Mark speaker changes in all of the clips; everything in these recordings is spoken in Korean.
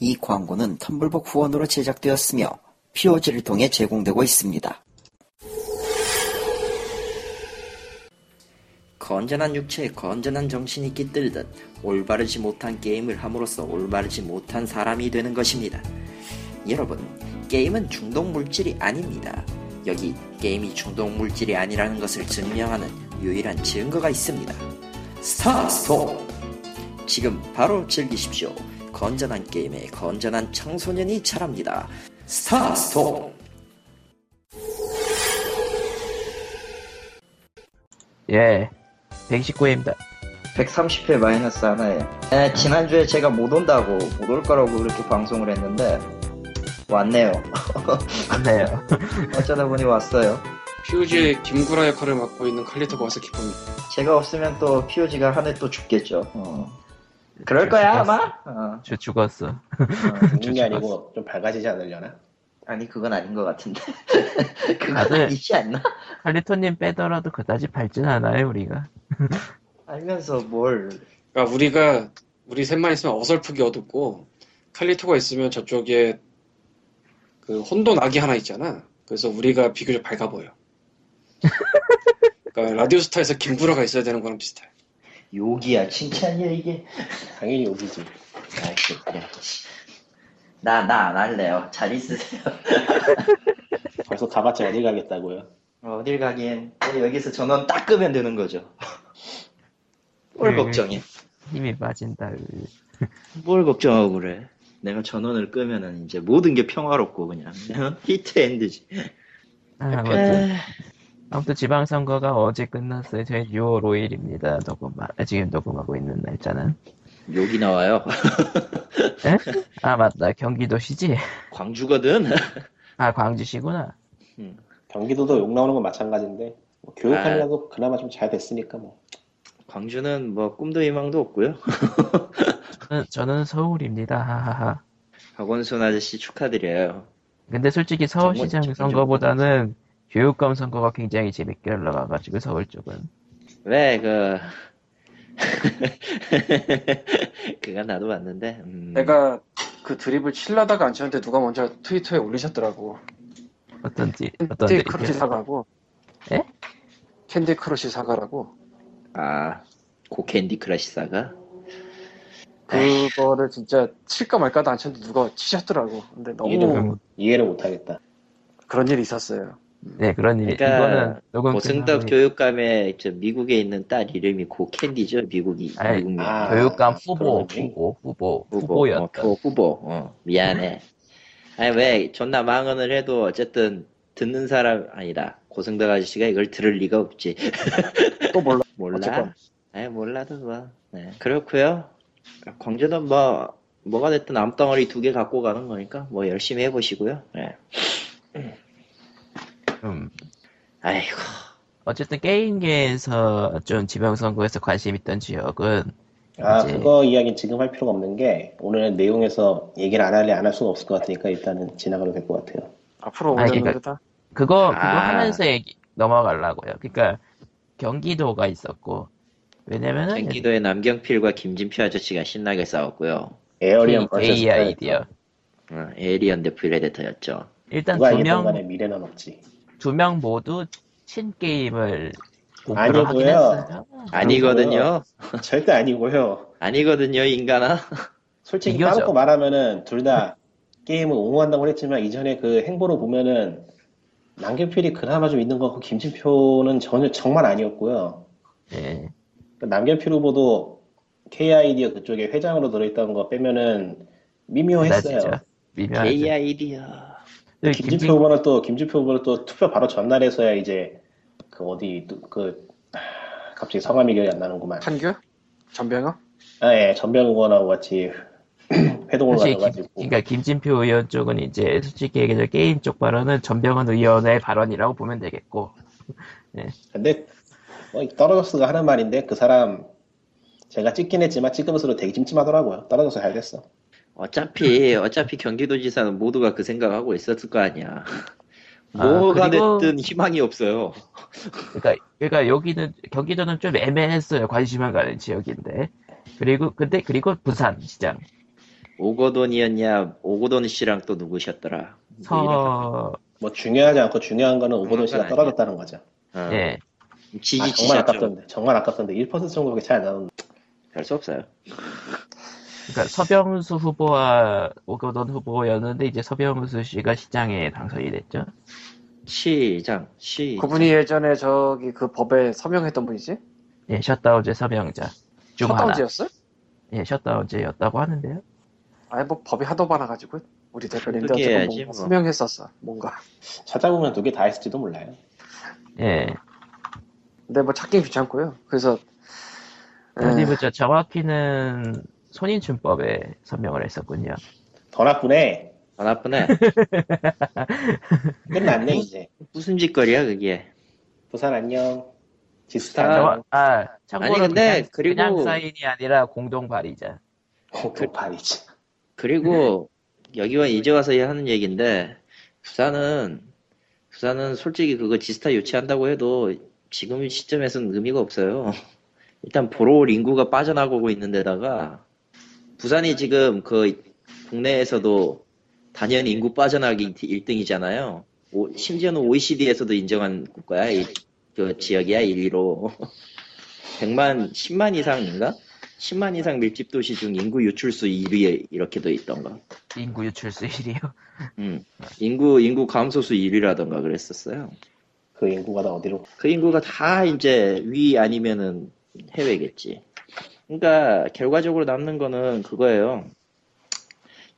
Speaker 1: 이 광고는 텀블벅 후원으로 제작되었으며 POG를 통해 제공되고 있습니다. 건전한 육체에 건전한 정신이 깃들듯 올바르지 못한 게임을 함으로써 올바르지 못한 사람이 되는 것입니다. 여러분, 게임은 중독 물질이 아닙니다. 여기 게임이 중독 물질이 아니라는 것을 증명하는 유일한 증거가 있습니다. 스타스톤! 지금 바로 즐기십시오. 건전한 게임에 건전한 청소년이 자랍니다. 스타스톤!
Speaker 2: 예, 119회입니다.
Speaker 1: 130회 마이너스 하나에 에, 지난주에 제가 못 온다고 못 올 거라고 그렇게 방송을 했는데 왔네요
Speaker 2: 맞네요.
Speaker 1: 어쩌다 보니 왔어요
Speaker 3: POG의 김구라 역할을 맡고 있는 칼리토 와스키코입니다.
Speaker 1: 제가 없으면 또 POG가 한 해 또 죽겠죠 어. 그럴 거야 아마 어,
Speaker 2: 저 죽었어.
Speaker 1: 어.
Speaker 4: 죽는 게 아니고 좀 밝아지지 않으려나?
Speaker 1: 아니 그건 아닌 것 같은데 그건
Speaker 2: 다들-
Speaker 1: 아니지 않나?
Speaker 2: 칼리토님 빼더라도 그다지 밝진 않아요, 우리가.
Speaker 1: 알면서 뭘
Speaker 3: 그러니까 우리가 우리 셋만 있으면 어설프게 어둡고 칼리토가 있으면 저쪽에 그 혼돈 아기 하나 있잖아. 그래서 우리가 비교적 밝아 보여. 그러니까 라디오스타에서 김구라가 있어야 되는 거랑 비슷해.
Speaker 1: 욕이야 칭찬이야 이게
Speaker 4: 당연히 여기지.
Speaker 1: 아이씨 나나 안 할래요 잘 있으세요
Speaker 4: 벌써 가봤자 어디 가겠다고요?
Speaker 1: 어딜 가긴 우리 여기서 전원 딱 끄면 되는 거죠 뭘
Speaker 2: 음.
Speaker 1: 걱정해
Speaker 2: 힘이 빠진다. 으.
Speaker 1: 뭘 걱정하고 그래? 내가 전원을 끄면은 이제 모든 게 평화롭고 그냥 히트 엔드지.
Speaker 2: 아,
Speaker 4: 네.
Speaker 2: 아무튼, 아무튼 지방선거가 어제 끝났어요. 저희 6월 5일입니다. 녹음, 아, 지금 녹음하고 있는 날짜는.
Speaker 1: 욕이 나와요.
Speaker 2: 에? 아, 맞다. 경기도시지?
Speaker 1: 광주거든.
Speaker 2: 아, 광주시구나.
Speaker 4: 경기도도 욕 나오는 건 마찬가지인데 뭐 교육하려고
Speaker 2: 아.
Speaker 4: 그나마 좀 잘 됐으니까 뭐.
Speaker 1: 광주는 뭐 꿈도 희망도 없고요.
Speaker 2: 저는, 저는 서울입니다. 하하하.
Speaker 1: 박원순 아저씨 축하드려요.
Speaker 2: 근데 솔직히 서울시장
Speaker 1: 정말- 정말
Speaker 2: 선거보다는 교육감 선거가 굉장히 재밌게 흘러가가지고 서울 쪽은.
Speaker 1: 왜 그 그건 나도 봤는데. 음,
Speaker 3: 내가 그 드립을 칠라다가 안 쳤는데 누가 먼저 트위터에 올리셨더라고.
Speaker 2: 어떤지,
Speaker 3: 캔디
Speaker 2: 어떤지.
Speaker 3: 크러쉬 사과고.
Speaker 2: 에?
Speaker 3: 캔디 크러쉬 사과라고.
Speaker 1: 아 고캔디 크러시사가
Speaker 3: 그거를 진짜 칠까 말까도 안 쳤는데 누가 치셨더라고. 근데
Speaker 4: 이해를,
Speaker 3: 너무
Speaker 4: 못- 이해를 못하겠다.
Speaker 3: 그런 일이 있었어요.
Speaker 2: 네, 그런 일.
Speaker 1: 그러니까
Speaker 2: 이거는 녹음
Speaker 4: 뭐그
Speaker 1: 고승덕
Speaker 2: 끝나고-
Speaker 1: 교육감의 저 미국에 있는 딸 이름이 고캔디죠 미국이
Speaker 2: 아이,
Speaker 1: 미국
Speaker 4: 아,
Speaker 2: 교육감 후보,
Speaker 4: 그러지.
Speaker 2: 후보, 후보,
Speaker 1: 후보,
Speaker 2: 후보였다.
Speaker 1: 어, 그 후보, 어, 미안해. 아니, 왜, 존나 망언을 해도 어쨌든 듣는 사람, 아니다. 고승덕 아저씨가 이걸 들을 리가 없지.
Speaker 3: 또 몰라.
Speaker 1: 몰라.
Speaker 3: 어쨌건.
Speaker 1: 아니, 몰라도 뭐. 네, 그렇고요 광주는 뭐, 뭐가 됐든 암덩어리 두 개 갖고 가는 거니까 뭐 열심히 해보시고요. 네.
Speaker 2: 음.
Speaker 1: 아이고,
Speaker 2: 어쨌든 게임계에서 좀 지방선거에서 관심 있던 지역은
Speaker 4: 아
Speaker 2: 이제-
Speaker 4: 그거 이야기 지금 할 필요가 없는 게 오늘 내용에서 얘기를 안 할래 안 할 수가 없을 것 같으니까 일단은 지나가도 될 것 같아요.
Speaker 3: 앞으로
Speaker 2: 아니,
Speaker 3: 오는
Speaker 2: 그러니까-
Speaker 3: 데다.
Speaker 2: 그거 그거
Speaker 1: 아.
Speaker 2: 하면서 얘기 넘어가려고요. 그러니까 경기도가 있었고 왜냐면은
Speaker 1: 경기도의 남경필과 김진표 아저씨가 신나게 싸웠고요.
Speaker 4: 에어리언
Speaker 2: A I 디어
Speaker 1: 어, 에리언 대 브레데터였죠.
Speaker 2: 일단
Speaker 4: 누가 이겼던
Speaker 2: 두명두
Speaker 4: 간에
Speaker 2: 명
Speaker 4: 미래는 없지.
Speaker 2: 모두 친 게임을 공부를
Speaker 4: 아니고요.
Speaker 2: 하긴 했어요.
Speaker 1: 아니거든요.
Speaker 4: 절대 아니고요.
Speaker 1: 아니거든요, 인간아.
Speaker 4: 솔직히
Speaker 2: 비교죠.
Speaker 4: 까놓고 말하면은 둘 다 게임을 옹호한다고 했지만 이전에 그 행보로 보면은 남경필이 그나마 좀 있는 것 같고 김진표는 전혀 정말 아니었고요.
Speaker 2: 예.
Speaker 4: 그 남경필 후보도 KID어 그쪽에 회장으로 들어있다는 거 빼면은 미묘했어요.
Speaker 2: 나지죠. 미묘하죠.
Speaker 1: AI디어.
Speaker 2: 그
Speaker 4: 김진표
Speaker 2: 김진-
Speaker 4: 후보는 또 김진표 후보는 또 투표 바로 전날에서야 이제 그 어디 또 그 하, 갑자기 성함이 기억이 안 나는구만.
Speaker 3: 판교? 전병호?
Speaker 4: 아, 예, 전병 의원하고 같이 회동을
Speaker 2: 솔직히 김,
Speaker 4: 가져가지고
Speaker 2: 그러니까 김진표 의원 쪽은 이제 솔직히 얘기해서 게임 쪽 발언은 전병헌 의원의 발언이라고 보면 되겠고
Speaker 4: 근데 뭐, 떨어졌어가 하는 말인데 그 사람 제가 찍긴 했지만 찍으면서도 되게 찜찜하더라고요. 떨어져서 잘 됐어.
Speaker 1: 어차피 어차피 경기도지사는 모두가 그 생각하고 있었을 거 아니야.
Speaker 2: 아,
Speaker 1: 뭐가
Speaker 2: 그리고-
Speaker 1: 됐든 희망이 없어요.
Speaker 2: 그러니까 그러니까 여기는 경기도는 좀 애매했어요 관심을 가는 지역인데 그리고 근데 그리고 부산 시장
Speaker 1: 오거돈이었냐 오거돈 씨랑 또 누구셨더라
Speaker 2: 서,
Speaker 4: 뭐 중요하지 않고 중요한 거는 오버돈
Speaker 1: 그건
Speaker 4: 씨가
Speaker 1: 아니에요.
Speaker 4: 떨어졌다는 거죠.
Speaker 1: 어,
Speaker 2: 예.
Speaker 4: 아,
Speaker 1: 지지
Speaker 4: 정말
Speaker 1: 지셨죠
Speaker 4: 아깝던데. 정말 아깝던데. 1% 정도밖에 차이 안 나는데.
Speaker 1: 별수 없어요
Speaker 2: 그러니까 서병수 후보와 오거돈 후보였는데 이제 서병수 씨가 시장에 당선이 됐죠.
Speaker 1: 시장 시
Speaker 3: 그분이 예전에 저기 그 법에 서명했던 분이지?
Speaker 2: 예, 셧다운제 서명자 중 하나.
Speaker 3: 셧다운제였어요?
Speaker 2: 예, 셧다운제였다고 하는데요.
Speaker 3: 아니 뭐 법이 하도 많아가지고 우리 대표님도
Speaker 1: 그렇게
Speaker 3: 어쨌건
Speaker 1: 해야지,
Speaker 3: 뭔가
Speaker 1: 뭐.
Speaker 3: 서명했었어 뭔가
Speaker 4: 찾아보면 두 개 다 있을지도 몰라요.
Speaker 2: 예.
Speaker 3: 근데 뭐 찾긴 귀찮고요 그래서 예.
Speaker 2: 어디 보자. 정확히는 손인춘법에 서명을 했었군요.
Speaker 4: 더 나쁘네.
Speaker 1: 더 나쁘네
Speaker 4: 끝났네 이제.
Speaker 1: 무슨 짓거리야 그게
Speaker 4: 부산 안녕. 지스타
Speaker 1: 부산
Speaker 4: 안녕.
Speaker 2: 정확- 아, 참고로
Speaker 1: 아니, 근데
Speaker 2: 그냥,
Speaker 1: 그리고-
Speaker 2: 그냥 사인이 아니라 공동 발의자.
Speaker 4: 어, 그 공통판이지.
Speaker 1: 그리고 여기와 이제 와서 하는 얘기인데 부산은 부산은 솔직히 그거 지스타 유치한다고 해도 지금 시점에서는 의미가 없어요. 일단 보러 올 인구가 빠져나가고 있는데다가 부산이 지금 그 국내에서도 단연 인구 빠져나기 1등이잖아요. 심지어는 OECD에서도 인정한 국가야. 이- 그 지역이야 1위로 100만 10만 이상인가? 10만 이상 밀집 도시 중 인구 유출수 1위에 이렇게 돼 있던가.
Speaker 2: 인구 유출수 1위요.
Speaker 1: 음. 인구 인구 감소수 1위라던가 그랬었어요.
Speaker 4: 그 인구가 다 어디로?
Speaker 1: 그 인구가 다 이제 위 아니면은 해외겠지. 그러니까 결과적으로 남는 거는 그거예요.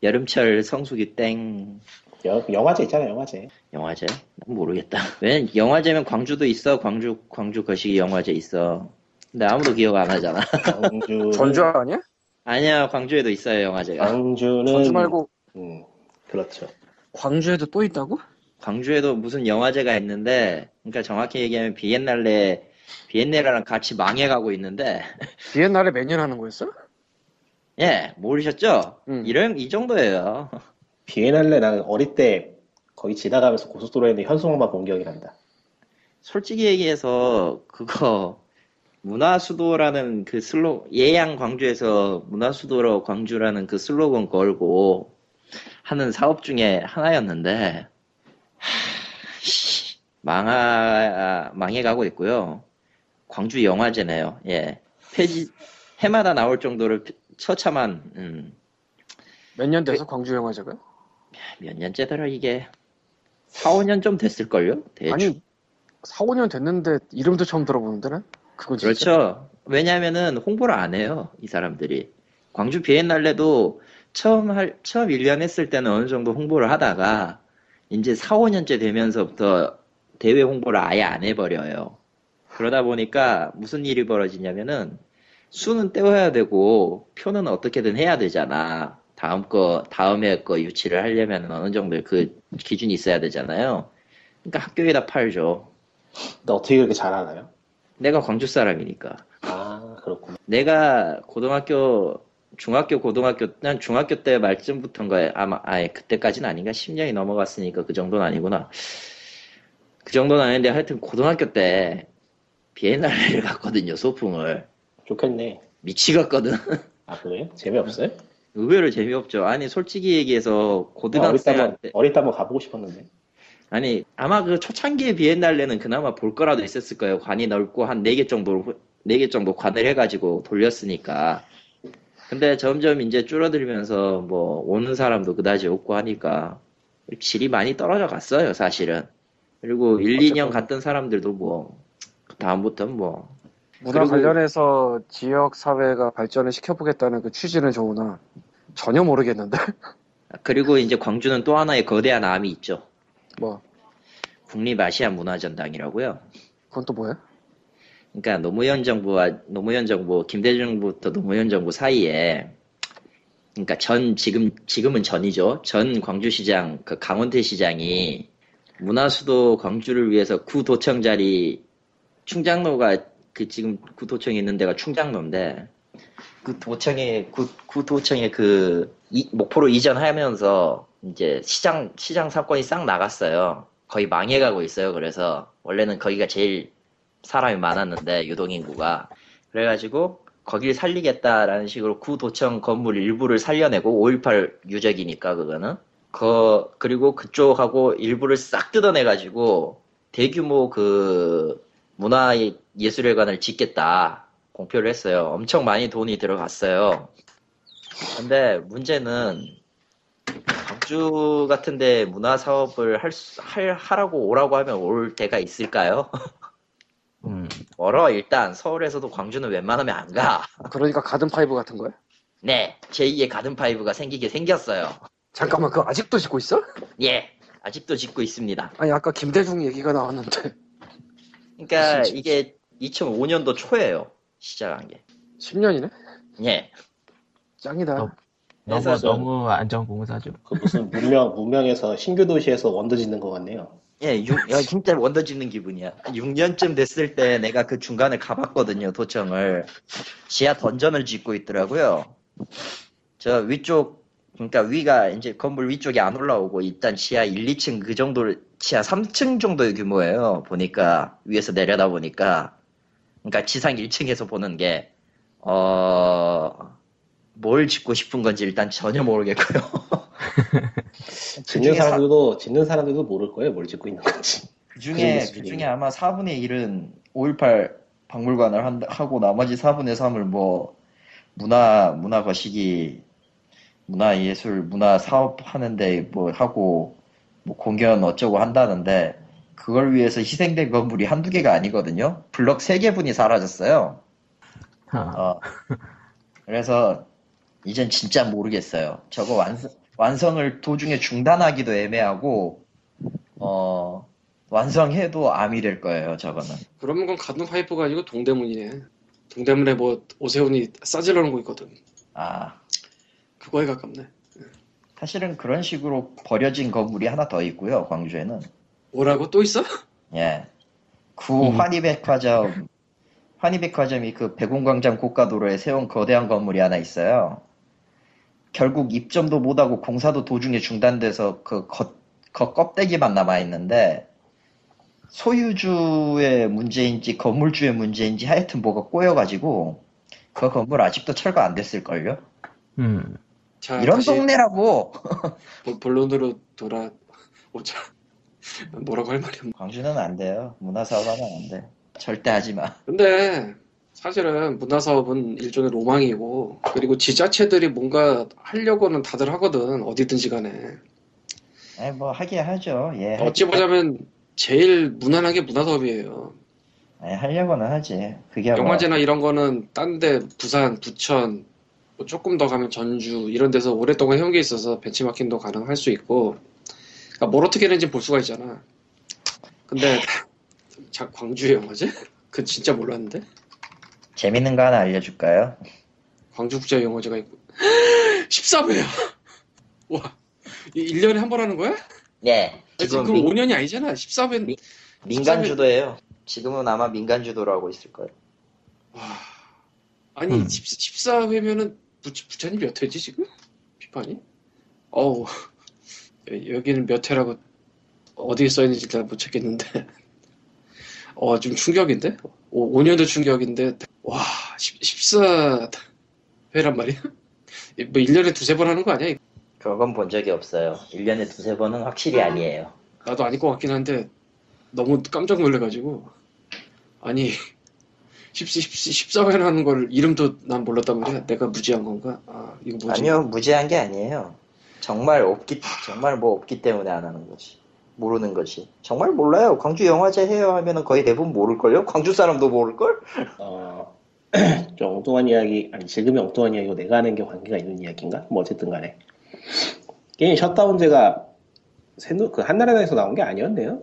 Speaker 1: 여름철 성수기 땡
Speaker 4: 여, 영화제 있잖아 영화제.
Speaker 1: 영화제? 난 모르겠다. 왜 영화제면 광주도 있어. 광주 광주 거시기 영화제 있어. 근데 아무도 기억 안 하잖아.
Speaker 4: 광주.
Speaker 3: 전주 아니야?
Speaker 1: 아니야 광주에도 있어요 영화제가.
Speaker 4: 광주는.
Speaker 1: 네.
Speaker 3: 전주 말고
Speaker 4: 음, 그렇죠.
Speaker 3: 광주에도 또 있다고?
Speaker 1: 광주에도 무슨 영화제가 있는데, 그러니까 정확히 얘기하면 비엔날레, 비엔날레랑 같이 망해가고 있는데,
Speaker 3: 비엔날에 매년 하는 거였어?
Speaker 1: 예, 모르셨죠?
Speaker 3: 음.
Speaker 1: 이런, 이 정도예요.
Speaker 4: 비에날레 나는 어릴 때 거기 지나가면서 고속도로에 있는 현수막만 본 기억이 난다.
Speaker 1: 솔직히 얘기해서, 그거, 문화수도라는 그 슬로, 예양 광주에서 문화수도로 광주라는 그 슬로건 걸고 하는 사업 중에 하나였는데, 하, 씨, 아, 망하, 망해가고 있고요. 광주 영화제네요. 예. 폐지 해마다 나올 정도로 처참한 음,
Speaker 3: 몇 년
Speaker 1: 예.
Speaker 3: 돼서 광주 영화제가?
Speaker 1: 몇 년째더라 이게 4, 5년 좀 됐을걸요? 대충.
Speaker 3: 아니 4, 5년 됐는데 이름도 처음 들어보는데 는 그거 진짜
Speaker 1: 그렇죠. 왜냐면은 홍보를 안 해요. 이 사람들이. 광주 비엔날레도 처음 할 처음 1년 했을 때는 어느 정도 홍보를 하다가 이제 4, 5년째 되면서부터 대회 홍보를 아예 안 해버려요. 그러다 보니까 무슨 일이 벌어지냐면은 수는 떼어야 되고 표는 어떻게든 해야 되잖아. 다음 거 다음에 거 유치를 하려면 어느 정도 그 기준이 있어야 되잖아요. 그러니까 학교에다 팔죠.
Speaker 4: 근데 어떻게 그렇게 잘 알아요?
Speaker 1: 내가 광주 사람이니까.
Speaker 4: 아 그렇구나.
Speaker 1: 내가 고등학교, 중학교, 고등학교, 난 중학교 때 말쯤부터인가, 아마, 아예 그때까지는 아닌가? 10년이 넘어갔으니까 그 정도는 아니구나. 그 정도는 아닌데, 하여튼 고등학교 때 비엔날레를 갔거든요, 소풍을.
Speaker 4: 좋겠네.
Speaker 1: 미치겠거든.
Speaker 4: 아 그래요? 재미없어요?
Speaker 1: 의외로 재미없죠. 아니, 솔직히 얘기해서
Speaker 4: 어릴 때 한번
Speaker 1: 고등학생한테,
Speaker 4: 어릴 때 한번 가보고 싶었는데.
Speaker 1: 아니, 아마 그 초창기의 비엔날레는 그나마 볼 거라도 있었을 거예요. 관이 넓고 한 네 개 정도로, 4개 정도 관을 해가지고 돌렸으니까. 근데 점점 이제 줄어들면서 뭐 오는 사람도 그다지 없고 하니까 질이 많이 떨어져 갔어요, 사실은. 그리고 1, 2년 갔던 사람들도 뭐, 다음부터는 뭐,
Speaker 3: 문화
Speaker 1: 그리고-
Speaker 3: 관련해서 지역 사회가 발전을 시켜보겠다는 그 취지는 좋으나 전혀 모르겠는데
Speaker 1: 그리고 이제 광주는 또 하나의 거대한 암이 있죠.
Speaker 3: 뭐
Speaker 1: 국립아시아 문화전당이라고요.
Speaker 3: 그건 또 뭐야?
Speaker 1: 그러니까 노무현 정부와 노무현 정부, 김대중 정부부터 노무현 정부 사이에 그러니까 전 지금 지금은 전이죠. 전 광주시장 그 강원태 시장이 문화수도 광주를 위해서 구도청 자리 충장로가 그 지금 구도청이 있는 데가 충장로인데 그 도청에 구, 구도청에 그 이- 목포로 이전하면서 이제 시장 시장 사건이 싹 나갔어요. 거의 망해가고 있어요. 그래서 원래는 거기가 제일 사람이 많았는데 유동인구가 그래가지고 거길 살리겠다라는 식으로 구도청 건물 일부를 살려내고 5.18 유적이니까 그거는 그 그리고 그쪽하고 일부를 싹 뜯어내가지고 대규모 그 문화 예술회관을 짓겠다 공표를 했어요. 엄청 많이 돈이 들어갔어요. 근데 문제는 광주 같은데 문화 사업을 할, 수- 할 하라고 오라고 하면 올 때가 있을까요?
Speaker 2: 음.
Speaker 1: 멀어 일단 서울에서도 광주는 웬만하면 안 가.
Speaker 3: 그러니까 가든파이브 같은 거야?
Speaker 1: 네, 제2의 가든파이브가 생기게 생겼어요.
Speaker 3: 잠깐만 그거 아직도 짓고 있어?
Speaker 1: 예, 아직도 짓고 있습니다.
Speaker 3: 아니 아까 김대중 얘기가 나왔는데
Speaker 1: 그러니까
Speaker 3: 진짜.
Speaker 1: 이게 2005년도 초예요. 시작한 게.
Speaker 3: 10년이네?
Speaker 1: 예.
Speaker 3: 짱이다
Speaker 2: 어. 너무
Speaker 1: 그래서-
Speaker 2: 너무 안전공사죠.
Speaker 4: 그 무슨 문명 문명에서 신규 도시에서 원더 짓는 것 같네요.
Speaker 1: 예, 육- 야, 진짜 원더 짓는 기분이야. 6년쯤 됐을 때 내가 그 중간에 가봤거든요, 도청을. 지하 던전을 짓고 있더라고요. 저 위쪽, 그러니까 위가 이제 건물 위쪽이 안 올라오고 일단 지하 1, 2층 그 정도, 지하 3층 정도의 규모예요. 보니까, 위에서 내려다 보니까. 그러니까 지상 1층에서 보는 게, 어, 뭘 짓고 싶은 건지 일단 전혀 모르겠고요. 그
Speaker 4: 짓는
Speaker 1: 사-
Speaker 4: 사람들도 짓는 사람들도 모를 거예요. 뭘 짓고 있는 건지.
Speaker 1: 그
Speaker 4: 그런
Speaker 1: 중에 그
Speaker 4: 모습이군요.
Speaker 1: 중에 아마 4분의 1은 5.18 박물관을 한, 하고 나머지 4분의 3을 뭐 문화 문화 거시기 문화 예술 문화 사업 하는데 뭐 하고 뭐 공연 어쩌고 한다는데 그걸 위해서 희생된 건물이 한두 개가 아니거든요. 블럭 3개 분이 사라졌어요.
Speaker 2: 아,
Speaker 1: 어. 그래서 이젠 진짜 모르겠어요. 저거 완성, 완성을 도중에 중단하기도 애매하고 어, 완성해도 암이 될 거예요. 저거는.
Speaker 3: 그러면 그건 가든파이브가 아니고 동대문이네 동대문에 뭐 오세훈이 싸질러는 거 있거든
Speaker 1: 아
Speaker 3: 그거에 가깝네
Speaker 1: 사실은 그런 식으로 버려진 건물이 하나 더 있고요. 광주에는
Speaker 3: 뭐라고 또 있어?
Speaker 1: 예, 구
Speaker 2: 음.
Speaker 1: 환희백화점 환희백화점이 그 백운광장 고가도로에 세운 거대한 건물이 하나 있어요. 결국 입점도 못하고 공사도 도중에 중단돼서 그 겉, 겉 껍데기만 남아있는데 소유주의 문제인지 건물주의 문제인지 하여튼 뭐가 꼬여가지고 그 건물 아직도 철거 안 됐을걸요?
Speaker 2: 음.
Speaker 3: 자
Speaker 1: 이런
Speaker 3: 다시
Speaker 1: 동네라고!
Speaker 3: 본- 본론으로 돌아오자 뭐라고 할 말이 없네
Speaker 1: 광주는 안 돼요. 문화사업하면 안 돼. 절대 하지 마.
Speaker 3: 근데 사실은 문화사업은 일종의 로망이고 그리고 지자체들이 뭔가 하려고는 다들 하거든 어디든지 간에
Speaker 1: 아니, 뭐 하긴 하죠. 예.
Speaker 3: 어찌 보자면 제일 무난하게 문화사업이에요
Speaker 1: 아니, 네, 하려고는 하지. 그게 뭐,
Speaker 3: 영화제나 이런 거는 딴 데 부산, 부천 뭐 조금 더 가면 전주 이런 데서 오랫동안 해온 게 있어서 벤치마킹도 가능할 수 있고 그러니까 뭘 어떻게 했는지 볼 수가 있잖아 근데 자, 광주의 영화제? 그 진짜 몰랐는데
Speaker 1: 재밌는 거 하나 알려줄까요?
Speaker 3: 광주국제영화제가 있고 13회야 와 1년에 한 번 하는 거야?
Speaker 1: 예.
Speaker 3: 아니,
Speaker 1: 지금
Speaker 3: 그럼
Speaker 1: 민,
Speaker 3: 5년이 아니잖아 13회
Speaker 1: 미- 민간 주도예요. 지금은 아마 민간 주도로 하고 있을 거예요.
Speaker 3: 아니
Speaker 2: 음.
Speaker 3: 14회면은 부, 부천이 몇 회지 지금? 비판이? 어우 여- 여기는 몇 회라고 어디에 써있는지 잘 못 찾겠는데 어 좀 충격인데? 오, 5년도 충격인데 와 14회란 말이야? 뭐 1년에 두세 번 하는 거 아니야?
Speaker 1: 그건 본 적이 없어요. 1년에 두세 번은 확실히 아니에요.
Speaker 3: 나도 아닐 것 같긴 한데 너무 깜짝 놀래가지고 아니 14회를 하는 걸 이름도 난 몰랐단 말이야 내가 무지한 건가? 아 이거 뭐지?
Speaker 1: 아니요, 무제한 게 아니에요. 정말 없기, 정말 뭐 없기 때문에 안 하는 거지. 모르는 거지. 정말 몰라요. 광주 영화제 해요 하면은 거의 대부분 모를걸요? 광주 사람도 모를걸?
Speaker 4: 어, 좀 엉뚱한 이야기 아니 지금이 엉뚱한 이야기고 내가 하는 게 관계가 있는 이야기인가? 뭐 어쨌든 간에 게임 셧다운제가 새누 그 한나라당에서 나온 게 아니었네요.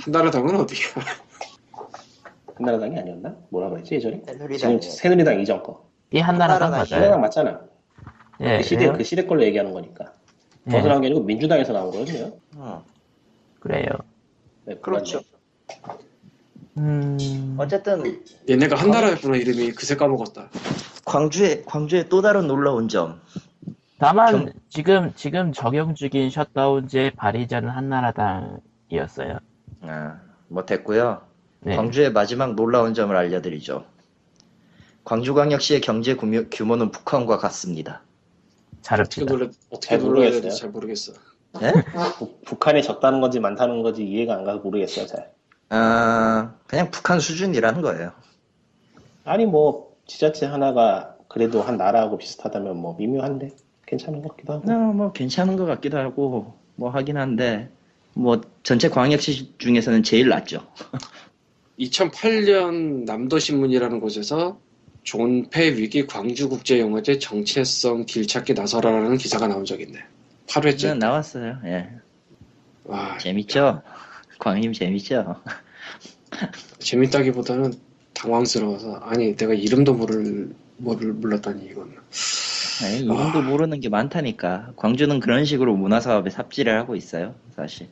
Speaker 3: 한나라당은 어디야?
Speaker 4: 한나라당이 아니었나? 뭐라 그랬지 예전에?
Speaker 1: 새누리당이에요.
Speaker 4: 지금 새누리당 이전 거.
Speaker 2: 이 한나라당
Speaker 1: 한나라당
Speaker 2: 맞아요.
Speaker 4: 한나라당 맞잖아.
Speaker 2: 예,
Speaker 1: 네.
Speaker 4: 그 시대
Speaker 2: 그래요.
Speaker 4: 그 시대 걸로 얘기하는 거니까.
Speaker 1: 그
Speaker 2: 예,
Speaker 4: 거기서 나온 게 아니고 민주당에서 나온 거였네요.
Speaker 1: 어,
Speaker 2: 그래요.
Speaker 4: 네,
Speaker 1: 그렇죠.
Speaker 2: 음.
Speaker 1: 어쨌든
Speaker 3: 얘네가 한나라였구나 이름이 그새 까먹었다
Speaker 1: 광주에 광주에 또 다른 놀라운 점.
Speaker 2: 다만
Speaker 1: 경-
Speaker 2: 지금 지금 적용 중인 셧다운제 발의자는 한나라당이었어요.
Speaker 1: 아, 뭐 됐고요.
Speaker 2: 네.
Speaker 1: 광주의 마지막 놀라운 점을 알려드리죠. 광주광역시의 경제 규모- 규모는 북한과 같습니다.
Speaker 3: 어떻게
Speaker 2: 자릅시다.
Speaker 3: 놀라 어떻게
Speaker 4: 잘
Speaker 3: 놀라야 되는지
Speaker 4: 모르겠어요.
Speaker 3: 잘 모르겠어.
Speaker 1: 예?
Speaker 4: 뭐 북- 북한이 적다는 건지 많다는 건지 이해가 안 가서 모르겠어요 잘
Speaker 1: 아, 그냥 북한 수준이라는 거예요.
Speaker 4: 아니 뭐 지자체 하나가 그래도 한 나라하고 비슷하다면 뭐 미묘한데 괜찮은 것 같기도 하고
Speaker 1: 아, 뭐 괜찮은 것 같기도 하고 뭐 하긴 한데 뭐 전체 광역시 중에서는 제일 낮죠.
Speaker 3: 2008년 남도신문이라는 곳에서 존폐 위기 광주국제영화제 정체성 길찾기 나서라라는 기사가 나온 적이 있네. 8회째.
Speaker 1: 저는 나왔어요. 예,
Speaker 3: 와,
Speaker 1: 재밌죠. 광님 재밌죠.
Speaker 3: 재밌다기보다는 당황스러워서 아니 내가 이름도 모를 모를 몰랐다니 이건.
Speaker 1: 예, 이름도 모르는 게 많다니까. 광주는 그런 식으로 문화 사업에 삽질을 하고 있어요, 사실.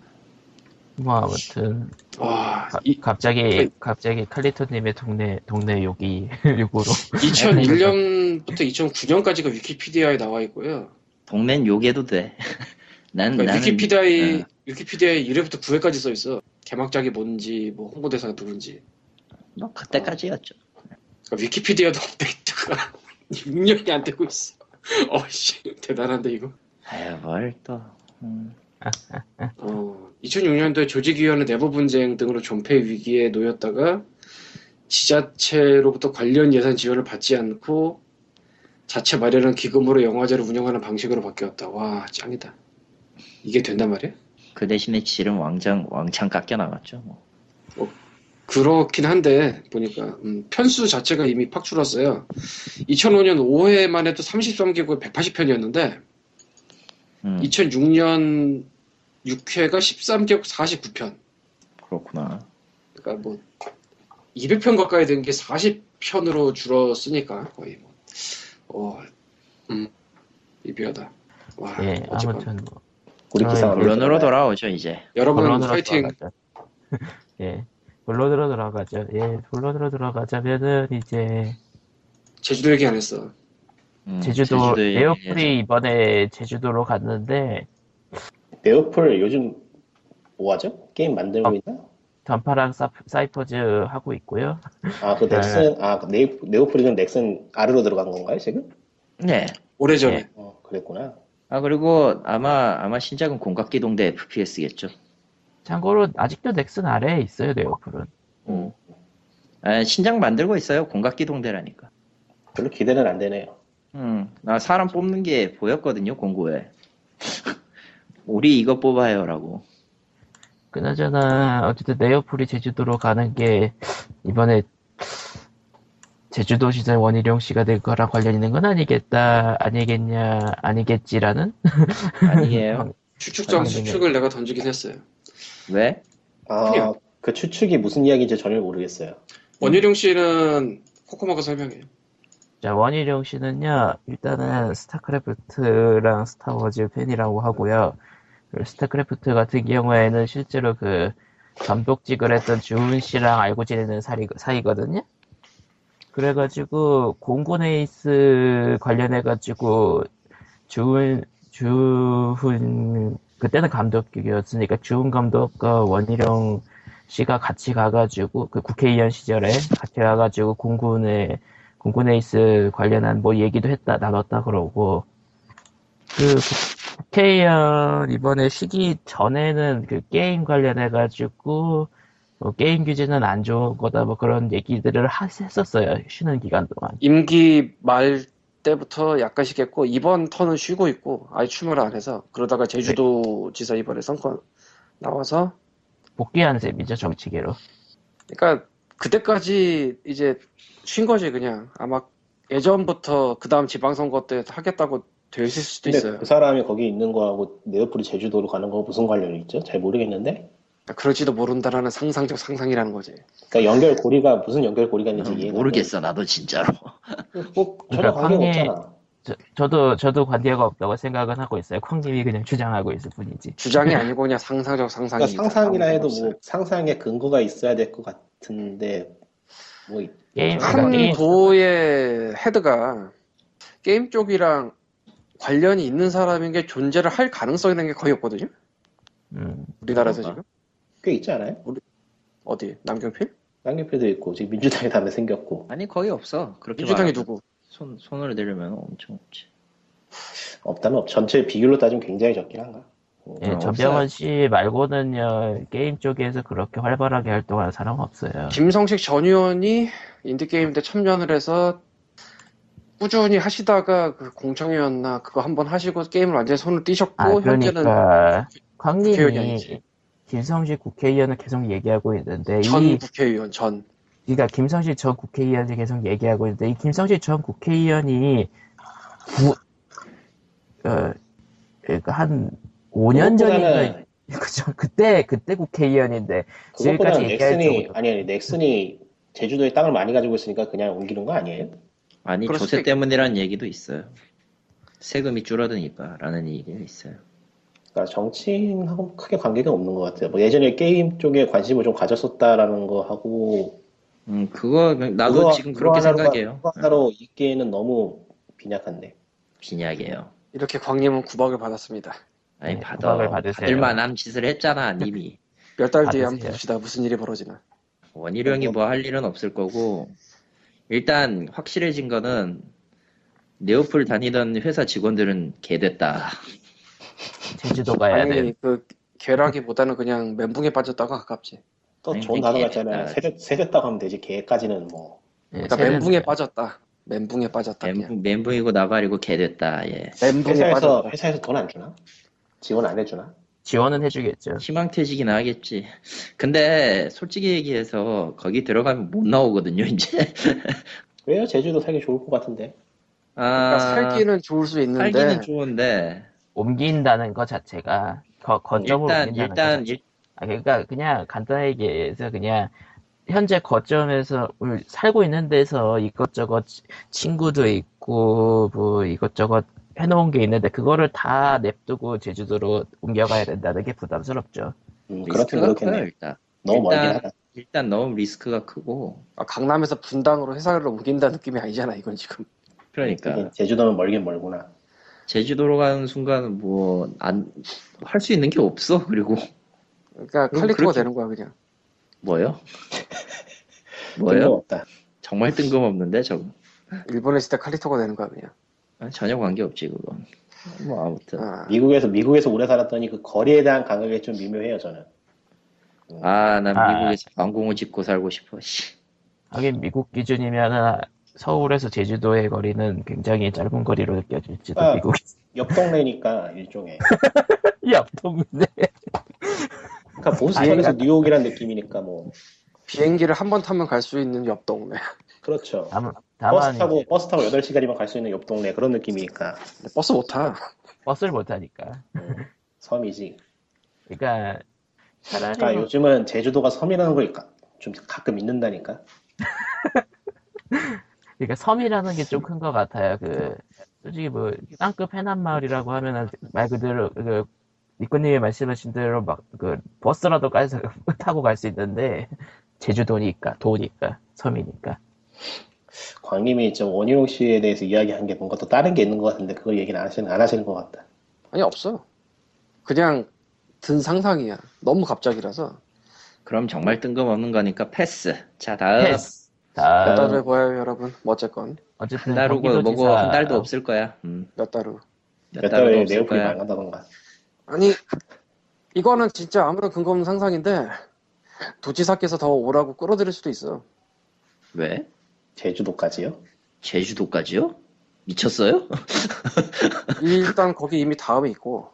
Speaker 2: 뭐 아무튼
Speaker 3: 와,
Speaker 2: 가-
Speaker 3: 이,
Speaker 2: 갑자기
Speaker 3: 그-
Speaker 2: 갑자기 칼리토님의 동네 동네 욕이 욕으로
Speaker 3: 2001년부터 2009년까지가 위키피디아에 나와 있고요.
Speaker 1: 동맹 욕해도 돼. 난
Speaker 3: 그러니까
Speaker 1: 나는
Speaker 3: 위키피디아에
Speaker 1: 어.
Speaker 3: 위키피디아에 1회부터 9회까지 써 있어. 개막작이 뭔지, 뭐 홍보대사가 누군지.
Speaker 1: 뭐 그때까지였죠.
Speaker 3: 그러니까 위키피디아도 업데이트가 6년이 안 되고 있어. 어씨 대단한데 이거.
Speaker 1: 아유 뭘 또. 음.
Speaker 3: 어, 2006년도에 조직위원회 내부 분쟁 등으로 존폐 위기에 놓였다가 지자체로부터 관련 예산 지원을 받지 않고 자체 마련한 기금으로 영화제를 운영하는 방식으로 바뀌었다. 와 짱이다. 이게 된단 말이야?
Speaker 1: 그 대신에 지름 왕장 왕창 깎여 나갔죠. 뭐.
Speaker 3: 그렇긴 한데 보니까 음, 편수 자체가 이미 팍 줄었어요. 2005년 5회만 해도 33개국 180편이었는데
Speaker 1: 음,
Speaker 3: 2006년 6회가 13개국 49편.
Speaker 1: 그렇구나.
Speaker 3: 그러니까 뭐 200편 가까이 된 게 40편으로 줄었으니까 거의 뭐. 어, 음, 미묘하다. 와,
Speaker 2: 예
Speaker 3: 어쨌건
Speaker 2: 아무튼 뭐
Speaker 4: 우리
Speaker 2: 아이,
Speaker 4: 기사가
Speaker 1: 물론으로 돌아오죠 이제.
Speaker 3: 여러분
Speaker 2: 본론으로
Speaker 3: 파이팅.
Speaker 2: 돌아가자. 예 본론으로 돌아가죠. 예 본론으로 돌아가자면은 이제
Speaker 3: 제주도 얘기 안 했어.
Speaker 1: 음,
Speaker 2: 제주도
Speaker 1: 제주도에
Speaker 2: 에어풀이 이번에 제주도로 갔는데
Speaker 4: 네오폴 요즘 뭐하죠? 게임 만들고
Speaker 2: 아.
Speaker 4: 있나?
Speaker 2: 던파랑 사, 사이퍼즈 하고 있고요.
Speaker 4: 아그
Speaker 2: 네.
Speaker 4: 넥슨 아그 네, 네오폴이는 넥슨 아래로 들어간 건가요 지금?
Speaker 1: 네.
Speaker 3: 오래전에
Speaker 2: 예.
Speaker 4: 어 그랬구나
Speaker 1: 아 그리고 아마 아마 신작은 공각기동대 FPS겠죠.
Speaker 2: 참고로 아직도 넥슨 아래에 있어요 네오플은.
Speaker 1: 음. 아, 신작 만들고 있어요. 공각기동대라니까.
Speaker 4: 별로 기대는 안 되네요
Speaker 1: 음, 나 사람 뽑는 게 보였거든요 공고에. 우리 이거 뽑아요라고.
Speaker 2: 그나저나 어쨌든 네오플이 제주도로 가는 게 이번에 제주도 시절 원희룡 씨가 될 거랑 관련 있는 건 아니겠다 아니겠냐 아니겠지라는
Speaker 1: 아니에요.
Speaker 3: 추측성
Speaker 2: 아니, 아니,
Speaker 3: 추측을 내가 던지긴 했어요.
Speaker 2: 음.
Speaker 1: 왜?
Speaker 4: 아
Speaker 3: 그래요.
Speaker 4: 그 추측이 무슨 이야기인지 전혀 모르겠어요
Speaker 3: 원유령 씨는 코코마가 설명해.
Speaker 2: 자 원희룡 씨는요 일단은 스타크래프트랑 스타워즈 팬이라고 하고요 그 스타크래프트 같은 경우에는 실제로 그 감독직을 했던 주은 씨랑 알고 지내는 사이, 사이거든요 그래가지고 공군 에이스 관련해가지고 주은 주훈 그때는 감독이었으니까 주훈 감독과 원희룡 씨가 같이 가가지고 그 국회의원 시절에 같이 가가지고 공군에 공군 에이스 관련한 뭐 얘기도 했다 나눴다 그러고 그 국회의원 이번에 시기 전에는 그 게임 관련해가지고 뭐 게임 규제는 안 좋은 거다 뭐 그런 얘기들을 하- 했었어요 쉬는 기간 동안
Speaker 3: 임기 말 때부터 약간씩 했고 이번 턴은 쉬고 있고 아예 출마를 안 해서 그러다가 제주도
Speaker 2: 네.
Speaker 3: 지사 이번에 선거 나와서
Speaker 2: 복귀한 셈이죠 정치계로
Speaker 3: 그러니까 그때까지 이제 쉰 거지 그냥 아마 예전부터 그 다음 지방선거 때 하겠다고 돼 있을 수도
Speaker 4: 근데
Speaker 3: 있어요.
Speaker 4: 그 사람이 거기 있는 거하고 네오폴이 제주도로 가는 거하고 무슨 관련이 있죠? 잘 모르겠는데
Speaker 3: 그럴지도 모른다라는 상상적 상상이라는 거지.
Speaker 4: 그러니까 연결고리가 무슨 연결고리가 있는지
Speaker 1: 음,
Speaker 4: 이해가
Speaker 1: 모르겠어 나도 진짜로.
Speaker 4: 안 돼. 뭐 전혀
Speaker 2: 그러니까
Speaker 4: 관계가
Speaker 2: 관계-
Speaker 4: 없잖아
Speaker 2: 저, 저도 저도 관계가 없다고 생각은 하고 있어요 콩님이 그냥 주장하고 있을 뿐이지
Speaker 3: 주장이 아니고 그냥 상상적 상상이.
Speaker 4: 네. 그러니까 상상이라 해도 뭐 상상에 근거가 있어야 될 것 같은데 뭐 이-
Speaker 2: 게임 그러니까
Speaker 3: 한
Speaker 2: 게임
Speaker 3: 도의 헤드가 게임 쪽이랑 관련이 있는 사람인 게 존재를 할 가능성이 있는 게 거의 없거든요.
Speaker 2: 음,
Speaker 3: 우리나라에서
Speaker 4: 아.
Speaker 1: 그런가?
Speaker 3: 지금
Speaker 4: 꽤 있지 않아요?
Speaker 3: 어디 남경필?
Speaker 4: 쌍용패도 있고 지금 민주당에 담에 생겼고
Speaker 1: 아니 거의 없어. 그렇게 말하면
Speaker 3: 민주당이 누구?
Speaker 1: 손 손으로 내려면 엄청 없지.
Speaker 4: 없다면 없- 전체 비율로 따지면 굉장히 적긴 한가. 어,
Speaker 2: 예,
Speaker 1: 어,
Speaker 2: 전병헌 씨 말고는요 게임 쪽에서 그렇게 활발하게 활동하는 사람 없어요.
Speaker 3: 김성식 전 의원이 인디게임 때 참여를 해서 꾸준히 하시다가 그 공청회였나 그거 한번 하시고 게임을 완전히 손을 떼셨고
Speaker 2: 아
Speaker 3: 현재는
Speaker 2: 그러니까
Speaker 3: 국회의원이
Speaker 2: 광님이
Speaker 3: 아니지.
Speaker 2: 김성식 국회의원을 계속 얘기하고 있는데
Speaker 3: 전
Speaker 2: 이
Speaker 3: 국회의원 전
Speaker 2: 그러니까 김성식 전 국회의원이 계속 얘기하고 있는데 이 김성식 전 국회의원이 구, 어, 그러니까 한 5년 전인가
Speaker 4: 그것보다는-
Speaker 2: 그죠 그때 그때 국회의원인데
Speaker 4: 그것보다는
Speaker 2: 지금까지 얘기할
Speaker 4: 넥슨이
Speaker 2: 정도.
Speaker 4: 아니 아니 넥슨이 제주도에 땅을 많이 가지고 있으니까 그냥 옮기는 거 아니에요?
Speaker 1: 아니
Speaker 3: 그럴
Speaker 1: 조세
Speaker 3: 수도 있-
Speaker 1: 때문이라는 얘기도 있어요. 세금이 줄어드니까라는 얘기가 있어요.
Speaker 4: 그러니까 정치인하고 크게 관계가 없는 것 같아요. 뭐 예전에 게임 쪽에 관심을 좀 가졌었다라는 거 하고
Speaker 1: 음 그거 나도
Speaker 4: 그거-
Speaker 1: 지금
Speaker 4: 그거
Speaker 1: 그렇게
Speaker 4: 하나로 가-
Speaker 1: 생각해요.
Speaker 4: 그거 하나로 있기에는 너무 빈약한데.
Speaker 1: 빈약해요.
Speaker 3: 이렇게 광님은 구박을 받았습니다.
Speaker 1: 아니
Speaker 2: 네,
Speaker 1: 받아
Speaker 2: 구박을 받으세요.
Speaker 1: 받을만한 짓을 했잖아 이미.
Speaker 3: 몇 달 뒤에 한번
Speaker 2: 받으세요.
Speaker 3: 봅시다 무슨 일이 벌어지나.
Speaker 1: 원희룡이 뭐 할 일은 없을 거고 일단 확실해진 거는 네오플 다니던 회사 직원들은 개됐다.
Speaker 2: 제주도 가야 돼.
Speaker 3: 아니 그 괴락이보다는 그냥 멘붕에 빠졌다고 가깝지.
Speaker 4: 또
Speaker 1: 아니, 그게
Speaker 4: 좋은 단어가
Speaker 1: 개-
Speaker 4: 있잖아요.
Speaker 1: 아.
Speaker 4: 세대, 세대다고 하면 되지. 개까지는 뭐.
Speaker 2: 예,
Speaker 3: 그러니까
Speaker 2: 세대는
Speaker 3: 멘붕에
Speaker 2: 그래요.
Speaker 3: 빠졌다. 멘붕에 빠졌다. 그냥.
Speaker 1: 멘붕, 멘붕이고 나발이고 개됐다. 예.
Speaker 3: 멘붕에
Speaker 4: 회사에서,
Speaker 3: 빠졌다.
Speaker 4: 회사에서 돈 안 주나? 지원 안 해주나?
Speaker 2: 지원은 해주겠죠.
Speaker 1: 희망퇴직이나 하겠지. 근데 솔직히 얘기해서 거기 들어가면 못 나오거든요 이제.
Speaker 4: 왜요? 제주도 살기 좋을 것 같은데.
Speaker 1: 아
Speaker 3: 그러니까 살기는 좋을 수 있는데
Speaker 1: 살기는 좋은데
Speaker 2: 옮긴다는 것 자체가 거, 거점으로
Speaker 1: 일단
Speaker 2: 옮긴다는
Speaker 1: 일단
Speaker 2: 것 자체. 아, 그러니까 그냥 간단하게 얘기해서 그냥 현재 거점에서 울- 살고 있는 데서 이것저것 치- 친구도 있고 뭐 이것저것 해놓은 게 있는데 그거를 다 냅두고 제주도로 옮겨가야 된다는 게 부담스럽죠.
Speaker 1: 뭐
Speaker 4: 음, 그렇긴
Speaker 1: 리스크가 커요
Speaker 4: 그렇겠네.
Speaker 1: 일단.
Speaker 4: 너무 멀긴
Speaker 1: 일단-
Speaker 4: 하다.
Speaker 1: 일단 너무 리스크가 크고
Speaker 3: 아, 강남에서 분당으로 회사를 옮긴다는 느낌이 아니잖아 이건 지금.
Speaker 1: 그러니까
Speaker 4: 이게 제주도는 멀긴 멀구나.
Speaker 1: 제주도로 가는 순간 뭐 안 할 수 있는 게 없어 그리고
Speaker 3: 그러니까
Speaker 1: 그럼
Speaker 3: 칼리토가
Speaker 1: 그렇게-
Speaker 3: 되는 거야 그냥.
Speaker 1: 뭐요? 뭐요?
Speaker 4: 없다.
Speaker 1: 정말 뜬금없는데 저거
Speaker 3: 일본에 있을 때 칼리토가 되는 거야 그냥.
Speaker 1: 아, 전혀 관계 없지 그건 뭐 아무튼
Speaker 3: 아,
Speaker 4: 미국에서 미국에서 오래 살았더니 그 거리에 대한 감각이 좀 미묘해요 저는.
Speaker 1: 아 난
Speaker 2: 아.
Speaker 1: 미국에서 왕궁을 짓고 살고 싶어 씨.
Speaker 2: 하긴 미국 기준이면 서울에서 제주도의 거리는 굉장히 짧은 거리로 느껴질지도
Speaker 4: 아.
Speaker 2: 미국
Speaker 4: 옆 동네니까 일종의.
Speaker 2: 옆 동네
Speaker 4: 그러니까 보스턴에서 뉴욕이란 느낌이니까 뭐
Speaker 3: 비행기를 한 번 타면 갈 수 있는 옆 동네.
Speaker 4: 그렇죠.
Speaker 2: 다만,
Speaker 4: 버스
Speaker 2: 다만
Speaker 4: 타고 버스 타고 8시간이면 갈 수 있는 옆 동네 그런 느낌이니까
Speaker 3: 근데 버스 못 타.
Speaker 2: 버스를 못 타니까.
Speaker 4: 섬이지.
Speaker 2: 그러니까 차라리
Speaker 4: 그러니까
Speaker 2: 뭐-
Speaker 4: 요즘은 제주도가 섬이라는 걸 가- 좀 가끔 잊는다니까.
Speaker 2: 그러니까 섬이라는 게 좀 큰 것 같아요. 그 솔직히 뭐 땅끝 해남 마을이라고 하면은 말 그대로 그 니꾸님이 말씀하신 대로 막 그 버스라도 가서 타고 갈 수 있는데 제주도니까 도니까 섬이니까
Speaker 4: 광님이 좀 원희룡 씨에 대해서 이야기한 게 뭔가 또 다른 게 있는 것 같은데 그걸 얘기는 안 하시는 안 하시는 것 같다.
Speaker 3: 아니 없어. 그냥 든 상상이야. 너무 갑작이라서.
Speaker 1: 그럼 정말 뜬금없는 거니까 패스 자 다음
Speaker 2: 패스. 다
Speaker 3: 몇 달 후에 봐요 여러분. 뭐 어쨌건
Speaker 2: 네. 어쨌든
Speaker 1: 한 달 오고 뭐고
Speaker 2: 경기도지사
Speaker 1: 한 달도 없을 거야 음,
Speaker 3: 몇 달 후.
Speaker 1: 몇,
Speaker 4: 몇
Speaker 1: 달도
Speaker 4: 달에
Speaker 1: 없을
Speaker 4: 네오플이
Speaker 1: 거야
Speaker 4: 망한다던가.
Speaker 3: 아니 이거는 진짜 아무런 근거 없는 상상인데 도지사께서 더 오라고 끌어들일 수도 있어.
Speaker 1: 왜?
Speaker 4: 제주도까지요?
Speaker 1: 제주도까지요? 미쳤어요?
Speaker 3: 일단 거기 이미 다음에 있고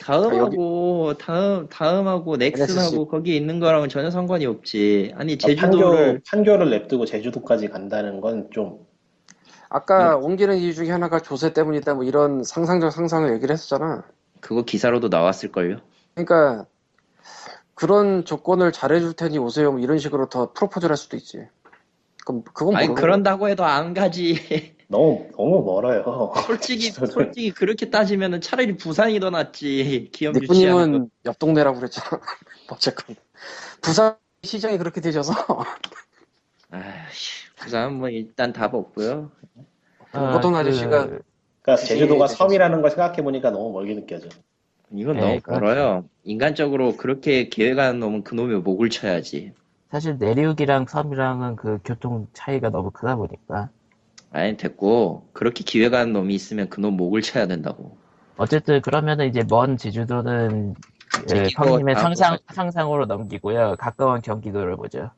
Speaker 1: 다음하고 다음 다음하고 넥슨하고
Speaker 3: NSC.
Speaker 1: 거기 있는 거랑은 전혀 상관이 없지 아니
Speaker 4: 그러니까
Speaker 1: 제주도를
Speaker 4: 판교, 판교를 냅두고 제주도까지 간다는 건 좀
Speaker 3: 아까 옮기는 이유 중에 하나가 조세 때문이다 뭐 이런 상상적 상상을 얘기를 했었잖아.
Speaker 1: 그거 기사로도 나왔을걸요
Speaker 3: 그러니까 그런 조건을 잘해줄 테니 오세요 뭐 이런 식으로 더 프로포즈를 할 수도 있지. 그럼 그건
Speaker 1: 아니
Speaker 3: 모르겠네.
Speaker 1: 그런다고 해도 안 가지.
Speaker 4: 너무 너무 멀어요. 그러니까
Speaker 1: 솔직히 솔직히 그렇게 따지면은 차라리 부산이 더 낫지. 기업 유치하는 거.
Speaker 3: 닉부님은 옆 동네라고 그랬잖아. 어쨌건 부산 시장이 그렇게 되셔서
Speaker 1: 아씨 부산 뭐 일단 답 없고요.
Speaker 2: 아,
Speaker 3: 보통 아저씨가
Speaker 2: 그,
Speaker 4: 그러니까 제주도가
Speaker 3: 네, 네,
Speaker 4: 섬이라는 걸 생각해 보니까 너무 멀게 느껴져.
Speaker 1: 이건
Speaker 2: 네,
Speaker 1: 너무
Speaker 2: 그렇죠.
Speaker 1: 멀어요. 인간적으로 그렇게 계획하는 놈은 그 놈의 목을 쳐야지.
Speaker 2: 사실 내륙이랑 섬이랑은 그 교통 차이가 너무 크다 보니까
Speaker 1: 아니 됐고 그렇게 기회가 한 놈이 있으면 그놈 목을 쳐야 된다고.
Speaker 2: 어쨌든 그러면은 이제 먼 제주도는 예,
Speaker 1: 제끼고
Speaker 2: 형님의
Speaker 1: 다
Speaker 2: 상상 상상으로 넘기고요. 가까운 경기도를 보죠.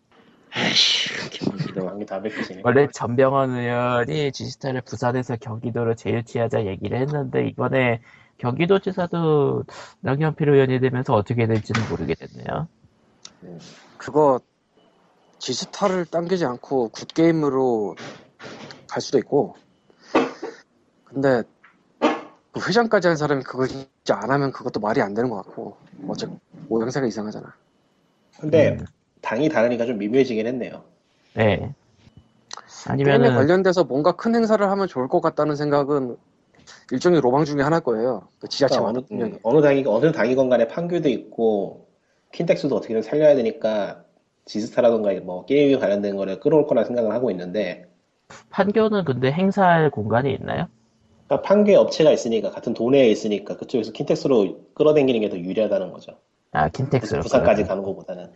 Speaker 1: 에이씨 경기도
Speaker 4: 관계 다 뵙히시네.
Speaker 2: 원래 전병헌 의원이 지스타를 부산에서 경기도로 재유치하자 얘기를 했는데 이번에 경기도지사도 낭연필 의원이 되면서 어떻게 될지는 모르게 됐네요.
Speaker 3: 그거 지스타를 당기지 않고 굿게임으로 갈 수도 있고 근데 그 회장까지 한 사람이 그걸 진짜 안 하면 그것도 말이 안 되는 것 같고 어째 모양새가 이상하잖아
Speaker 4: 근데
Speaker 2: 음.
Speaker 4: 당이 다르니까 좀 미묘해지긴 했네요.
Speaker 2: 네.
Speaker 3: 게임에
Speaker 2: 아니면은
Speaker 3: 관련돼서 뭔가 큰 행사를 하면 좋을 것 같다는 생각은 일종의 로망 중에 하나일 거예요 그
Speaker 2: 그렇죠.
Speaker 3: 지자체
Speaker 4: 그러니까
Speaker 3: 와는
Speaker 4: 어느, 음, 어느 당이 어느 당이건 간에 판교도 있고 킨텍스도 어떻게든 살려야 되니까 지스타라던가 뭐 게임에 관련된 거를 끌어올 거라 생각을 하고 있는데
Speaker 2: 판교는 근데 행사할 공간이 있나요?
Speaker 4: 그러니까 판교에 업체가 있으니까 같은 도내에 있으니까 그쪽에서 킨텍스로 끌어당기는 게 더 유리하다는 거죠.
Speaker 2: 아 킨텍스로.
Speaker 4: 부산까지
Speaker 2: 그러면.
Speaker 4: 가는 것보다는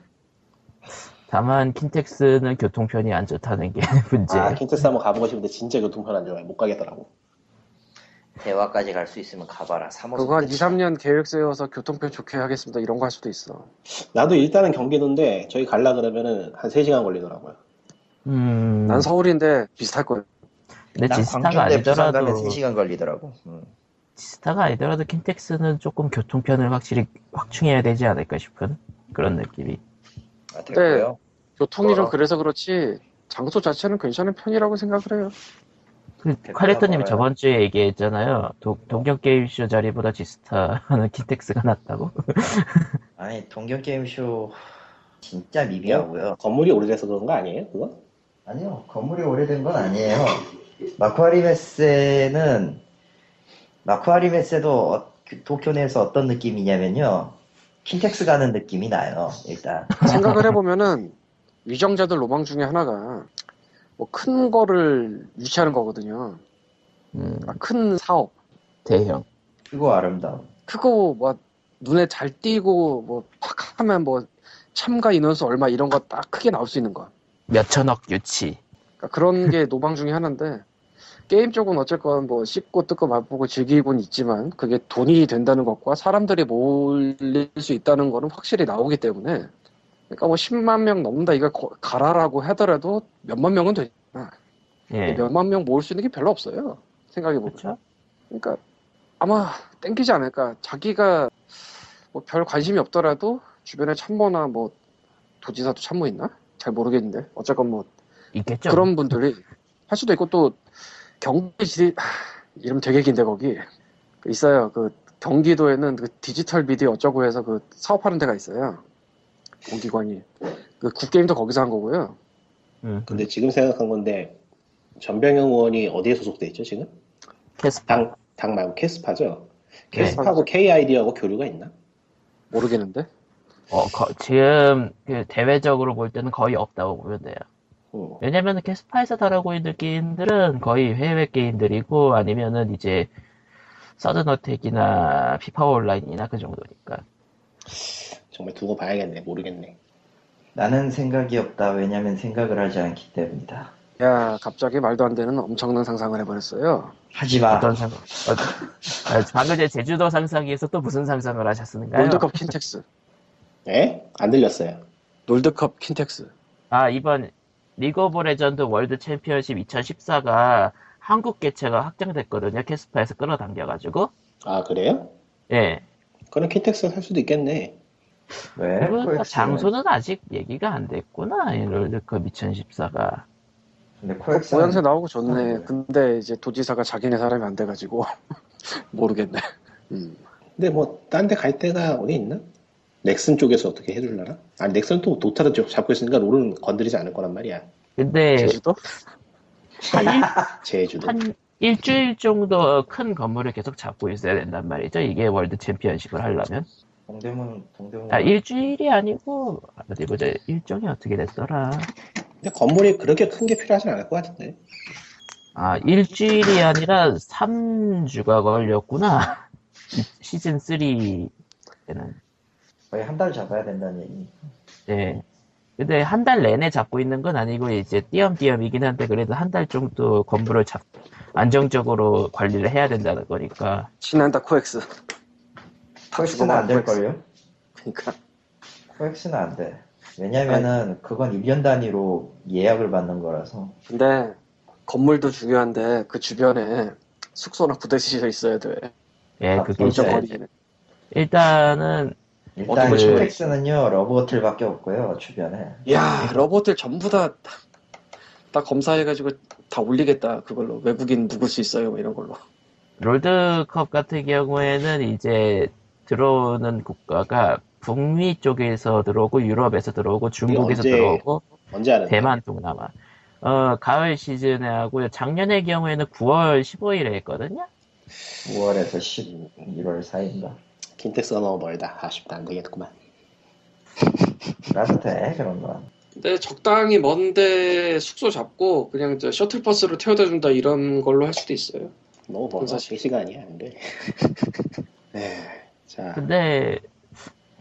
Speaker 2: 다만 킨텍스는 교통편이 안 좋다는 게 문제.
Speaker 4: 아 킨텍스 한번 가보고 싶은데 진짜 교통편 안 좋아요. 못 가겠더라고.
Speaker 1: 대화까지 갈 수 있으면 가봐라. 3호선
Speaker 3: 그거 한 2, 3년 계획 세워서 교통편 좋게 하겠습니다 이런 거 할 수도 있어
Speaker 4: 나도 일단은 경기도인데 저희 갈라 그러면은 한 3시간 걸리더라고요.
Speaker 2: 음.
Speaker 3: 난 서울인데 비슷할 거예요
Speaker 2: 근데 지스타가
Speaker 1: 부산
Speaker 2: 아니더라도
Speaker 1: 가면 3시간 걸리더라고. 음.
Speaker 2: 지스타가 아니더라도 킨텍스는 조금 교통편을 확실히 확충해야 되지 않을까 싶은 그런 느낌이.
Speaker 3: 네.
Speaker 1: 아, 됐고요.
Speaker 3: 교통이 좀
Speaker 1: 어.
Speaker 3: 그래서 그렇지 장소 자체는 괜찮은 편이라고 생각을 해요
Speaker 2: 그
Speaker 1: 댓글
Speaker 2: 칼리터님이
Speaker 1: 한번
Speaker 2: 저번 주에 얘기했잖아요. 도- 동경 게임쇼 자리보다 지스타는 킨텍스가 낫다고.
Speaker 1: 아니 동경 게임 쇼 진짜 미비하고요.
Speaker 4: 건물이 오래돼서 그런 거 아니에요? 그거?
Speaker 1: 아니요 건물이 오래된 건 아니에요. 마쿠아리메스는 마쿠아리메스도 어, 그 도쿄 내에서 어떤 느낌이냐면요. 킨텍스 가는 느낌이 나요. 일단
Speaker 3: 생각을 해보면은 위정자들 로망 중에 하나가 뭐 큰 거를 유치하는 거거든요.
Speaker 2: 음,
Speaker 3: 아, 큰 사업.
Speaker 2: 대형.
Speaker 1: 그리고 아름다움.
Speaker 3: 크고 뭐 눈에 잘 띄고 뭐 팍 하면 뭐 참가 인원수 얼마 이런 거 딱 크게 나올 수 있는 거.
Speaker 2: 몇천억 유치.
Speaker 3: 그러니까 그런 게 노방 중에 하나인데 게임 쪽은 어쨌건 뭐 씹고 뜯고 맛보고 즐기곤 있지만 그게 돈이 된다는 것과 사람들이 몰릴 수 있다는 거는 확실히 나오기 때문에 그러니까 뭐 10만 명 넘는다 이걸 거- 가라라고 하더라도 몇만 명은 되지
Speaker 2: 예.
Speaker 3: 몇만 명 모을 수 있는 게 별로 없어요. 생각해 보면.
Speaker 2: 그렇죠.
Speaker 3: 그러니까 아마 땡기지 않을까. 자기가 뭐 별 관심이 없더라도 주변에 참모나 뭐 도지사도 참모 있나? 잘 모르겠는데. 어쨌건 뭐
Speaker 2: 있겠죠.
Speaker 3: 그런 분들이 할 수도 있고 또 경기지 이름 되게 긴데 거기 그 있어요. 그 경기도에는 그 디지털 미디어 어쩌고 해서 그 사업하는 데가 있어요. 공기관이 그 굿게임도 거기서 한 거고요.
Speaker 2: 음,
Speaker 4: 근데 지금 생각한 건데 전병영 의원이 어디에 소속돼 있죠 지금?
Speaker 2: 캐스파.
Speaker 4: 당, 당 말고 캐스파죠?
Speaker 2: 네.
Speaker 4: 캐스파하고 KID하고 교류가 있나?
Speaker 3: 모르겠는데.
Speaker 2: 어, 거- 지금 그 대외적으로 볼 때는 거의 없다고 보면 돼요.
Speaker 4: 어.
Speaker 2: 왜냐면 캐스파에서 다루고 있는 게임들은 거의 해외 게임들이고 아니면은 이제 서든어택이나 피파 온라인이나 그 정도니까.
Speaker 4: 정말 두고 봐야겠네 모르겠네
Speaker 1: 나는 생각이 없다. 왜냐면 생각을 하지 않기 때문이다.
Speaker 3: 야 갑자기 말도 안 되는 엄청난 상상을 해버렸어요.
Speaker 1: 하지 마.
Speaker 2: 어떤 상상? 어, 아, 방금 제 제주도 상상에서 또 무슨 상상을 하셨는가요?
Speaker 3: 롤드컵 킨텍스.
Speaker 4: 에? 예? 안 들렸어요
Speaker 3: 롤드컵 킨텍스.
Speaker 2: 아 이번 리그 오브 레전드 월드 챔피언십 2014가 한국 개최가 확정됐거든요. 캐스파에서 끌어당겨가지고.
Speaker 4: 아 그래요?
Speaker 2: 예.
Speaker 4: 그럼 킨텍스 살 수도 있겠네
Speaker 1: 왜?
Speaker 2: 그리고
Speaker 1: 코엑스는-
Speaker 2: 장소는 아직 얘기가 안 됐구나. 그 이 롤드컵 2014가.
Speaker 1: 근데 코엑스
Speaker 3: 모양새
Speaker 1: 는
Speaker 3: 나오고
Speaker 1: 네.
Speaker 3: 좋네. 근데 이제 도지사가 자기네 사람이 안 돼가지고 모르겠네. 음.
Speaker 4: 근데 뭐 딴 데 갈 데가 어디 있나? 넥슨 쪽에서 어떻게 해줄라나? 아니 넥슨 또 도타를 좀 잡고 있으니까 롤은 건드리지 않을 거란 말이야
Speaker 1: 네.
Speaker 2: 근데
Speaker 3: 제주도?
Speaker 4: 제주도
Speaker 2: 한 일주일 정도 큰 건물을 계속 잡고 있어야 된단 말이죠. 이게 월드 챔피언십을 하려면.
Speaker 1: 동대문 동대문
Speaker 2: 아, 일주일이 아니고, 어디 보자. 일정이 어떻게 됐더라.
Speaker 4: 근데 건물이 그렇게 큰 게 필요하진 않을 것 같은데
Speaker 2: 아, 일주일이 아니라 3주가 걸렸구나. 시즌 3에는.
Speaker 1: 거의 한 달 잡아야 된다는 얘기.
Speaker 2: 네. 근데 한 달 내내 잡고 있는 건 아니고 이제 띄엄띄엄이긴 한데 그래도 한 달 정도 건물을 잡 안정적으로 관리를 해야 된다는 거니까
Speaker 3: 신한다 코엑스.
Speaker 1: 코엑스는 안 될걸요?
Speaker 5: 그러니까
Speaker 1: 코엑스는 안 돼. 왜냐면은 그건 1년 단위로 예약을 받는 거라서
Speaker 3: 근데 건물도 중요한데 그 주변에 숙소나 부대시설 있어야 돼.
Speaker 2: 예
Speaker 1: 아,
Speaker 2: 그게
Speaker 1: 진짜
Speaker 3: 일정
Speaker 2: 이제
Speaker 3: 거리에는.
Speaker 2: 일단은
Speaker 1: 일단
Speaker 2: 어떤 걸
Speaker 1: 코엑스는요 러브호텔밖에 없고요 주변에
Speaker 3: 야, 로봇들 전부 다, 다 검사해가지고 다 올리겠다. 그걸로. 외국인 누굴 수 있어요. 뭐 이런 걸로.
Speaker 2: 롤드컵 같은 경우에는 이제 들어오는 국가가 북미 쪽에서 들어오고 유럽에서 들어오고 중국에서
Speaker 4: 언제?
Speaker 2: 들어오고
Speaker 4: 언제 하는데?
Speaker 2: 대만 동남아 어 가을 시즌에 하고요 작년의 경우에는 9월 15일에 했거든요
Speaker 1: 9월에서 11월 사이인가
Speaker 4: 킨텍스가 너무 멀다. 아쉽다. 안 되겠구만.
Speaker 1: 나도 돼 그런 건
Speaker 3: 근데 네, 적당히 먼데 숙소 잡고 그냥 저 셔틀버스로 태워다 준다 이런 걸로 할 수도 있어요.
Speaker 4: 너무 멀어.
Speaker 3: 사실-
Speaker 4: 3시간이야. 안 돼. 네. 자,
Speaker 2: 근데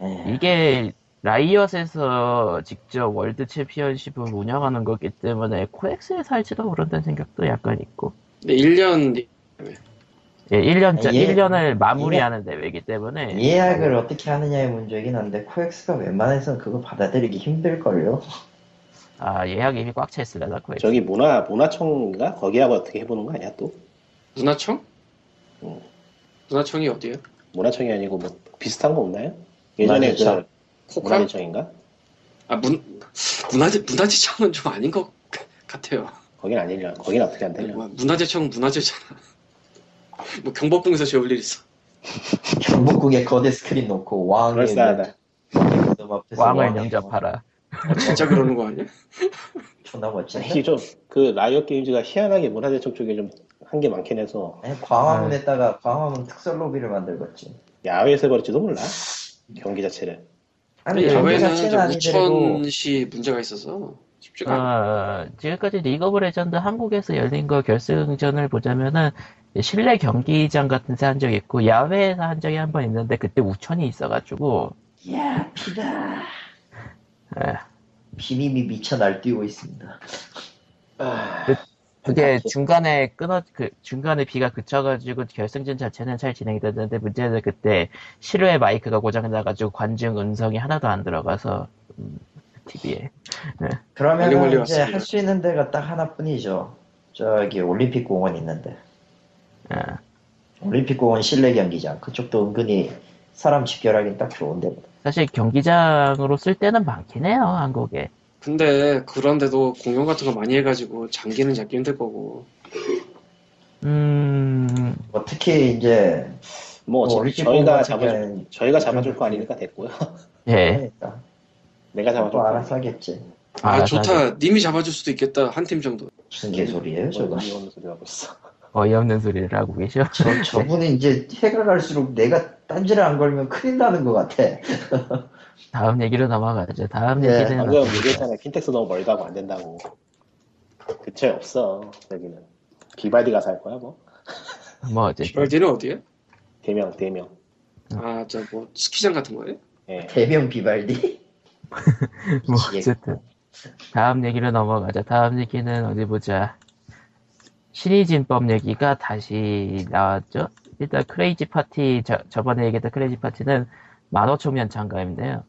Speaker 1: 에이,
Speaker 2: 이게 라이엇에서 직접 월드 챔피언십을 운영하는 거기 때문에 코엑스에서 할지도 모른다는 생각도 약간 있고
Speaker 3: 근데 1년
Speaker 2: 예, 1년짜,
Speaker 1: 예.
Speaker 2: 1년을 마무리하는 대회이기 때문에
Speaker 1: 예약을 어떻게 하느냐의 문제이긴 한데 코엑스가 웬만해서는 그거 받아들이기 힘들걸요
Speaker 2: 아, 예약이 꽉 차 있으려나 코엑스
Speaker 4: 저기 문화, 문화청인가? 거기하고 어떻게 해보는 거 아니야, 또?
Speaker 3: 문화청?
Speaker 4: 음.
Speaker 1: 어.
Speaker 3: 문화청이 어디예요?
Speaker 4: 문화청이 아니고 뭐 비슷한 거 없나요? 예전에 그
Speaker 1: 문화재청.
Speaker 3: 코카?
Speaker 4: 문화재청인가?
Speaker 3: 아, 문, 문화재, 문화재청은 좀 아닌 것 같아요.
Speaker 4: 거긴 아니려. 거긴 어떻게 안 되려.
Speaker 3: 뭐, 문화재청은 문화재잖아. 뭐 경복궁에서 재울 일 있어.
Speaker 1: 경복궁에 거대 스크린 놓고 왕의
Speaker 4: 그럴싸하다.
Speaker 1: 눈썹 앞에서
Speaker 2: 꽝을
Speaker 1: 왕의
Speaker 2: 영접하라
Speaker 1: 아,
Speaker 3: 진짜 그러는 거 아니야?
Speaker 1: 존나 멋지네
Speaker 4: 사실 좀 그 라이엇 게임즈가 희한하게 문화재청 쪽에 좀 한 게 많긴 해서
Speaker 1: 아니,
Speaker 3: 네.
Speaker 1: 광화문에다가 광화문 특설 로비를 만들겠지
Speaker 4: 야외에서 벌일지도 몰라. 경기 자체를.
Speaker 1: 아니 경기
Speaker 3: 야외는
Speaker 1: 자체는
Speaker 3: 좀
Speaker 1: 아니더라도
Speaker 3: 우천시 문제가 있어서 쉽지가 않아.
Speaker 2: 어, 지금까지 리그 오브 레전드 한국에서 열린 거 결승전을 보자면은 실내 경기장 같은 데한 적이 있고 야외에서 한 적이 한 번 있는데 그때 우천이 있어가지고
Speaker 1: 야 피다
Speaker 2: 예.
Speaker 1: 네. 비빔이 미쳐 날뛰고 있습니다
Speaker 4: 아,
Speaker 2: 그게 중간에 끊어 그 중간에 비가 그쳐가지고 결승전 자체는 잘 진행이 됐는데 문제는 그때 실외 마이크가 고장 나가지고 관중 음성이 하나도 안 들어가서 음, TV에
Speaker 1: 그러면
Speaker 3: 멀리
Speaker 1: 은
Speaker 3: 멀리
Speaker 1: 이제
Speaker 3: 왔습니다.
Speaker 1: 할 수 있는 데가 딱 하나뿐이죠 저기 올림픽 공원 있는데 네. 올림픽 공원 실내 경기장 그쪽도 은근히 사람 집결하기 딱 좋은데
Speaker 2: 사실 경기장으로 쓸 때는 많긴 해요 한국에
Speaker 3: 근데 그런데도 공연 같은 거 많이 해가지고 장기는 잡기 힘들 거고
Speaker 2: 음
Speaker 1: 뭐 특히 이제
Speaker 4: 뭐
Speaker 1: 뭐 올림픽
Speaker 4: 어차피 저희가
Speaker 1: 공원
Speaker 4: 잡아줄
Speaker 1: 같은
Speaker 4: 저희가 잡아줄 거 아니니까 됐고요.
Speaker 2: 예.
Speaker 1: 그러니까
Speaker 4: 내가 잡아줄
Speaker 1: 또
Speaker 4: 거.
Speaker 1: 뭐 알아서 하겠지
Speaker 3: 아,
Speaker 2: 알아서
Speaker 3: 좋다
Speaker 2: 하죠.
Speaker 3: 님이 잡아줄 수도 있겠다 한 팀 정도
Speaker 1: 무슨 개소리예요 저거
Speaker 4: 뭐 이런 소리 하고 있어.
Speaker 2: 어이없는 소리를 하고 계셔.
Speaker 1: 저, 저분이 이제 해가 갈수록 내가 딴지를 안 걸면 큰일 나는 것 같아.
Speaker 2: 다음 얘기로 넘어가죠. 다음
Speaker 1: 예,
Speaker 2: 얘기는
Speaker 4: 네, 방금
Speaker 2: 어떻게
Speaker 4: 얘기했잖아요. 뭐 킨텍스 너무 멀다고 안 된다고. 근처에 없어. 여기는 비발디가 살 거야 뭐. 네
Speaker 2: 될까요? 뭐
Speaker 1: 네.
Speaker 2: 어쨌든
Speaker 3: 비발디는 어디에?
Speaker 4: 대명 대명.
Speaker 3: 아 저 뭐 스키장 같은 거예요?
Speaker 4: 예.
Speaker 1: 대명 비발디.
Speaker 2: 뭐 어쨌든 다음 얘기로 넘어가자. 다음 얘기는 어디 보자. 신의진법 얘기가 다시 나왔죠. 일단 크레이지 파티 저, 저번에 얘기했던 크레이지 파티는 15,000면 참가인데요.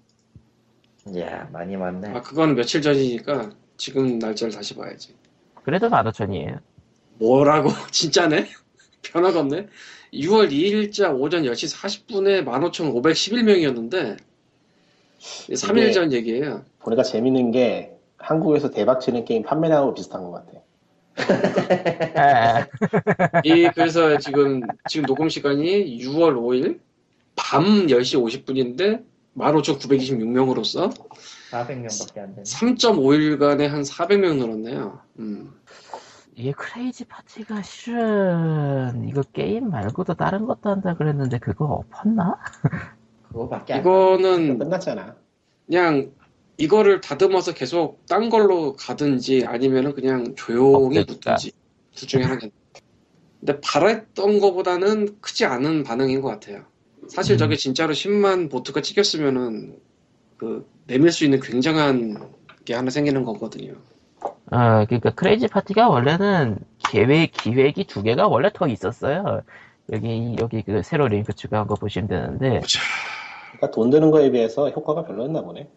Speaker 1: 이야 많이 맞네.
Speaker 3: 아 그건 며칠 전이니까 지금 날짜를 다시 봐야지
Speaker 2: 그래도 15,000이에요.
Speaker 3: 뭐라고 진짜네? 변화가 없네 6월 2일자 오전 10시 40분에 15,511명이었는데 3일 전 얘기예요
Speaker 4: 보니까 재밌는 게 한국에서 대박 치는 게임 판매량하고 비슷한 것 같아.
Speaker 2: 아,
Speaker 3: 이 그래서 지금 지금 녹음 시간이 6월 5일 밤 10시 50분인데 15,926명으로서
Speaker 1: 400명밖에 안 되네.
Speaker 3: 3.5일간에 한 400명 늘었네요. 음.
Speaker 2: 이게 크레이지 파티가 실은 이거 게임 말고도 다른 것도 한다 그랬는데 그거 엎었나?
Speaker 1: 그거밖에 안.
Speaker 3: 이거는
Speaker 4: 그러니까 끝났잖아.
Speaker 3: 그냥 이거를 다듬어서 계속 딴 걸로 가든지 아니면은 그냥 조용히
Speaker 2: 없겠다.
Speaker 3: 묻든지 둘 중에 하나. 근데 바랬던 거보다는 크지 않은 반응인 것 같아요.
Speaker 2: 음.
Speaker 3: 사실 저게 진짜로 10만 보트가 찍혔으면은 그 내밀 수 있는 굉장한 그게 하나 생기는 거거든요.
Speaker 2: 아, 그러니까 크레이지 파티가 원래는 계획 기획이 두 개가 원래 더 있었어요. 여기 여기 그 새로 링크 추가한 거 보시면 되는데
Speaker 4: 그러니까 돈 드는 거에 비해서 효과가 별로였나 보네.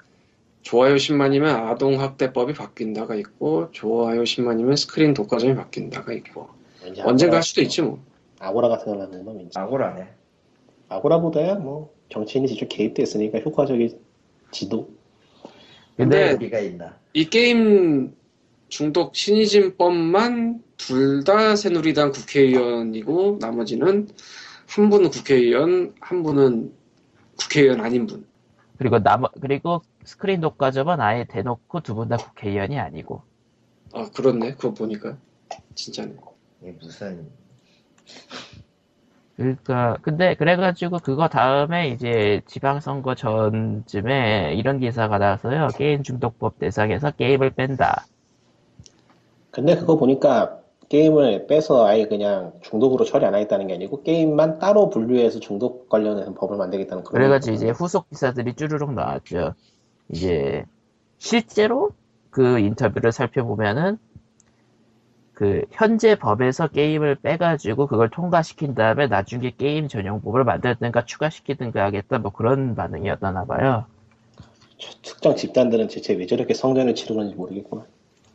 Speaker 3: 좋아요 10만이면 아동 학대법이 바뀐다가 있고 좋아요 10만이면 스크린 독과점이 바뀐다가 있고
Speaker 4: 왠지
Speaker 3: 언젠가
Speaker 4: 아고라-
Speaker 3: 할 수도 있지 뭐.
Speaker 4: 아고라가 생각나는 건 왠지.
Speaker 1: 아고라네.
Speaker 4: 아고라보다야 뭐 정치인이 직접 개입됐으니까 효과적인 지도.
Speaker 2: 근데
Speaker 3: 근데-
Speaker 1: 리가 있나?
Speaker 3: 이 게임 중독 신의진법만 둘 다 새누리당 국회의원이고 나머지는 한 분은 국회의원, 한 분은 국회의원 아닌 분.
Speaker 2: 그리고 남 그리고 스크린 독과점은 아예 대놓고 두 분 다 국회의원이 아니고
Speaker 3: 아 그렇네. 그거 보니까 진짜네.
Speaker 1: 이게 무슨
Speaker 2: 그러니까 근데 그래가지고 그거 다음에 이제 지방선거 전쯤에 이런 기사가 나왔어요. 게임 중독법 대상에서 게임을 뺀다.
Speaker 4: 근데 그거 보니까 게임을 빼서 아예 그냥 중독으로 처리 안 하겠다는 게 아니고 게임만 따로 분류해서 중독 관련해서 법을 만들겠다는 그런.
Speaker 2: 그래가지고
Speaker 4: 거구나.
Speaker 2: 이제 후속 기사들이 쭈르륵 나왔죠. 이제 실제로 그 인터뷰를 살펴보면은 그 현재 법에서 게임을 빼가지고 그걸 통과시킨 다음에 나중에 게임 전용법을 만들든가 추가시키든가 하겠다 뭐 그런 반응이었나 봐요.
Speaker 4: 저- 특정 집단들은 대체 왜 저렇게 성전을 치르는지 모르겠구나.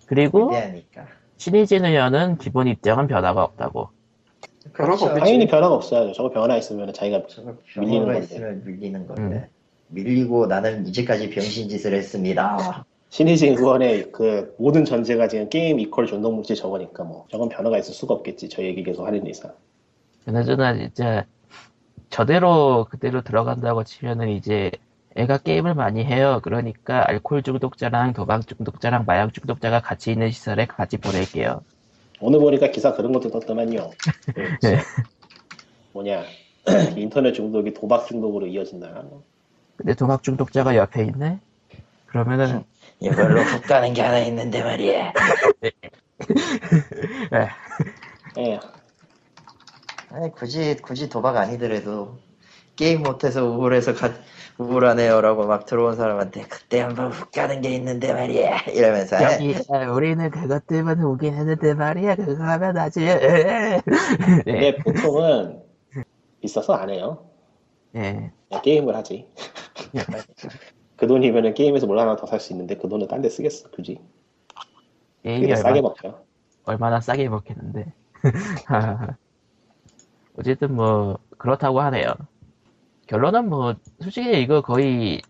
Speaker 2: 그리고
Speaker 1: 위대하니까.
Speaker 2: 신의진 의원은 기본 입장은 변화가 없다고.
Speaker 3: 변화가 없지.
Speaker 4: 당연히 변화가 없어야죠. 저거 변화 있으면 자기가
Speaker 1: 그렇죠. 저거
Speaker 4: 밀리는
Speaker 1: 병어가
Speaker 4: 건데. 음.
Speaker 1: 있으면 밀리는 건데. 밀리고 나는 이제까지 병신 짓을 했습니다.
Speaker 4: 신의진 의원의 그 모든 전제가 지금 게임 이퀄 존동물질 저거니까 뭐 저건 변화가 있을 수가 없겠지. 저 얘기 계속 하는 이상.
Speaker 2: 그나저나 이제 저대로 그대로 들어간다고 치면은 이제 애가 게임을 많이 해요. 그러니까 알코올 중독자랑 도박 중독자랑 마약 중독자가 같이 있는 시설에 같이 보낼게요.
Speaker 4: 오늘 보니까 기사 그런 것도 떴더만요. 그
Speaker 2: 네.
Speaker 4: 뭐냐 인터넷 중독이 도박 중독으로 이어진다. 뭐.
Speaker 2: 근데 도박 중독자가 옆에 있네. 그러면은
Speaker 1: 이걸로 훅 가는 게 하나 있는데 말이야.
Speaker 2: 에,
Speaker 4: 예.
Speaker 1: 아니 굳이 굳이 도박 아니더라도 게임 못해서 우울해서 가, 우울하네요라고 막 들어온 사람한테 그때 한번 훅 가는 게 있는데 말이야 이러면서
Speaker 2: 여기 에, 우리는 그것 때문에 오긴 했는데 말이야 그거 하면 아주 에, 예,
Speaker 4: 근데 보통은 비싸서 안 해요.
Speaker 2: 예.
Speaker 4: 그냥 게임을 하지. 그 돈이면은 게임에서 뭘 하나 더 살 수 있는데 그 돈을 딴 데 쓰겠어 굳이.
Speaker 2: 게임이
Speaker 4: 그냥 싸게
Speaker 2: 얼마,
Speaker 4: 먹죠.
Speaker 2: 얼마나 싸게 먹겠는데. 어쨌든 뭐 그렇다고 하네요. 결론은 뭐 솔직히 이거 거의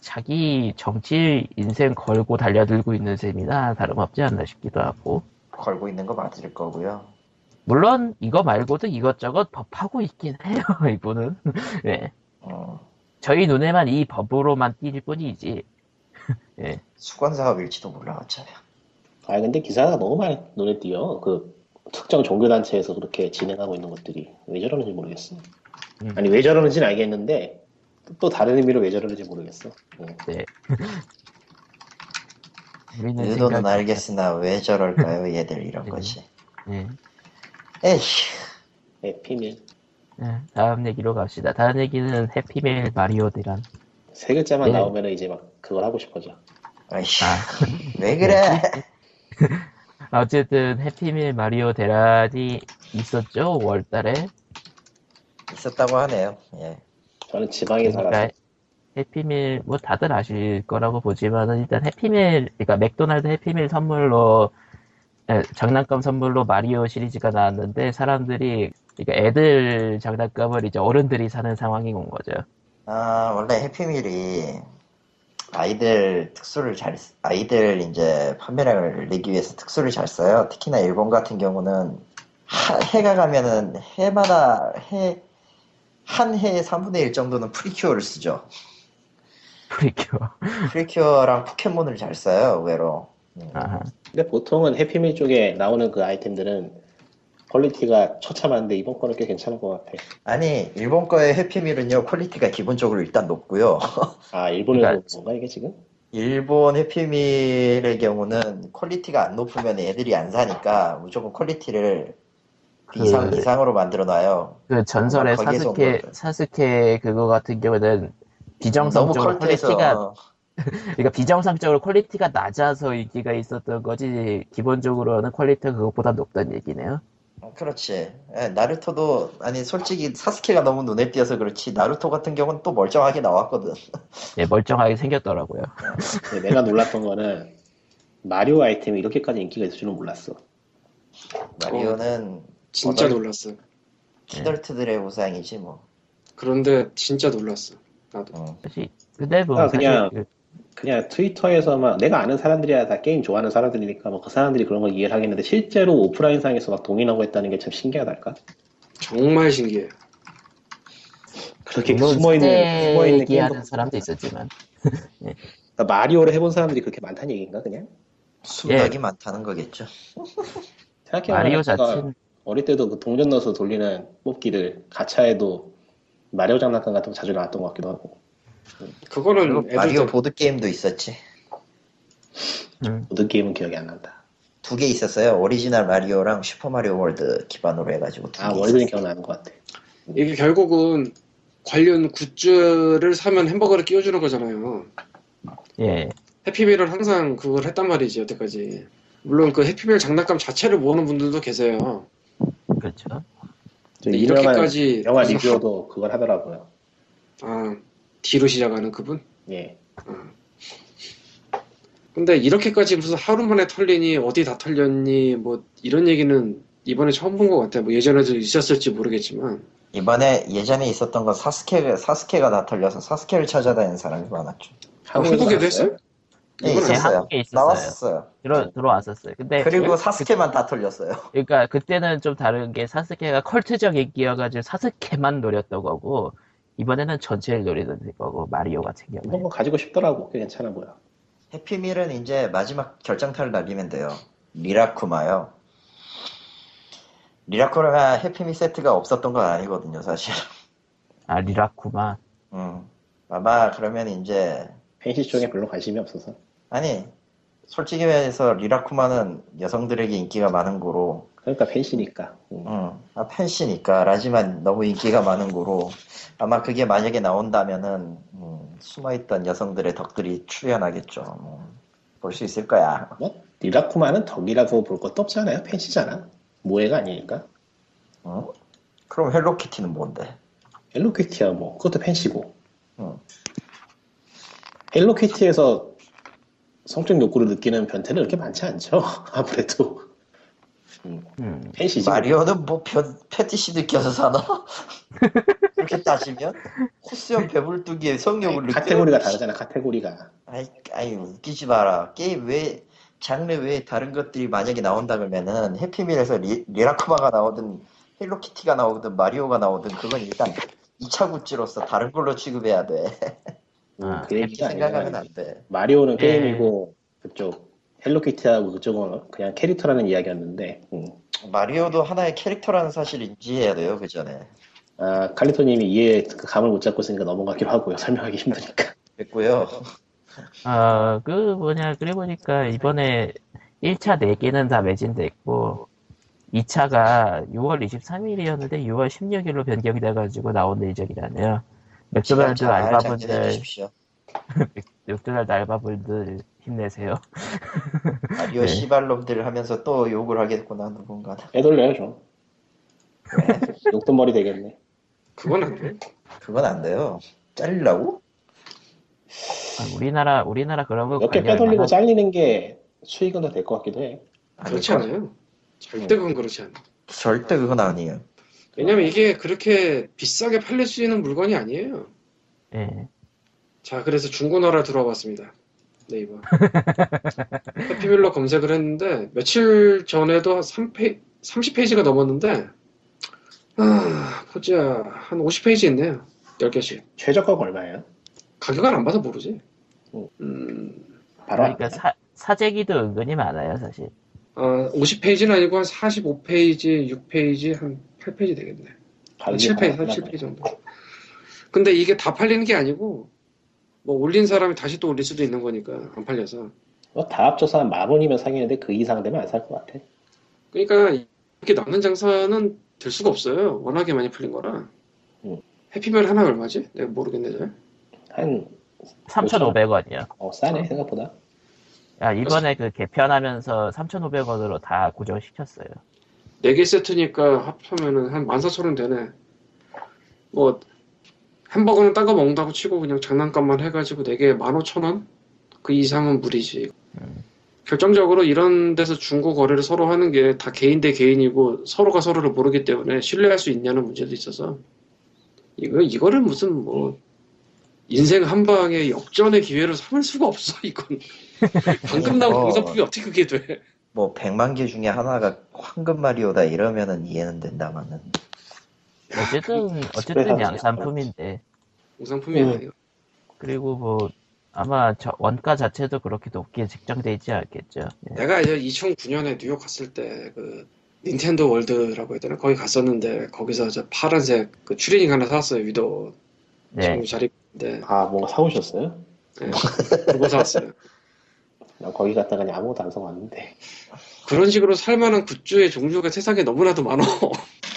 Speaker 2: 자기 정치 인생 걸고 달려들고 있는 셈이나 다름없지 않나 싶기도 하고
Speaker 1: 걸고 있는 거 맞을 거고요.
Speaker 2: 물론 이거 말고도 이것저것 법하고 있긴 해요 이분은 예.
Speaker 1: 어,
Speaker 2: 저희 눈에만 이 법으로만 띌 뿐이지 네,
Speaker 1: 수건 사업일지도 몰라 어차피.
Speaker 4: 아 근데 기사가 너무 많이 눈에 띄어. 그 특정 종교 단체에서 그렇게 진행하고 있는 것들이 왜 저러는지 모르겠어.
Speaker 2: 음.
Speaker 4: 아니 왜 저러는지는 알겠는데 또- 또 다른 의미로 왜 저러는지 모르겠어. 음.
Speaker 2: 네. 우리는
Speaker 1: 의도는
Speaker 2: 생각-
Speaker 1: 알겠으나 왜 저럴까요 얘들 이런 거지.
Speaker 2: 예.
Speaker 1: 에이씨.
Speaker 4: 네, 피밀
Speaker 2: 예. 다음 얘기로 갑시다 다음 얘기는 해피메일 마리오 대란
Speaker 4: 세
Speaker 2: 네.
Speaker 4: 글자만 나오면 이제 막 그걸 하고 싶어져.
Speaker 1: 아이씨.
Speaker 2: 아. 네.
Speaker 1: 왜 그래?
Speaker 2: 어쨌든 해피밀 마리오 대란이 있었죠 5월달에
Speaker 1: 네, 있었다고 하네요. 예.
Speaker 4: 저는 지방에 살아서
Speaker 2: 해피밀 그러니까 뭐 다들 아실 거라고 보지만은 일단 해피밀 그러니까 맥도날드 해피밀 선물로 에, 장난감 선물로 마리오 시리즈가 나왔는데 사람들이 그러니까 애들 장난감을 이제 어른들이 사는 상황이 온 거죠
Speaker 1: 아 원래 해피밀이 아이들 특수를 잘 쓰- 아이들 이제 판매량을 늘리기 위해서 특수를 잘 써요. 특히나 일본 같은 경우는 하- 해가 가면은 해마다 해 한 해의 3분의 1 정도는 프리큐어를 쓰죠.
Speaker 2: 프리큐어
Speaker 1: 프리큐어랑 포켓몬을 잘 써요, 의외로. 음.
Speaker 2: 아하.
Speaker 4: 근데 보통은 해피밀 쪽에 나오는 그 아이템들은 퀄리티가 처참한데 이번 거는 꽤 괜찮은 것 같아.
Speaker 1: 아니, 일본 거의 해피밀은요, 퀄리티가 기본적으로 일단 높고요.
Speaker 4: 아 일본에서
Speaker 2: 그러니까-
Speaker 4: 온 건가 이게 지금?
Speaker 1: 일본 해피밀의 경우는 퀄리티가 안 높으면 애들이 안 사니까 무조건 퀄리티를 그 이상,
Speaker 2: 그-
Speaker 1: 이상으로 만들어 놔요.
Speaker 2: 그 전설의
Speaker 1: 거기에서 온
Speaker 2: 사스케
Speaker 1: 거죠.
Speaker 2: 사스케 그거 같은 경우에는
Speaker 1: 너무
Speaker 2: 비정상적으로
Speaker 1: 퀄리티에서
Speaker 2: 퀄리티가 그러니까 비정상적으로 퀄리티가 낮아서 인기가 있었던 거지 기본적으로는 퀄리티가 그것보다 높다는 얘기네요.
Speaker 1: 어, 그렇지. 예, 나루토도 아니 솔직히 사스케가 너무 눈에 띄어서 그렇지 나루토 같은 경우는 또 멀쩡하게 나왔거든.
Speaker 2: 예, 멀쩡하게 생겼더라고요.
Speaker 4: 근데 네, 내가 놀랐던 거는 마리오 아이템이 이렇게까지 인기가 있을 줄은 몰랐어.
Speaker 1: 마리오는
Speaker 3: 진짜
Speaker 1: 어덜-
Speaker 3: 놀랐어.
Speaker 1: 키덜트들의 우상이지 뭐.
Speaker 3: 그런데 진짜 놀랐어. 나도.
Speaker 1: 어.
Speaker 2: 사실 근데 뭐
Speaker 4: 아,
Speaker 2: 사실
Speaker 4: 그냥
Speaker 2: 그-
Speaker 4: 그냥 트위터에서만 내가 아는 사람들이야 다 게임 좋아하는 사람들이니까 뭐 그 사람들이 그런 걸 이해를 하겠는데 실제로 오프라인상에서 막 동인하고 했다는 게 참 신기하달까?
Speaker 3: 정말 신기해요.
Speaker 4: 그렇게
Speaker 2: 물론
Speaker 4: 숨어있는 숨어있는 게임도
Speaker 2: 얘기하는 사람도 있었지만
Speaker 4: 그러니까 마리오를 해본 사람들이 그렇게 많다는 얘기인가 그냥?
Speaker 1: 수박이 많다는 거겠죠.
Speaker 4: 음, 생각해보면
Speaker 2: 마리오
Speaker 4: 아까
Speaker 2: 자체는
Speaker 4: 어릴 때도 그 동전 넣어서 돌리는 뽑기를 가차에도 마리오 장난감 같은 거 자주 나왔던 것 같기도 하고
Speaker 3: 그거는
Speaker 1: 그리고 마리오
Speaker 3: 애들 때
Speaker 1: 보드 게임도 있었지.
Speaker 2: 음,
Speaker 4: 모든 게임은 그 기억이 안 난다.
Speaker 1: 두 개 있었어요. 오리지널 마리오랑 슈퍼 마리오 월드 기반으로 해가지고 두 개.
Speaker 4: 아 월드는 기억나는 것 같아.
Speaker 3: 이게 결국은 관련 굿즈를 사면 햄버거를 끼워주는 거잖아요.
Speaker 2: 예
Speaker 3: 해피밀을 항상 그걸 했단 말이지 여태까지. 물론 그 해피밀 장난감 자체를 모으는 분들도 계세요.
Speaker 2: 그렇죠.
Speaker 4: 저
Speaker 3: 근데
Speaker 4: 유명한
Speaker 3: 이렇게까지
Speaker 4: 영화
Speaker 3: 무슨
Speaker 4: 리뷰어도 그걸 하더라고요.
Speaker 3: 아 D로 시작하는 그분?
Speaker 4: 예.
Speaker 3: 어, 근데 이렇게까지 무슨 하루 만에 털리니 어디 다 털렸니 뭐 이런 얘기는 이번에 처음 본 것 같아. 뭐 예전에도 있었을지 모르겠지만
Speaker 1: 이번에 예전에 있었던 건 사스케 사스케가 다 털려서 사스케를 찾아다니는 사람이 많았죠.
Speaker 4: 한국에서
Speaker 3: 한국에도
Speaker 4: 나왔어요?
Speaker 3: 했어요?
Speaker 1: 네,
Speaker 3: 이번에
Speaker 1: 있었어요.
Speaker 2: 한국에 있었어요.
Speaker 1: 나왔었어요.
Speaker 4: 네.
Speaker 2: 들어 들어왔었어요. 근데
Speaker 1: 그리고
Speaker 3: 네?
Speaker 1: 사스케만 다 털렸어요.
Speaker 2: 그러니까 그때는 좀 다른 게 사스케가 컬트적 인기여가지고 사스케만 노렸던 거고 이번에는 전체를 노리는 거고 마리오 같은
Speaker 4: 이런
Speaker 2: 경우에
Speaker 4: 거 가지고 싶더라고. 꽤 괜찮아 보여.
Speaker 1: 해피밀은 이제 마지막 결정타를 날리면 돼요. 리라쿠마요. 리라쿠마 해피밀 세트가 없었던 건 아니거든요, 사실.
Speaker 2: 아 리라쿠마
Speaker 1: 음. 아마 그러면 이제
Speaker 4: 펜시 쪽에 별로 관심이 없어서.
Speaker 1: 아니 솔직히 말해서 리라쿠마는 여성들에게 인기가 많은 거로
Speaker 4: 그러니까 펜시니까. 음.
Speaker 1: 음, 아, 팬시니까 라지만 너무 인기가 많은 거로 아마 그게 만약에 나온다면은 음, 숨어있던 여성들의 덕들이 출연하겠죠. 뭐, 볼 수 있을 거야.
Speaker 4: 뭐 리라쿠마는 덕이라고 볼 것도 없잖아요. 펜시잖아. 모해가 아니니까.
Speaker 1: 어? 그럼 헬로키티는 뭔데?
Speaker 4: 헬로키티야 뭐 그것도 펜시고.
Speaker 1: 어.
Speaker 4: 헬로키티에서 성적 욕구를 느끼는 변태는 그렇게 많지 않죠. 아무래도
Speaker 2: 음,
Speaker 4: 펜시지.
Speaker 1: 마리오는 뭐 변, 패티시드 껴서 사나? 그렇게 따지면 코스형 배불뚝이의 성욕을 느끼는
Speaker 4: 네, 카테고리가 다르잖아. 카테고리가.
Speaker 1: 아이, 아이 웃기지 마라. 게임 외 장르 외에 다른 것들이 만약에 나온다 그러면은 해피밀에서 리, 리라쿠마가 나오든 헬로키티가 나오든 마리오가 나오든 그건 일단 2차 굿즈로서 다른 걸로 취급해야 돼.
Speaker 2: 아,
Speaker 4: 그
Speaker 1: 그렇게
Speaker 4: 얘기가
Speaker 1: 생각하면
Speaker 4: 아니라
Speaker 1: 안 돼.
Speaker 4: 마리오는
Speaker 2: 예.
Speaker 4: 게임이고 그쪽 헬로키티하고 그쪽은 그냥 캐릭터라는 이야기였는데 음.
Speaker 1: 마리오도 하나의 캐릭터라는 사실 인지해야 돼요, 그 전에.
Speaker 4: 아, 칼리토님이 이해 그 감을 못 잡고 있으니까 넘어가기로 하고요. 설명하기 힘드니까.
Speaker 1: 됐고요.
Speaker 2: 어, 아그 뭐냐 그래 보니까 이번에 1차 4개는 다 매진됐고 2차가 6월 23일이었는데 6월 16일로 변경이 돼가지고 나온 예정이라네요.
Speaker 1: 시간
Speaker 2: 맥도날드
Speaker 1: 잘
Speaker 2: 알바분들
Speaker 1: 아, 장전해주십시오.
Speaker 2: 맥도날드 알바분들 힘내세요.
Speaker 1: 마리오
Speaker 2: 네.
Speaker 1: 씨발놈들 하면서 또 욕을 하겠구나, 누군가는.
Speaker 4: 애돌려요, 좀. 욕도 머리 되겠네.
Speaker 3: 그건 안 돼.
Speaker 1: 그건 안 돼요. 잘리려고?
Speaker 2: 아, 우리나라 우리나라 그런 거
Speaker 4: 몇 개
Speaker 2: 관리 얼마나
Speaker 4: 빼돌리고 잘리는 게 수익은 더 될 것 같기도 해.
Speaker 3: 그렇지
Speaker 4: 네.
Speaker 3: 않아요. 절대 그건 그렇지 않아.
Speaker 1: 절대 그건 아니에요.
Speaker 3: 왜냐면 이게 그렇게 비싸게 팔릴 수 있는 물건이 아니에요.
Speaker 2: 예.
Speaker 3: 자, 그래서 중고나라 들어와봤습니다. 네이버. 해피밀러 검색을 했는데, 며칠 전에도 3페, 30페이지가 넘었는데, 아, 보자. 한 50페이지 있네요. 10개씩.
Speaker 4: 최저가가 얼마예요?
Speaker 3: 가격을 안 봐서 모르지.
Speaker 4: 어.
Speaker 3: 음,
Speaker 4: 바로 안
Speaker 2: 그러니까
Speaker 4: 돼요?
Speaker 2: 사, 사재기도 은근히 많아요 사실.
Speaker 3: 아, 50페이지는 아니고 한 45페이지, 6페이지, 한 8페이지 되겠네.
Speaker 4: 바로 이게
Speaker 3: 7페이지,
Speaker 4: 바로 안
Speaker 3: 37페이지 정도. 근데 이게 다 팔리는 게 아니고, 뭐 올린 사람이 다시 또 올릴 수도 있는 거니까, 안 팔려서.
Speaker 4: 뭐, 다 합쳐서 한 만 원이면 사겠는데 그 이상 되면 안 살 것 같아.
Speaker 3: 그러니까 이렇게 남는 장사는 될 수가 없어요. 워낙에 많이 풀린 거라.
Speaker 4: 음.
Speaker 3: 해피멜 하나 얼마지? 내가 모르겠네 잘.
Speaker 4: 한
Speaker 2: 3,500원이요.
Speaker 4: 어,
Speaker 2: 아.
Speaker 4: 싸네, 생각보다.
Speaker 2: 야, 이번에 그 개편하면서 3,500원으로 다 고정시켰어요.
Speaker 3: 4개 세트니까 합하면은 한 14,000원 되네. 뭐, 햄버거는 딴 거 먹는다고 치고 그냥 장난감만 해가지고 4개에 15,000원? 그 이상은 무리지. 결정적으로 이런 데서 중고 거래를 서로 하는 게 다 개인 대 개인이고 서로가 서로를 모르기 때문에 신뢰할 수 있냐는 문제도 있어서 이거 이거를 무슨 뭐 인생 한 방의 역전의 기회로 삼을 수가 없어 이건 방금 나온
Speaker 6: 어.
Speaker 3: 공산품이 어떻게 그게 돼?
Speaker 6: 뭐 100만 개 중에 하나가 황금 마리오다 이러면은 이해는 된다만은
Speaker 2: 어쨌든, 어쨌든 양산품인데.
Speaker 3: 공산품이
Speaker 4: 음.
Speaker 3: 아니고
Speaker 2: 그리고 뭐, 아마 저 원가 자체도 그렇게 높게 책정돼 있지 않겠죠. 예.
Speaker 3: 내가 이제 2009년에 뉴욕 갔을 때 그 닌텐도 월드라고 해야 되나 거기 갔었는데 거기서 저 파란색 그 추리닝 하나 샀어요 위도
Speaker 2: 네.
Speaker 3: 지금 잘 입는데 네.
Speaker 4: 아, 뭔가 사오셨어요?
Speaker 3: 그거 샀어요
Speaker 4: 난 거기 갔다가 그냥 아무것도 안 사왔는데.
Speaker 3: 그런 식으로 살만한 굿즈의 종류가 세상에 너무나도 많어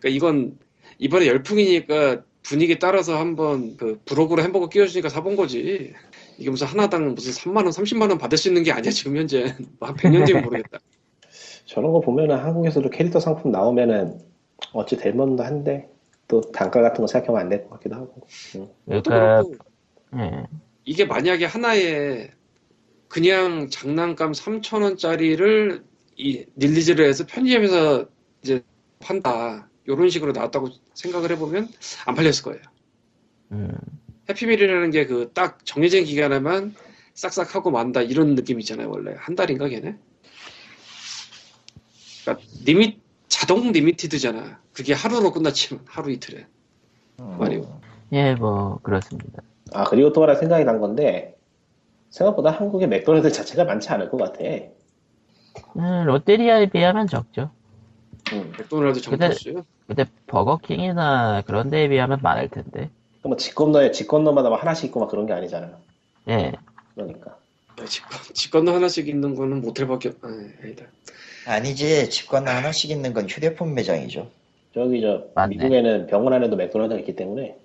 Speaker 3: 그러니까 이건 이번에 열풍이니까 분위기 따라서 한번 그 브로그로 햄버거 끼워주니까 사본 거지 이게 무슨 하나당 무슨 3만원 30만원 받을 수 있는 게 아니야 지금 현재 한 100년 뒤면 모르겠다
Speaker 4: 저런 거 보면은 한국에서도 캐릭터 상품 나오면은 어찌 될 만도 한데, 또 단가 같은 거 생각하면 안 될 것 같기도 하고.
Speaker 3: 또
Speaker 2: 그러니까,
Speaker 3: 그렇고
Speaker 2: 예.
Speaker 3: 이게 만약에 하나에 그냥 장난감 3,000원짜리를 이 릴리즈를 해서 편의점에서 이제 판다. 이런 식으로 나왔다고 생각을 해보면 안 팔렸을 거예요.
Speaker 2: 음,
Speaker 3: 해피밀이라는 게 그 딱 정해진 기간에만 싹싹 하고 만다 이런 느낌이잖아요 원래 한 달인가 걔네. 그러니까 리밋 자동 리미티드잖아. 그게 하루로 끝났지만 하루 이틀에
Speaker 6: 음.
Speaker 3: 말이요.
Speaker 2: 예, 뭐, 그렇습니다.
Speaker 4: 아, 그리고 또 하나 생각이 난 건데, 생각보다 한국에 맥도날드 자체가 많지 않을 것 같아.
Speaker 2: 음, 롯데리아에 비하면 적죠.
Speaker 4: 음.
Speaker 3: 맥도날드 정보수요.
Speaker 2: 근데 버거킹이나 그런 데에 비하면 많을 텐데.
Speaker 4: 그럼 집 건너에, 집 건너마다 막 하나씩 있고 막 그런 게 아니잖아.
Speaker 2: 예.
Speaker 4: 그러니까.
Speaker 3: 네, 직권 직권도 하나씩 있는 거는 모텔밖에 없- 아니, 아니다.
Speaker 6: 아니지 집관나 하나씩 있는 건 휴대폰 매장이죠
Speaker 4: 저기 저,
Speaker 2: 맞네.
Speaker 4: 미국에는 병원 안에도 맥도날드가 있기 때문에,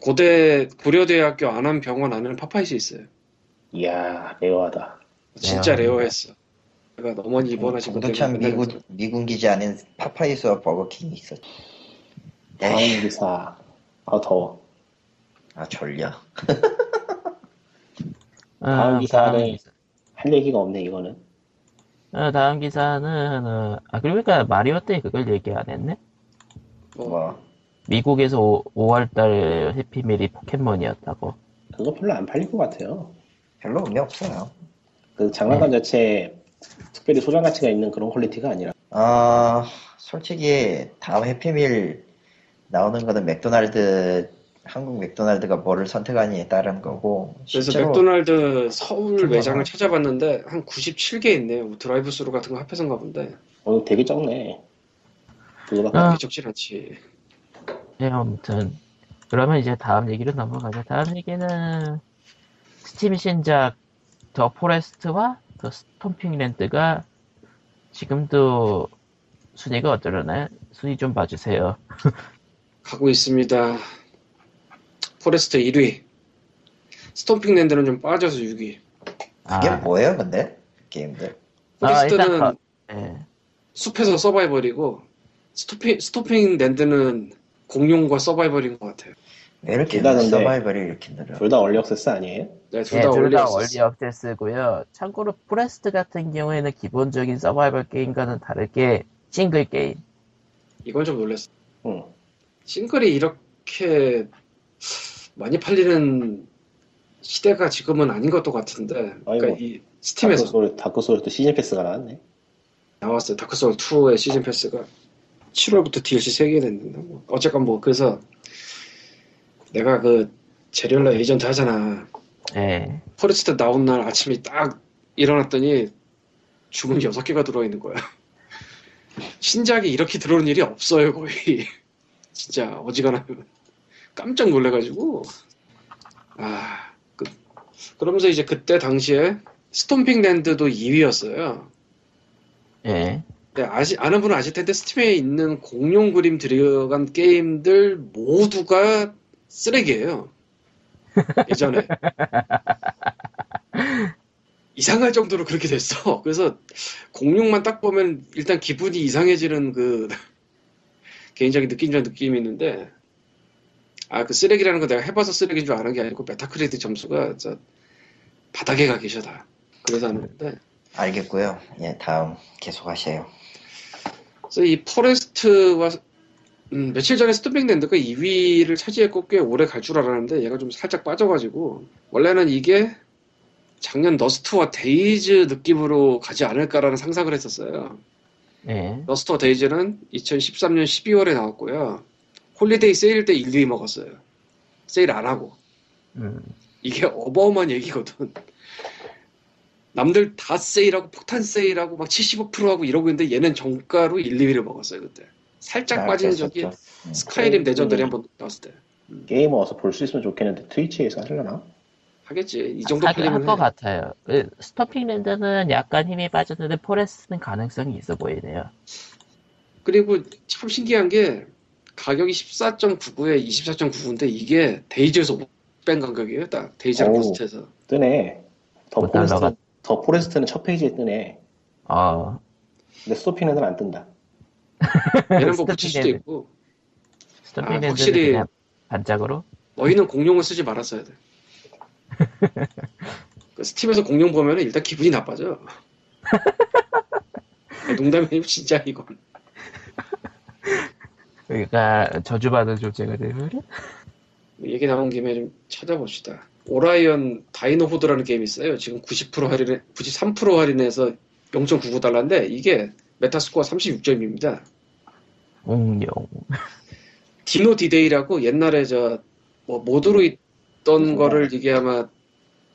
Speaker 3: 고대 고려대학교 안암 병원 안에는 파파이스 있어요.
Speaker 4: 이야, 레어하다.
Speaker 3: 진짜
Speaker 2: 네.
Speaker 3: 레어했어. 내가 어머니 입원하신 분
Speaker 6: 공도천
Speaker 3: 때문에
Speaker 6: 미군, 미군 기지 아닌 파파이스와 버거킹이 있었죠
Speaker 4: 다음
Speaker 6: 에이,
Speaker 4: 기사. 아, 더워.
Speaker 6: 아 졸려
Speaker 4: 다음
Speaker 2: 어,
Speaker 4: 기사는-
Speaker 2: 다음 기사.
Speaker 4: 할 얘기가 없네, 이거는.
Speaker 2: 어, 다음 기사는, 어, 아, 그러니까 마리오 때 그걸 얘기 안 했네?
Speaker 3: 어.
Speaker 6: 뭐
Speaker 2: 미국에서 5, 월달 해피밀이 포켓몬이었다고.
Speaker 4: 그거 별로 안 팔릴 것 같아요.
Speaker 6: 별로 의미 없어요
Speaker 4: 그 장난감
Speaker 2: 네.
Speaker 4: 자체에 특별히 소장 가치가 있는 그런 퀄리티가 아니라
Speaker 6: 아 솔직히 다음 해피밀 나오는 거는 맥도날드 한국 맥도날드가 뭐를 선택하느냐에 따른 거고
Speaker 3: 그래서
Speaker 6: 실제로
Speaker 3: 맥도날드 서울
Speaker 6: 좀
Speaker 3: 매장을
Speaker 6: 많아.
Speaker 3: 찾아봤는데 한 97개 있네요. 뭐 드라이브스루 같은 거 합해서인가 본데
Speaker 4: 어 되게 적네. 그거밖에
Speaker 2: 아.
Speaker 4: 안
Speaker 3: 그게 적진 않지.
Speaker 2: 네, 아무튼. 그러면 이제 다음 얘기로 넘어가죠. 다음 얘기는 스팀 신작 더 포레스트와 더 스톰핑 랜드가 지금도 순위가 어쩌려나? 순위 좀 봐주세요.
Speaker 3: 가고 있습니다. 포레스트 1위. 스톰핑랜드는 좀 빠져서 6위.
Speaker 2: 아,
Speaker 6: 이게 뭐예요 근데 게임들
Speaker 2: 아, 일단
Speaker 3: 포레스트는
Speaker 2: 더- 예.
Speaker 3: 숲에서 서바이벌이고 스토핑 스톰핑랜드는 공룡과 서바이벌인 것 같아요.
Speaker 6: 왜 이렇게
Speaker 4: 둘다 근데-
Speaker 6: 서바이벌이 이렇게 느려
Speaker 4: 둘다 얼리 액세스 아니에요?
Speaker 3: 네, 둘
Speaker 2: 예,
Speaker 3: 다
Speaker 2: 둘 다
Speaker 3: 올리어스.
Speaker 2: 원리 억세스고요. 참고로 포레스트 같은 경우에는 기본적인 서바이벌 게임과는 다르게 싱글 게임.
Speaker 3: 이건 좀 놀랐어.
Speaker 4: 응.
Speaker 3: 싱글이 이렇게 많이 팔리는 시대가 지금은 아닌 것도 같은데 그러니까
Speaker 4: 아이고.
Speaker 3: 이 스팀에서
Speaker 4: 뭐, 다크 소울 다크 소울 또 시즌 패스가 나왔네.
Speaker 3: 나왔어요 다크소울 2의 시즌 패스가 7월부터 DLC 3개 됐는데 뭐. 어쨌건 뭐 그래서 내가 그 제리얼라 에이전트 하잖아
Speaker 2: 예.
Speaker 3: 포레스트 나온 날 아침에 딱 일어났더니 주문이 6개가 들어있는 거야 신작이 이렇게 들어오는 일이 없어요 거의 진짜 어지간하면 깜짝 놀래가지고 아 그, 그러면서 이제 그때 당시에 스톰핑랜드도 2위였어요
Speaker 2: 예.
Speaker 3: 네, 아시, 아는 분은 아실 텐데 스팀에 있는 공룡 그림 들어간 게임들 모두가 쓰레기예요. 예전에 이상할 정도로 그렇게 됐어. 그래서 공룡만 딱 보면 일단 기분이 이상해지는 그 개인적인 느낌이란 느낌이 있는데 아 그 쓰레기라는 거 내가 해봐서 쓰레기인 줄 아는 게 아니고 메타크리틱 점수가 저 바닥에 가 계셔 다 그래서 하는 건데
Speaker 6: 알겠고요. 예, 다음 계속 하세요.
Speaker 3: 그래서 이 포레스트와 음, 며칠 전에 스톱백랜드가 2위를 차지했고 꽤 오래 갈 줄 알았는데 얘가 좀 살짝 빠져가지고 원래는 이게 작년 너스트와 데이즈 느낌으로 가지 않을까라는 상상을 했었어요.
Speaker 2: 예.
Speaker 3: 너스트와 데이즈는 2013년 12월에 나왔고요. 홀리데이 세일 때 1, 2위 먹었어요. 세일 안 하고.
Speaker 2: 음.
Speaker 3: 이게 어마어마한 얘기거든. 남들 다 세일하고 폭탄 세일하고 막 75% 하고 이러고 있는데 얘는 정가로 1, 2위를 먹었어요 그때.
Speaker 6: 아,
Speaker 3: 살짝 빠지는 적이
Speaker 6: 그랬었죠. 네.
Speaker 3: 스카이림
Speaker 2: 네.
Speaker 4: 음.
Speaker 3: 내전들이 한번 나왔을 때
Speaker 4: 게임을 어서 볼 수 있으면 좋겠는데 트위치에서 하려나?
Speaker 3: 하겠지. 이 정도
Speaker 2: 하긴
Speaker 3: 팔리면
Speaker 2: 한것
Speaker 3: 해.
Speaker 2: 같아요. 그 스토핑랜드는 약간 힘이 빠졌는데 포레스트는 가능성이 있어 보이네요.
Speaker 3: 그리고 참 신기한 게 가격이 14.99에 24.99인데 이게 데이지에서 뺀 가격이에요. 딱 데이지랑
Speaker 4: 오.
Speaker 3: 포스트에서.
Speaker 4: 뜨네. 더
Speaker 2: 못
Speaker 4: 포레스트,
Speaker 2: 날라가.
Speaker 4: 더 포레스트는 첫 페이지에 뜨네.
Speaker 2: 어,
Speaker 4: 근데 스토피는 안 뜬다.
Speaker 3: 얘는 뭐 붙일 수도
Speaker 2: 스토핑랜드.
Speaker 3: 있고
Speaker 2: 스토핑랜드는
Speaker 3: 아, 확실히-
Speaker 2: 그냥 반짝으로?
Speaker 3: 너희는 공룡을 쓰지 말았어야 돼. 그 스팀에서 공룡 보면 일단 기분이 나빠져. 농담이 아니고 진짜 이건.
Speaker 2: 그러니까 저주받은 존재가 되면
Speaker 3: 얘기 나온 김에 좀 찾아봅시다. 오라이언 다이노호드라는 게임이 있어요. 지금 90% 할인해, 93% 할인해서 0.99달러인데 이게 메타스코어 36점입니다.
Speaker 2: 옹룡.
Speaker 3: 디노 디데이라고 옛날에 저 뭐 모드로 있던
Speaker 4: 음.
Speaker 3: 거를 이게 아마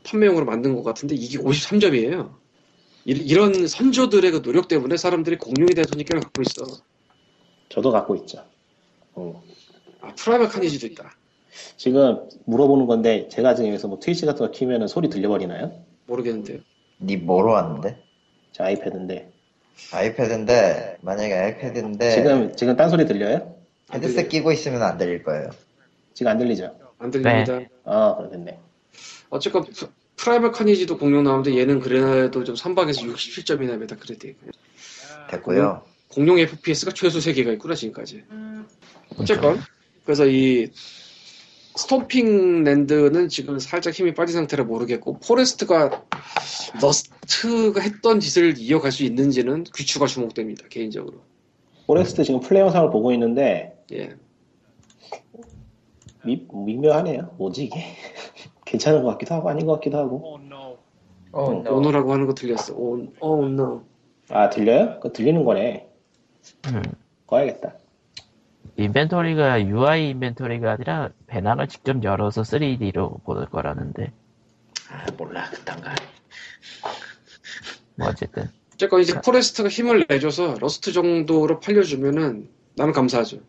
Speaker 3: 판매용으로 만든 것 같은데 이게 53점이에요. 이런 선조들의 그 노력 때문에 사람들이 공룡에 대한 선입견을 갖고 있어.
Speaker 4: 저도 갖고 있죠. 어.
Speaker 3: 아, 프라이머 카니지도 있다.
Speaker 4: 지금 물어보는 건데 제가 지금 여기서 뭐 트위치 같은 거 키면은 소리 들려버리나요?
Speaker 3: 모르겠는데요.
Speaker 6: 니 뭐로 왔는데?
Speaker 4: 제 아이패드인데
Speaker 6: 아이패드인데 만약에
Speaker 1: 네.
Speaker 6: 아이패드인데
Speaker 4: 지금 지금 딴 소리 들려요?
Speaker 6: 헤드셋 끼고 있으면 안 들릴 거예요.
Speaker 4: 지금 안 들리죠?
Speaker 3: 안 들립니다.
Speaker 4: 아 그렇겠네.
Speaker 3: 어쨌건 프- 프라이머 카니지도 공룡 나오는데 얘는 그래도 좀 선박에서 67점이나 메타크리틱.
Speaker 6: 됐고요.
Speaker 3: 공룡 FPS가 최소 3개가 있구나 지금까지. 어쨌건 그래서 이 스톰핑 랜드는 지금 살짝 힘이 빠진 상태라 모르겠고 포레스트가 너스트가 했던 짓을 이어갈 수 있는지는 귀추가 주목됩니다 개인적으로.
Speaker 4: 포레스트 지금 플레이 영상을 보고 있는데
Speaker 3: 예.
Speaker 4: 미, 미묘하네요. 뭐지 이게? 괜찮은 것 같기도 하고 아닌 것 같기도 하고.
Speaker 3: 오너라고 하는 거 들렸어. 오, 오, 노.
Speaker 4: 아 들려요? 그 들리는 거네.
Speaker 2: 음.
Speaker 4: 꺼야겠다.
Speaker 2: 인벤토리가 UI 인벤토리가 아니라 배낭을 직접 열어서 3D로 보는 거라는데
Speaker 4: 아 몰라 그딴가.
Speaker 2: 뭐 어쨌든
Speaker 3: 어쨌건 이제 포레스트가 힘을 내줘서 러스트 정도로 팔려주면은 나는 감사하죠.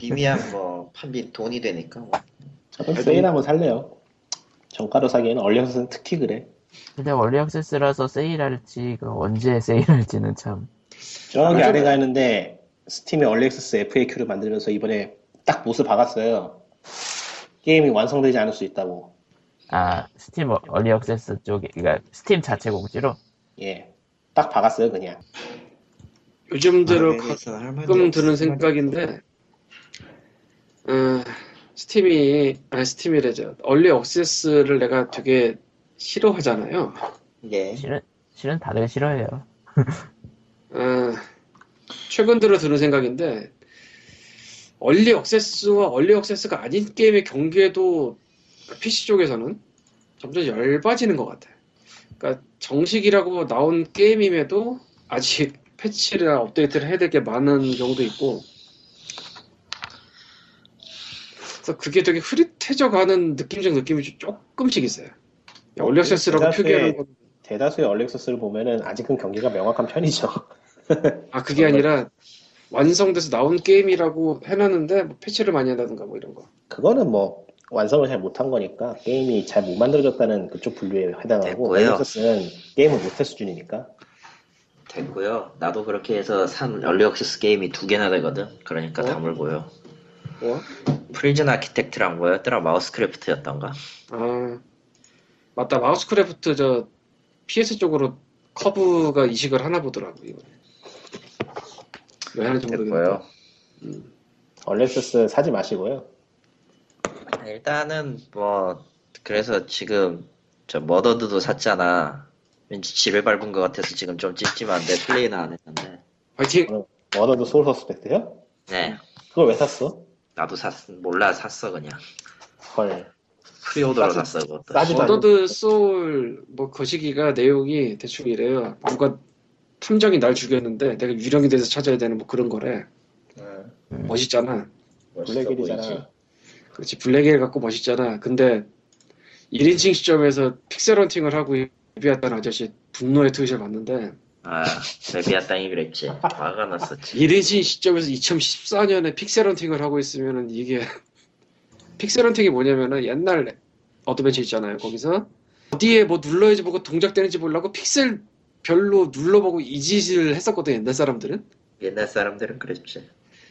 Speaker 6: 비미한 뭐 판비 돈이 되니까 뭐.
Speaker 4: 저도 세일 한번 살래요. 정가로 사기에는 얼려서는 특히 그래.
Speaker 2: 근데 원리 액세스라서 세일할지 그 언제 세일할지는 참
Speaker 4: 저기
Speaker 3: 맞아.
Speaker 4: 아래 가 있는데 스팀의 얼리엑세스 FAQ를 만들면서 이번에 딱 못을 박았어요. 게임이 완성되지 않을 수 있다고.
Speaker 2: 아, 스팀 어- 얼리 액세스 쪽에 그러니까 스팀 자체 공지로
Speaker 4: 예. 딱 박았어요, 그냥.
Speaker 3: 요즘
Speaker 1: 아,
Speaker 3: 들어
Speaker 1: 네,
Speaker 3: 가,
Speaker 6: 외국에서는 아, 할 말이
Speaker 3: 가끔
Speaker 6: 없어.
Speaker 3: 드는 생각인데, 어, 스팀이, 아니, 스팀이래죠. 얼리 억세스를 내가 되게 싫어하잖아요.
Speaker 6: 예.
Speaker 2: 실은 실은 다들 싫어해요.
Speaker 3: 어, 최근 들어 드는 생각인데, 얼리 억세스와 얼리 억세스가 아닌 게임의 경계도 PC 쪽에서는 점점 열빠지는 것 같아. 그러니까 정식이라고 나온 게임임에도 아직 패치나 업데이트를 해야 될 게 많은 경우도 있고, 그래서 그게 되게 흐릿해져가는 느낌적 느낌이 좀- 조금씩 있어요. 얼리 억세스라고
Speaker 4: 대다수의-
Speaker 3: 표기하는 건
Speaker 4: 대다수의 얼리엑세스를 보면은 아직은 경기가 명확한 편이죠.
Speaker 3: 아 그게
Speaker 1: 네.
Speaker 3: 아니라 완성돼서 나온 게임이라고 해놨는데 뭐 패치를 많이 한다든가 뭐 이런 거
Speaker 4: 그거는 뭐 완성을 잘 못한 거니까 게임이 잘 못 만들어졌다는 그쪽 분류에 해당하고
Speaker 6: 됐고요.
Speaker 4: 얼리엑세스는 게임을 못할 수준이니까.
Speaker 6: 됐고요. 나도 그렇게 해서 산 얼리 억세스 게임이 두 개나 되거든. 그러니까
Speaker 3: 어?
Speaker 6: 다물고요.
Speaker 3: 뭐?
Speaker 1: 프리즌 아키텍트랑 뭐였더라 마우스크래프트였던가
Speaker 3: 아 맞다 마우스크래프트 저 PS 쪽으로 커브가 이식을 하나 보더라고 이번에 왜 하는지 모르겠는데
Speaker 1: 됐고요
Speaker 4: 얼렉서스 사지 마시고요.
Speaker 1: 일단은 뭐 그래서 지금 저 머더드도 샀잖아 왠지 지를 밟은 것 같아서 지금 좀 찝찝한데 플레이는 안 했는데
Speaker 3: 화이팅!
Speaker 1: 어,
Speaker 3: 어,
Speaker 4: 워너드 소울 서스펙트요?
Speaker 1: 네
Speaker 4: 그걸 왜 샀어?
Speaker 1: 나도 샀 몰라 샀어 그냥
Speaker 4: 헐.
Speaker 1: 프리오더로
Speaker 4: 싸지-
Speaker 1: 샀어 그것도
Speaker 4: 싸지 마.
Speaker 3: 워더드 소울 뭐 거시기가 내용이 대충 이래요. 뭔가 탐정이 날 죽였는데 내가 유령이 돼서 찾아야 되는 뭐 그런 거래.
Speaker 1: 응,
Speaker 3: 멋있잖아.
Speaker 1: 멋있어 보이지.
Speaker 4: 블랙일이잖아.
Speaker 3: 그렇지 블랙일 갖고 멋있잖아. 근데 1인칭 시점에서 픽셀헌팅을 하고 예비했던 아저씨 분노의 트윗을 봤는데
Speaker 1: 아 레비아땅이 그랬지 화가 났었지
Speaker 3: 1인칭 시점에서 2014년에 픽셀헌팅을 하고 있으면은 이게 픽셀헌팅이 뭐냐면은 옛날 어드벤처 있잖아요. 거기서 어디에 뭐 눌러야지 보고 동작되는지 몰라고 픽셀 별로 눌러보고 이 짓을 했었거든 옛날 사람들은
Speaker 1: 옛날 사람들은 그랬지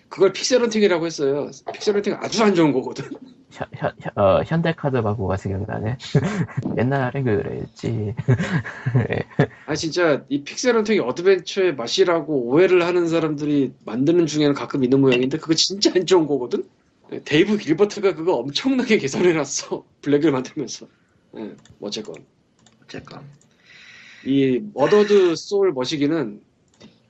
Speaker 3: 그걸 픽셀헌팅이라고 했어요. 픽셀헌팅 아주 안 좋은 거거든.
Speaker 2: 현, 현, 현- 어, 현대카드 바꾸가 생각나네. 옛날엔 그랬지. 예.
Speaker 3: 아 진짜 이 픽셀헌팅이 어드벤처의 맛이라고 오해를 하는 사람들이 만드는 중에는 가끔 있는 모양인데 그거 진짜 안 좋은 거거든. 네, 데이브 길버트가 그거 엄청나게 개선해놨어 블랙을 만들면서. 예, 어쨌건.
Speaker 1: 어쨌건
Speaker 3: 이 머더드 소울 머시기는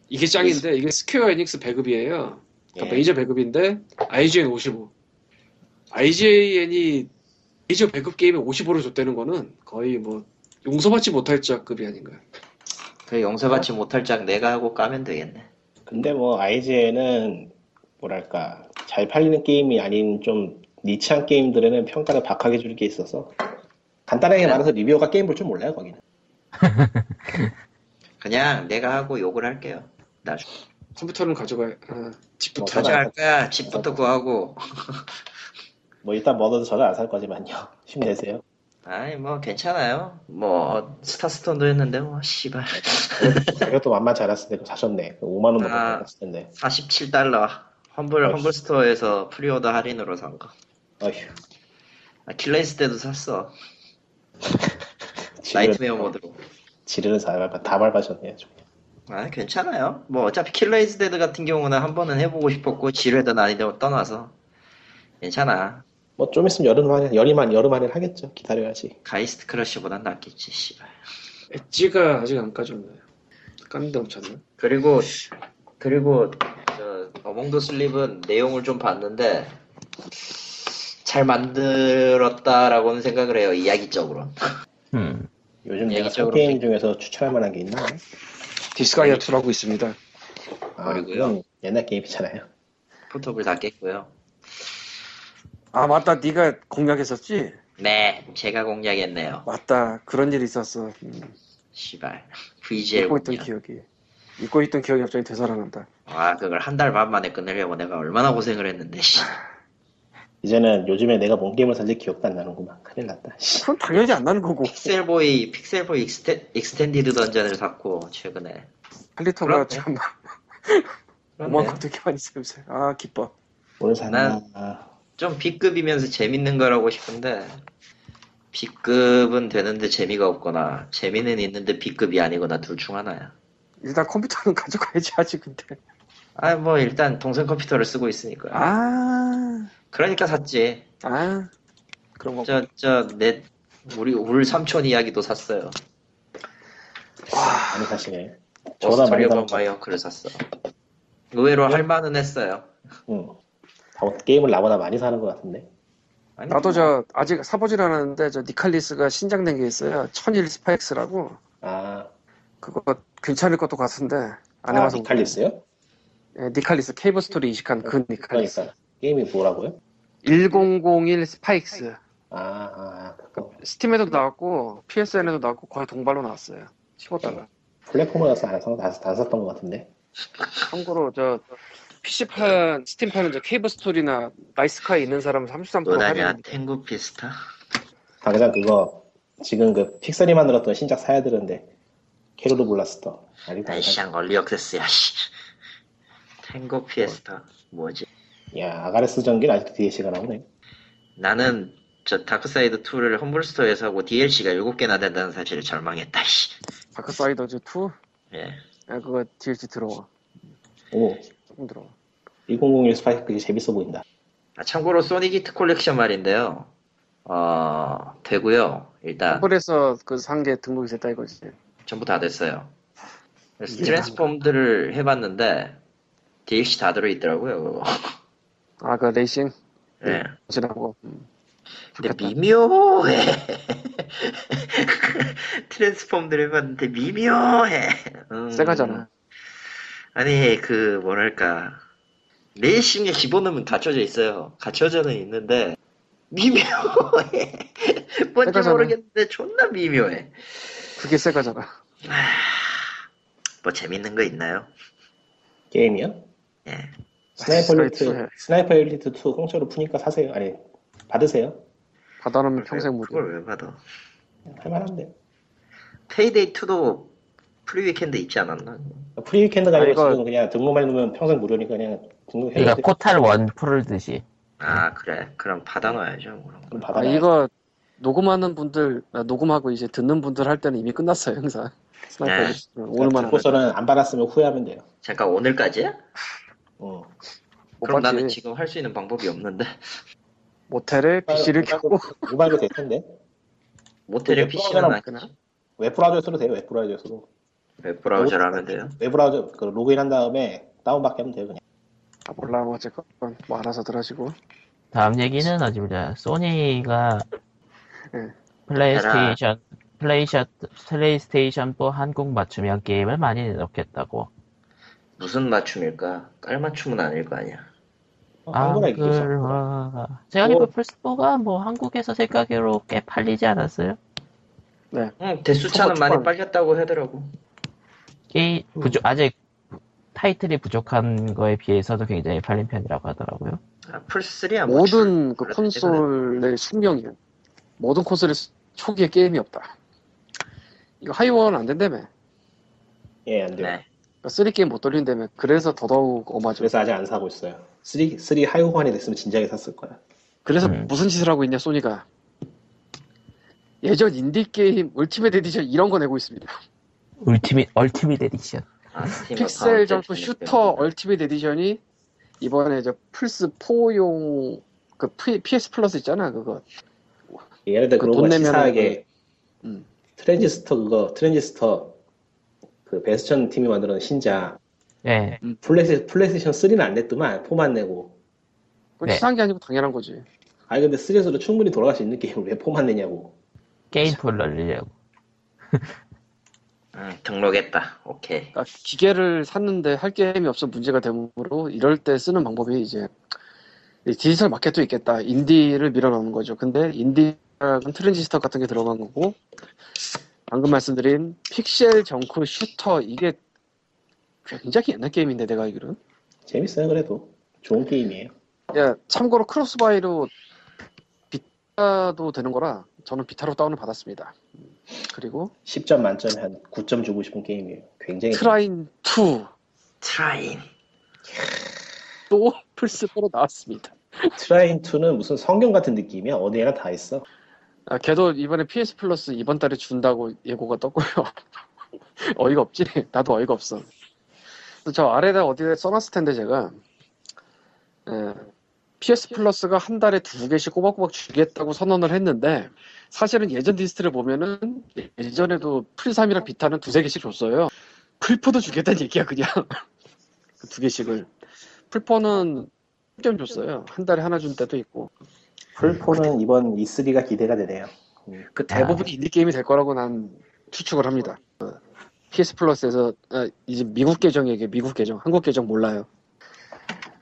Speaker 3: 이게 짱인데 이게 스퀘어 에닉스 배급이에요.
Speaker 4: 네.
Speaker 3: 그러니까
Speaker 1: 예.
Speaker 3: 메이저 배급인데 IGN 55. IGN이 메이저 배급 게임에 55로 줬다는 거는 거의 뭐 용서받지 못할 자급이 아닌가.
Speaker 1: 그 용서받지 못할 짝 내가 하고 까면 되겠네
Speaker 4: 근데 뭐 IGN은 뭐랄까 잘 팔리는 게임이 아닌 좀 니치한 게임들에는 평가를 박하게 줄 게 있어서
Speaker 1: 네.
Speaker 4: 간단하게 말해서 리뷰어가 게임 볼 줄 몰라요 거기는.
Speaker 1: 그냥 내가 하고 욕을 할게요 나중에
Speaker 3: 컴퓨터는 가져가. 아, 집부터.
Speaker 4: 뭐, 가져가-
Speaker 1: 가져갈까 집부터 구하고
Speaker 4: 뭐 일단 뭐든 저는 안 살 거지만요. 힘내세요.
Speaker 1: 아이 뭐 괜찮아요 뭐 스타스톤도 했는데 뭐 씨발
Speaker 4: 가격도 만만치 않았을 때 사셨네. 5만 원 넘게
Speaker 1: 아.
Speaker 4: 받았을 텐데.
Speaker 1: 47달러 험블
Speaker 4: 역시.
Speaker 1: 험블 스토어에서 프리오더 할인으로 산거
Speaker 4: 어휴.
Speaker 1: 아, 킬레이스 때도 샀어
Speaker 4: 지르는-
Speaker 1: 나이트메어 모드로
Speaker 4: 지르는 사람 다 밟아셨네요. 좀.
Speaker 1: 아 괜찮아요 뭐 어차피 킬레이스 데드 같은 경우는 한 번은 해보고 싶었고 지뢰든 아니든 떠나서 괜찮아
Speaker 4: 뭐좀 있으면 여름 한 여름만 여름 안에 하겠죠. 기다려야지.
Speaker 1: 가이스트 크러쉬보단 낫겠지 씨발
Speaker 3: 엣지가 아직 안 까졌나요? 까는데 엄청나.
Speaker 1: 그리고 그리고 저 어몽드 슬립은 내용을 좀 봤는데 잘 만들었다라고는 생각을 해요 이야기적으로
Speaker 2: 음.
Speaker 4: 요즘 내가 산
Speaker 1: 얘기적으로
Speaker 4: 게임 중에서 추천할 만한 게 있나?
Speaker 3: 디스가이아 2라고 있습니다.
Speaker 4: 아,
Speaker 1: 그리고요.
Speaker 4: 그건 옛날 게임이잖아요.
Speaker 1: 포톱을 다 깼고요
Speaker 7: 아 맞다 네가 공략했었지?
Speaker 1: 네 제가 공략했네요
Speaker 7: 맞다 그런 일이 있었어 음,
Speaker 1: 씨발 VGL
Speaker 7: 잊고 있던
Speaker 1: 공략
Speaker 7: 기억이 잊고 있던 기억이 갑자기 되살아난다
Speaker 1: 아 그걸 한 달 반 만에 끝내려고 내가 얼마나 고생을 했는데 씨.
Speaker 4: 이제는 요즘에 내가 뭔 게임을 산지 기억도 안 나는구만. 큰일 났다. 씨.
Speaker 7: 그건 당연히 안 나는 거고
Speaker 1: 픽셀보이 픽셀보이 익스테, 익스텐디드 던전을 샀고 최근에
Speaker 7: 칼리터가
Speaker 1: 그렇네.
Speaker 7: 참 오만
Speaker 1: 그렇네요.
Speaker 7: 큼 되게 많이 쓰면서 아 기뻐
Speaker 4: 뭘 샀나?
Speaker 1: 좀 B급이면서 재밌는 거라고 싶은데 B급은 되는데 재미가 없거나 재미는 있는데 B급이 아니거나 둘 중 하나야.
Speaker 7: 일단 컴퓨터는 가져가야지 아직 근데
Speaker 1: 아 뭐 일단 동생 컴퓨터를 쓰고 있으니까.
Speaker 7: 아아
Speaker 1: 그러니까 샀지.
Speaker 7: 아, 그런 거
Speaker 1: 저 저 내 우리 울 삼촌 이야기도 샀어요.
Speaker 4: 많이 사시네. 저보다 많이
Speaker 1: 오스트리아
Speaker 4: 사.
Speaker 1: 마이어크를 샀어. 의외로 할만은 했어요.
Speaker 4: 응. 음. 다 뭐, 게임을 나보다 많이 사는 것 같은데.
Speaker 1: 아니,
Speaker 7: 나도
Speaker 1: 뭐,
Speaker 7: 저 아직 사보질 않았는데 저 니칼리스가 신작된 게 있어요 천일 스파이크스라고
Speaker 4: 아,
Speaker 7: 그거 괜찮을 것도 같은데 안
Speaker 4: 아
Speaker 7: 해봐서
Speaker 4: 니칼리스요?
Speaker 7: 모르겠네. 예, 니칼리스 케이브 스토리 이식한 그 니칼리스
Speaker 4: 그러니까 게임이 뭐라고요?
Speaker 7: 1001 스파이크스
Speaker 4: 아, 아 그거
Speaker 7: 스팀에도 나왔고 PSN에도 나왔고 거의 동발로 나왔어요 15달러
Speaker 4: 플랫폼에서 안 사서 다, 다 샀던 것 같은데.
Speaker 7: 참고로 저 PC판 스팀판은 저 케이브 스토리나 나이스카이 있는 사람은 33%
Speaker 1: 노다냐
Speaker 7: 할인입니다
Speaker 1: 뭐 탱구 피스타.
Speaker 4: 당장 그거 지금 그 픽셀이 만들었던 신작 사야 되는데 캐롤로 블라스터 아직도 안 사.
Speaker 1: 날씨랑 얼리 억세스야 씨. 탱고 피에스타 뭐지?
Speaker 4: 야 아가레스 전기는 아직도 DLC가 나오네.
Speaker 1: 나는 저 다크사이드 2를 험블 스토어에서 하고 DLC가 7개나 된다는 사실에 절망했다. 씨.
Speaker 3: 다크사이더즈 2?
Speaker 1: 예.
Speaker 3: 야, 그거 DLC 들어와.
Speaker 4: 오,
Speaker 3: 조금 들어와.
Speaker 4: 1001 스파이크 재밌어 보인다.
Speaker 1: 아, 참고로 소니기트 콜렉션 말인데요. 어 되고요. 일단
Speaker 3: 홈플에서 그 상계 등록이 됐다 이거지.
Speaker 1: 전부 다 됐어요. 그래서
Speaker 3: 이게
Speaker 1: 트랜스폼들을 해봤는데 DLC 다 들어있더라고요. 그거.
Speaker 3: 아, 그 레이싱? 네.
Speaker 1: 예.
Speaker 3: 지나고. 음.
Speaker 1: 근데
Speaker 3: 좋겠다.
Speaker 1: 네, 미묘해. 트랜스폼들 해봤는데 미묘해. 음.
Speaker 3: 세가잖아.
Speaker 1: 아니 그 뭐랄까 레이싱의 기본음은 갖춰져 있어요. 갖춰져는 있는데 미묘해. 뭔지
Speaker 3: 세가잖아.
Speaker 1: 모르겠는데 존나 미묘해.
Speaker 3: 그게 세가잖아.
Speaker 1: 뭐 재밌는 거 있나요?
Speaker 4: 게임이요?
Speaker 1: 예.
Speaker 3: 음,
Speaker 4: 스나이퍼
Speaker 3: 스나이퍼
Speaker 4: 엘리트,
Speaker 3: 해.
Speaker 4: 스나이퍼 엘리트 2 공짜로 푸니까 사세요. 아니 받으세요.
Speaker 3: 받아놓으면 평생 못
Speaker 1: 그걸 왜 받아?
Speaker 4: 할만한데.
Speaker 1: 페이데이 2도 프리 위켄드 있지 않았나?
Speaker 4: 프리 위켄드가
Speaker 3: 아,
Speaker 4: 아니고
Speaker 3: 이거-
Speaker 4: 지금 그냥 등록만 해놓으면 평생 무료니까 그냥 등록해야
Speaker 2: 그러니까
Speaker 4: 돼.
Speaker 2: 포탈 원 풀듯이
Speaker 1: 아 그래. 그럼 받아놔야죠. 뭐. 그런 거.
Speaker 4: 그럼
Speaker 3: 아,
Speaker 4: 받아놔.
Speaker 3: 이거 녹음하는 분들, 아, 녹음하고 이제 듣는 분들 할 때는 이미 끝났어요, 행사.
Speaker 1: 네.
Speaker 3: 스나이퍼 네.
Speaker 4: 그러니까
Speaker 3: 오늘만 안 해도
Speaker 4: 듣고서는 안 받았으면 후회하면 돼요.
Speaker 1: 잠깐 오늘까지야?
Speaker 4: 어.
Speaker 3: 못
Speaker 1: 그럼
Speaker 3: 받지.
Speaker 1: 나는 지금 할 수 있는 방법이 없는데
Speaker 3: 모텔에 PC를 켜고
Speaker 4: 모바일로 될 텐데.
Speaker 3: 뭐
Speaker 1: 모텔에
Speaker 4: 그
Speaker 1: PC는
Speaker 4: 프로그램
Speaker 1: 아니지.
Speaker 4: 웹 브라우저로 돼요. 웹 브라우저로.
Speaker 1: 웹 브라우저로
Speaker 3: 뭐
Speaker 1: 하면 돼요.
Speaker 4: 웹 브라우저 그 로그인한 다음에 다운받게 하면 돼요. 그냥.
Speaker 3: 아, 몰라 뭐 어쨌건 뭐 알아서 들으시고
Speaker 2: 다음 얘기는 어디 보자 소니가
Speaker 3: 응.
Speaker 2: 플레이스테이션 플레이샷 플레이스테이션 4 한국 맞춤형 게임을 많이 넣겠다고
Speaker 1: 무슨 맞춤일까? 깔 맞춤은 아닐 거 아니야.
Speaker 4: 어, 한글화 이기죠.
Speaker 2: 한글화 아, 제가 알기로 플스4가 뭐 한국에서 생각으로 꽤 팔리지 않았어요?
Speaker 1: 응, 대수차는
Speaker 3: 초반,
Speaker 1: 많이
Speaker 3: 초반.
Speaker 1: 빨렸다고 하더라고.
Speaker 2: 게임
Speaker 3: 음.
Speaker 2: 부족 아직 타이틀이 부족한 거에 비해서도 굉장히 팔린 편이라고 하더라고요.
Speaker 1: 아, 플스3야 뭐
Speaker 3: 모든 그
Speaker 1: 그래도
Speaker 3: 콘솔의 숙명이에요. 모든 콘솔의 수- 초기에 게임이 없다. 이거 하이원 안 된다며.
Speaker 4: 예, 안 돼요.
Speaker 1: 네.
Speaker 3: 그러니까 3 게임 못 돌린다며. 그래서 더더욱 엄하죠.
Speaker 4: 그래서 아직 안 사고 있어요. 3, 3 하이호환이 됐으면 진작에 샀을 거야.
Speaker 3: 그래서
Speaker 2: 음.
Speaker 3: 무슨 짓을 하고 있냐 소니가. 예전 인디 게임 울티메트 에디션 이런 거 내고 있습니다.
Speaker 2: 울티밋 얼티밋 에디션.
Speaker 1: 아, 스팀에
Speaker 3: 픽셀
Speaker 1: 다음
Speaker 3: 점프
Speaker 1: 주에
Speaker 3: 슈터
Speaker 1: 있겠네.
Speaker 3: 얼티밋 에디션이 이번에 저 플스 4용 그 P- PS 플러스 있잖아 그거.
Speaker 4: 얘네들
Speaker 3: 그
Speaker 4: 그런
Speaker 3: 돈
Speaker 4: 거
Speaker 3: 내면은
Speaker 4: 치사하게
Speaker 3: 그- 음.
Speaker 4: 트랜지스터 그거 트랜지스터 그 베스천 팀이 만들어낸 신작
Speaker 2: 예.
Speaker 3: 네.
Speaker 4: 플레이 플레이스테이션 3는 안 냈더만 4만 내고
Speaker 3: 그건
Speaker 2: 네.
Speaker 3: 치사한 게 아니고 당연한 거지.
Speaker 4: 아니 근데 3에서도 충분히 돌아갈 수 있는 게임을 왜 4만 내냐고
Speaker 2: 게임 풀 날리려고.
Speaker 1: 응, 등록했다. 오케이.
Speaker 3: 그러니까 기계를 샀는데 할 게임이 없어 문제가 되므로 이럴 때 쓰는 방법이 이제 이 디지털 마켓도 있겠다. 인디를 밀어넣는 거죠. 근데 인디는 트랜지스터 같은 게 들어간 거고 방금 말씀드린 픽셀 정크 슈터 이게 굉장히 옛날 게임인데 내가 알기로는
Speaker 4: 재밌어요 그래도 좋은 게임이에요
Speaker 3: 야, 예, 참고로 크로스바이로 비타도 되는 거라 저는 비타로 다운을 받았습니다. 그리고
Speaker 4: 10점 만점에 한 9점 주고 싶은 게임이에요 굉장히
Speaker 3: 트라인 2또
Speaker 1: 트라인.
Speaker 3: 플스4로 나왔습니다.
Speaker 4: 트라인 2는 무슨 성경 같은 느낌이야 어디에나 다 있어
Speaker 3: 아, 걔도 이번에 PS 플러스 이번 달에 준다고 예고가 떴고요. 어이가 없지. 나도 어이가 없어. 그래서 저 아래다 어디에 써놨을 텐데 제가 예, PS 플러스가 한 달에 두 개씩 꼬박꼬박 주겠다고 선언을 했는데 사실은 예전 리스트를 보면은 예전에도 프리삼이랑 비타는 두세 개씩 줬어요. 풀포도 주겠다는 얘기야 그냥 그두 개씩을 풀포는 1점 줬어요. 한 달에 하나 준 때도 있고
Speaker 4: 풀포는 이번 E3가 기대가 되네요
Speaker 3: 그 대부분이 인디 게임이 될 거라고 난 추측을 합니다. 어, PS 플러스에서 아, 이제 미국 계정에게 미국 계정, 한국 계정 몰라요.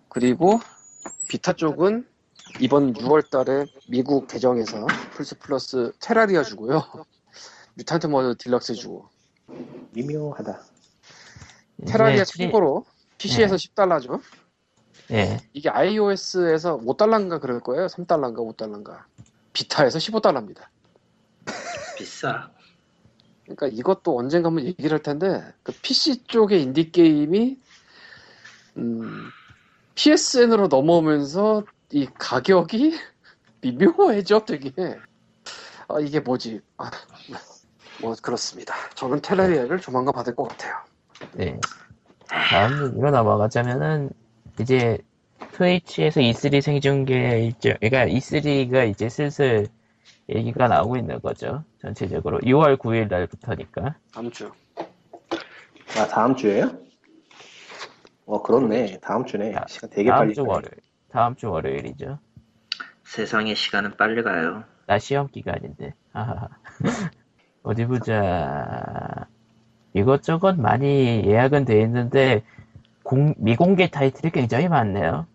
Speaker 3: 그리고 비타 쪽은 이번 6월달에 미국 계정에서 플스 플러스 테라리아 주고요, 뮤탄트 모드 딜럭스 주고
Speaker 4: 미묘하다
Speaker 2: 네,
Speaker 3: 테라리아
Speaker 2: 이제
Speaker 3: 참고로 PC에서 10달러죠.
Speaker 2: 프리- 예.
Speaker 3: 이게 iOS에서 5달러인가 그럴 거예요. 3달러인가 5달러인가. 비타에서 15달러입니다.
Speaker 1: 비싸.
Speaker 3: 그러니까 이것도 언젠가 한번 얘기를 할 텐데 그 PC 쪽의 인디 게임이 음,
Speaker 7: PSN으로 넘어오면서 이 가격이 미묘해져 되게. 아, 이게 뭐지? 아, 뭐 그렇습니다. 저는 텔레리아를 조만간 받을 것 같아요.
Speaker 2: 네. 다음 얘기로 넘어가자면은 이제 트위치에서 E3 생중계 일정, 그러니까 E3가 이제 슬슬 얘기가 나오고 있는 거죠. 전체적으로 6월 9일 날부터니까.
Speaker 7: 다음 주.
Speaker 4: 아 다음 주에요? 어 그렇네 다음 주네 시간 되게
Speaker 2: 다음
Speaker 4: 빨리
Speaker 2: 주
Speaker 4: 가네.
Speaker 2: 월요일. 다음 주 월요일이죠.
Speaker 6: 세상의 시간은 빨리 가요.
Speaker 2: 나 시험 기간인데. 하하하. 어디 보자. 이것저것 많이 예약은 돼 있는데 공- 미공개 타이틀이 굉장히 많네요.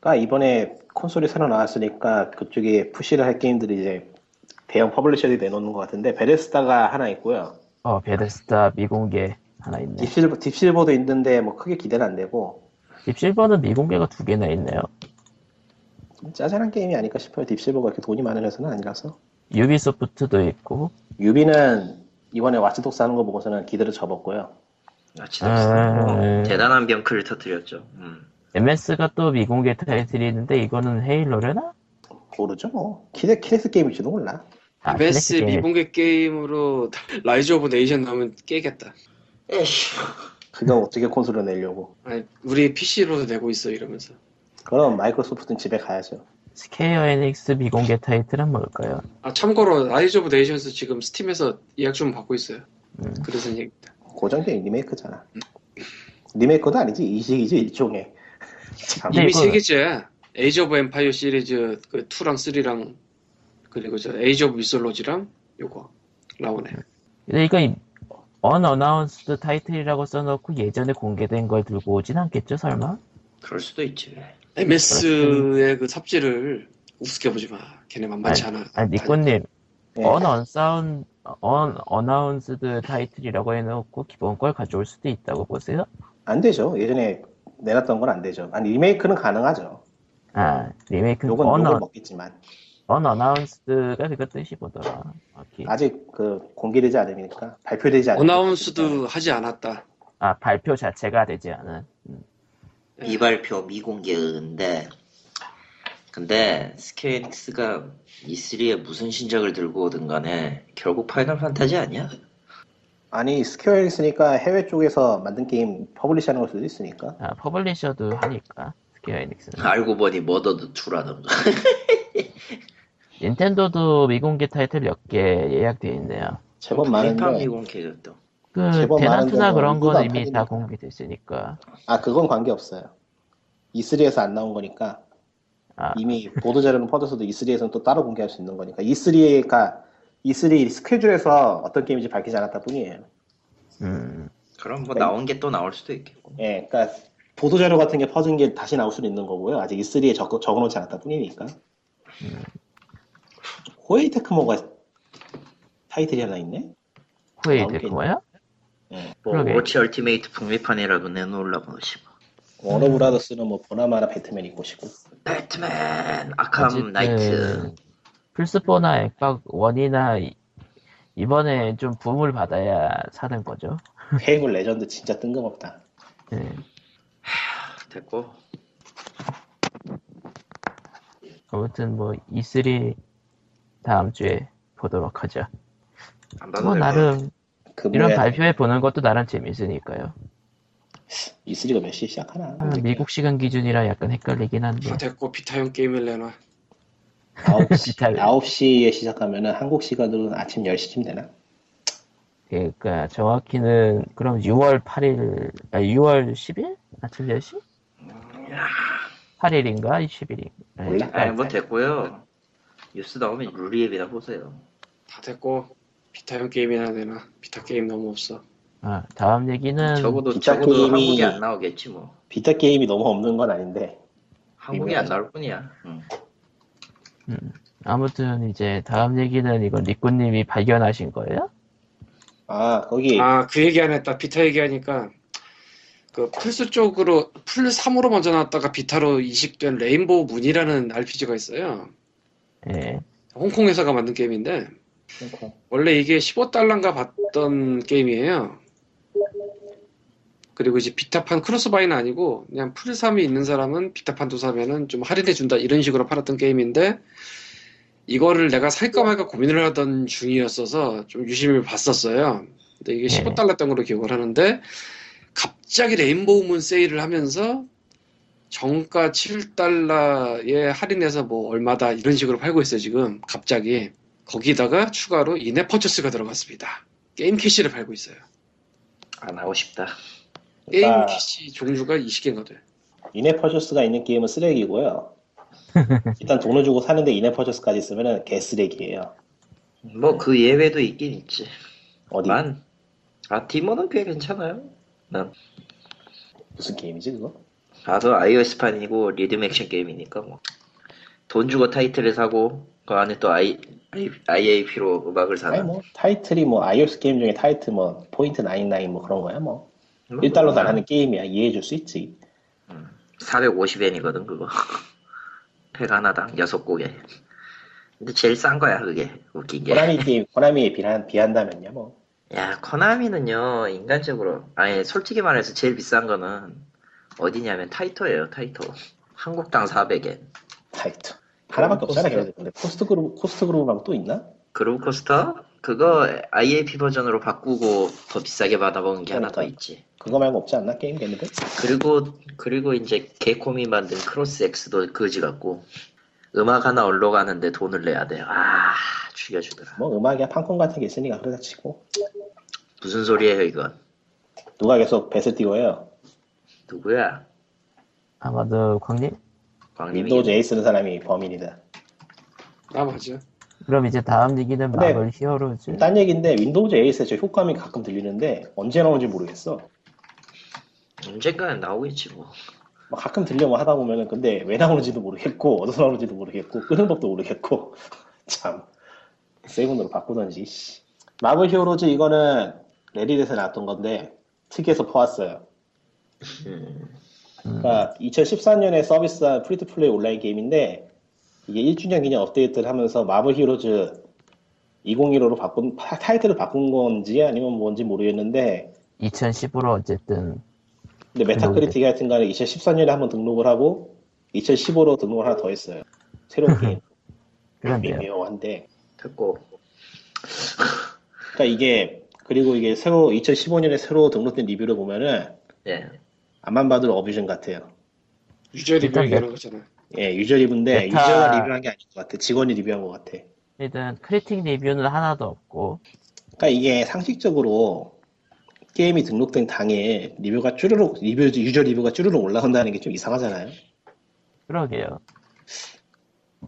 Speaker 4: 그러니까 이번에 콘솔이 새로 나왔으니까 그쪽에 푸시를 할 게임들이 이제 대형 퍼블리셔들이 내놓는 것 같은데 베레스타가 하나 있고요
Speaker 2: 어, 베데스타 미공개 하나 있네.
Speaker 4: 딥실버, 딥실버도 있는데 뭐 크게 기대는 안 되고
Speaker 2: 딥실버는 미공개가 두 개나 있네요.
Speaker 4: 좀 짜잘한 게임이 아닐까 싶어요 딥실버가 이렇게 돈이 많은 회사는 아니라서
Speaker 2: 유비소프트도 있고,
Speaker 4: 유비는 이번에 왓츠독스 하는 거 보고서는 기대를 접었고요
Speaker 6: 아, 지독스러워.
Speaker 3: 네.
Speaker 2: 음.
Speaker 6: 대단한 병크를 터뜨렸죠. 음.
Speaker 2: MS가 또 미공개 타이틀이 있는데 이거는 헤일로려나?
Speaker 4: 모르죠 뭐 키데, 키넥스 게임일지도 몰라
Speaker 2: 아, 키넥스
Speaker 3: 메스
Speaker 2: 게임.
Speaker 3: 네, 미공개 게임으로 라이즈 오브 네이션 나오면 깨겠다.
Speaker 6: 에휴.
Speaker 4: 그건 어떻게 콘솔을 내려고
Speaker 3: 아니, 우리 PC로도 내고 있어 이러면서.
Speaker 4: 그럼 마이크로소프트는 집에 가야죠
Speaker 2: 스퀘어 에닉스 미공개 타이틀은 뭘까요?
Speaker 3: 아 참고로 라이즈 오브 네이션스 지금 스팀에서 예약 주문 받고 있어요.
Speaker 2: 음.
Speaker 3: 그래서 얘기다.
Speaker 4: 고정 게임 리메이크잖아 리메이크도 아니지 이식이지 일종의 참
Speaker 2: 근데
Speaker 3: 네, 이미
Speaker 2: 이거-
Speaker 3: 세 개째. 에이지 오브 엠파이어 시리즈 그 2랑 3랑 그리고 저 에이지 오브 미솔로지랑 요거 나오네.
Speaker 2: 근데 이거 언어나운스드 타이틀이라고 써놓고 예전에 공개된 걸 들고 오진 않겠죠, 설마?
Speaker 6: 그럴 수도 있지.
Speaker 3: MS의 그 삽질을 우습게 보지 마. 걔네 만만치 않아.
Speaker 2: 아니, 니꼬님,
Speaker 4: 예.
Speaker 2: 언언사운, 언어나운스드 타이틀이라고 해놓고 기본 걸 가져올 수도 있다고 보세요?
Speaker 4: 안 되죠. 예전에 내놨던 건 안 되죠. 아니 리메이크는 가능하죠.
Speaker 2: 아, 리메이크는
Speaker 4: 요건 욕을
Speaker 2: 언어,
Speaker 4: 먹겠지만
Speaker 2: 언어나운스드가 그거 뜻이 뭐더라. 오케이.
Speaker 4: 아직 그 공개되지 않으니까 발표되지 않으니까
Speaker 3: 어나운스도 하지 않았다.
Speaker 2: 아, 발표 자체가 되지 않은. 음.
Speaker 6: 미발표 미공개인데 근데 스케이닉스가 E3에 무슨 신작을 들고 오든 간에 결국 파이널 판타지 아니야?
Speaker 4: 아니 스퀘어 엑스니까 해외 쪽에서 만든 게임 퍼블리시하는 걸 수도 있으니까
Speaker 2: 아, 퍼블리셔도 하니까, 스퀘어 에닉스는.
Speaker 6: 알고 보니 머더드 2라던가
Speaker 2: 닌텐도도 미공개 타이틀 몇 개 예약돼 있네요.
Speaker 4: 제법
Speaker 6: 판
Speaker 4: 많은데 뭐
Speaker 6: 미공개죠 또
Speaker 2: 그,
Speaker 4: 제법
Speaker 2: 대나투나
Speaker 4: 많은데도
Speaker 2: 그런
Speaker 4: 인구가
Speaker 2: 건
Speaker 4: 안
Speaker 2: 이미
Speaker 4: 팔리니까.
Speaker 2: 다 공개됐으니까.
Speaker 4: 아 그건 관계 없어요. E3에서 안 나온 거니까
Speaker 2: 아,
Speaker 4: 이미 보도 자료는 퍼져서도 E3에서는 또 따로 공개할 수 있는 거니까 E E3가 E3 스케줄에서 어떤 게임인지 밝히지 않았다 뿐이에요.
Speaker 2: 음.
Speaker 6: 그럼 뭐 나온 게 또 나올 수도 있겠고
Speaker 4: 예, 그러니까 보도 자료 같은 게 퍼진 게 다시 나올 수도 있는 거고요. 아직 E3에 적, 어놓지 않았다 뿐이니까.
Speaker 2: 음.
Speaker 4: 호에이 테크모가 타이틀이 하나 있네.
Speaker 2: 후에
Speaker 4: 나온 게
Speaker 2: 될 거야?
Speaker 4: 예.
Speaker 6: 뭐
Speaker 2: 어, 그러게.
Speaker 6: 워치 얼티메이트 북미판이라도 내놓으려고 하시고
Speaker 4: 워너브라더스는 뭐 보나마나 배트맨 있고 싶고.
Speaker 6: 배트맨 아캄
Speaker 2: 어쨌든 예, 네.
Speaker 6: 나이트
Speaker 2: 플스4나 엑박 1이나 이번에 좀 붐을 받아야 사는 거죠.
Speaker 4: 페이블 레전드 진짜 뜬금없다.
Speaker 2: 네.
Speaker 6: 됐고
Speaker 2: 아무튼 뭐 E3 다음 주에 보도록 하죠.
Speaker 6: 안 봐도
Speaker 2: 뭐
Speaker 6: 될것 같아
Speaker 2: 나름
Speaker 4: 그
Speaker 2: 이런
Speaker 6: 네.
Speaker 4: 뭐야,
Speaker 2: 발표회 보는 것도 나름 재밌으니까요.
Speaker 4: E3가 E 몇 시에 시작하나?
Speaker 2: 아,
Speaker 6: 네.
Speaker 2: 미국 시간 기준이라 약간 헷갈리긴 한데
Speaker 3: 다 됐고 비타형 게임을 내놔.
Speaker 4: 9시,
Speaker 2: 비타민.
Speaker 4: 9시에 시작하면은 한국 시간으로는 아침 10시쯤 되나?
Speaker 2: 그러니까 정확히는 그럼 6월 8일 아 6월 10일 아침 10시? 8일인가 10일인가? 예,
Speaker 4: 몰라.
Speaker 6: 아니 뭐 됐고요 뉴스 나오면 룰리앱이나 보세요
Speaker 3: 다 됐고 비타형 게임이나 내놔. 비타 게임 너무 없어.
Speaker 2: 아, 다음 얘기는
Speaker 6: 적어도
Speaker 4: 기타
Speaker 6: 적어도
Speaker 4: 그 게임이-
Speaker 6: 한국이 안 나오겠지 뭐
Speaker 4: 비타 게임이 너무 없는 건 아닌데.
Speaker 6: 한국이 안 나올 뿐이야 응.
Speaker 2: 아무튼 이제 다음 얘기는 이건 리꾸님이 발견하신 거예요?
Speaker 4: 아, 거기
Speaker 3: 아 그 얘기 안 했다. 비타 얘기하니까 그 플스 쪽으로 플 3으로 먼저 나왔다가 비타로 이식된 레인보우 문이라는 RPG가 있어요.
Speaker 2: 예.
Speaker 3: 홍콩 회사가 만든 게임인데 원래 이게 15달러인가 받던 게임이에요. 그리고 이제 비타판 크로스바이는 아니고 그냥 풀3이 있는 사람은 비타판도 사면은 좀 할인해 준다 이런 식으로 팔았던 게임인데 이거를 내가 살까 말까 고민을 하던 중이었어서 좀 유심히 봤었어요. 근데 이게
Speaker 2: 네.
Speaker 3: 15달러였던 걸로 기억을 하는데 갑자기 레인보우문 세일을 하면서 정가 7달러에 할인해서 뭐 얼마다 이런 식으로 팔고 있어요 지금 갑자기 거기다가 추가로 이내 퍼처스가 들어갔습니다. 게임 캐시를 팔고 있어요.
Speaker 4: 안 하고 아, 싶다.
Speaker 3: 게임
Speaker 4: 그러니까
Speaker 3: 캐시 종류가 20개인가 돼.
Speaker 4: 이내 퍼셔스가 있는 게임은 쓰레기고요. 일단 돈을 주고 사는데 이내 퍼셔스까지 있으면 개 쓰레기예요.
Speaker 1: 뭐 그 예외도 있긴 있지.
Speaker 4: 어디
Speaker 1: 만. 아 디모는 꽤 괜찮아요.
Speaker 4: 무슨 게임이지 그거?
Speaker 1: 봐도 iOS판이고 리듬 액션 게임이니까 뭐. 돈 주고 타이틀을 사고 그 안에 또 I, I, IAP로 음악을
Speaker 4: 아니
Speaker 1: 사는
Speaker 4: 뭐 타이틀이 뭐 iOS 게임 중에 타이틀 뭐 포인트 99뭐 그런 거야 뭐.
Speaker 1: 뭐
Speaker 4: 1달러 달하는 게임이야 이해해 줄 수 있지.
Speaker 1: 450엔이거든 그거 팩 하나당 6곡에 근데 제일 싼 거야 그게 웃긴
Speaker 4: 코나미 게임 코나미에 비한 비한다면요 뭐.
Speaker 1: 게 야 코나미는요 인간적으로 아니 솔직히 말해서 제일 비싼 거는 어디냐면 타이토예요 타이토 한국당 400엔
Speaker 4: 타이틀 하나밖에 없잖아
Speaker 1: 코스트.
Speaker 4: 걔네들 근데 코스트 그룹 코스트 그룹하고 또 있나?
Speaker 1: 그로브코스터 그거 IAP 버전으로 바꾸고 더 비싸게 받아먹은 게 하나 더
Speaker 4: 그러니까.
Speaker 1: 있지
Speaker 4: 그거 말고 없지 않나 게임 걔네들?
Speaker 1: 그리고 그리고 이제 개콤이 만든 크로스 X도 그지 같고 음악 하나 올라가는데 돈을 내야 돼요. 아 죽여주더라.
Speaker 4: 뭐 음악이야 팡콘 같은 게 있으니까 그러다 치고
Speaker 1: 무슨 소리예요 이건?
Speaker 4: 누가 계속 배스 띄워요?
Speaker 1: 누구야?
Speaker 2: 아마도 광님?
Speaker 1: 광림이.
Speaker 4: 윈도우즈 A 쓰는 사람이 범인이다.
Speaker 3: 아 맞아.
Speaker 2: 그럼 이제 다음 얘기는
Speaker 4: 근데-
Speaker 2: 마블 히어로즈.
Speaker 4: 딴 얘기인데 윈도우즈 A에서 저 효과음이 가끔 들리는데 언제 나오는지 모르겠어.
Speaker 1: 언젠가는 나오겠지 뭐.
Speaker 4: 막 가끔 들려 뭐 하다 보면은 근데 왜 나오는지도 모르겠고 어디서 나오는지도 모르겠고 끄는 법도 모르겠고 참 세븐으로 바꾸던지 씨. 마블 히어로즈 이거는 레딧에서 나왔던 건데 특이해서 퍼왔어요.
Speaker 1: 음,
Speaker 2: 음.
Speaker 4: 그러니까 2014년에 서비스한 프리투플레이 온라인 게임인데 이게 1주년 기념 업데이트를 하면서 마블 히어로즈 2015로 바꾼 파- 타이틀을 바꾼 건지 아니면 뭔지 모르겠는데
Speaker 2: 2010으로 어쨌든 네,
Speaker 4: 근데 메타크리틱이 하여튼간에 2014년에 한번 등록을 하고 2015로 등록을 하나 더 했어요.
Speaker 2: 네,
Speaker 4: 새로운 게임 네.
Speaker 2: 그런데요.
Speaker 4: 미묘한데
Speaker 1: 됐고.
Speaker 4: 그러니까 이게 그리고 이게 새로 2015년에 새로 등록된 리뷰를 보면은
Speaker 1: 예.
Speaker 4: 안만 봐도 어뷰전 같아요.
Speaker 3: 유저 리뷰
Speaker 2: 일단
Speaker 3: 얘기하는 거잖아.
Speaker 4: 예, 유저
Speaker 2: 메타-
Speaker 4: 리뷰인데 유저가 리뷰한 게 아닌 것 같아. 직원이 리뷰한 것 같아.
Speaker 2: 일단 크리틱 리뷰는 하나도 없고
Speaker 4: 그러니까 이게 상식적으로 게임이 등록된 당일 리뷰가 쭈르륵 리뷰 유저 리뷰가 쭈르륵 올라온다는 게 좀 이상하잖아요.
Speaker 2: 그러게요.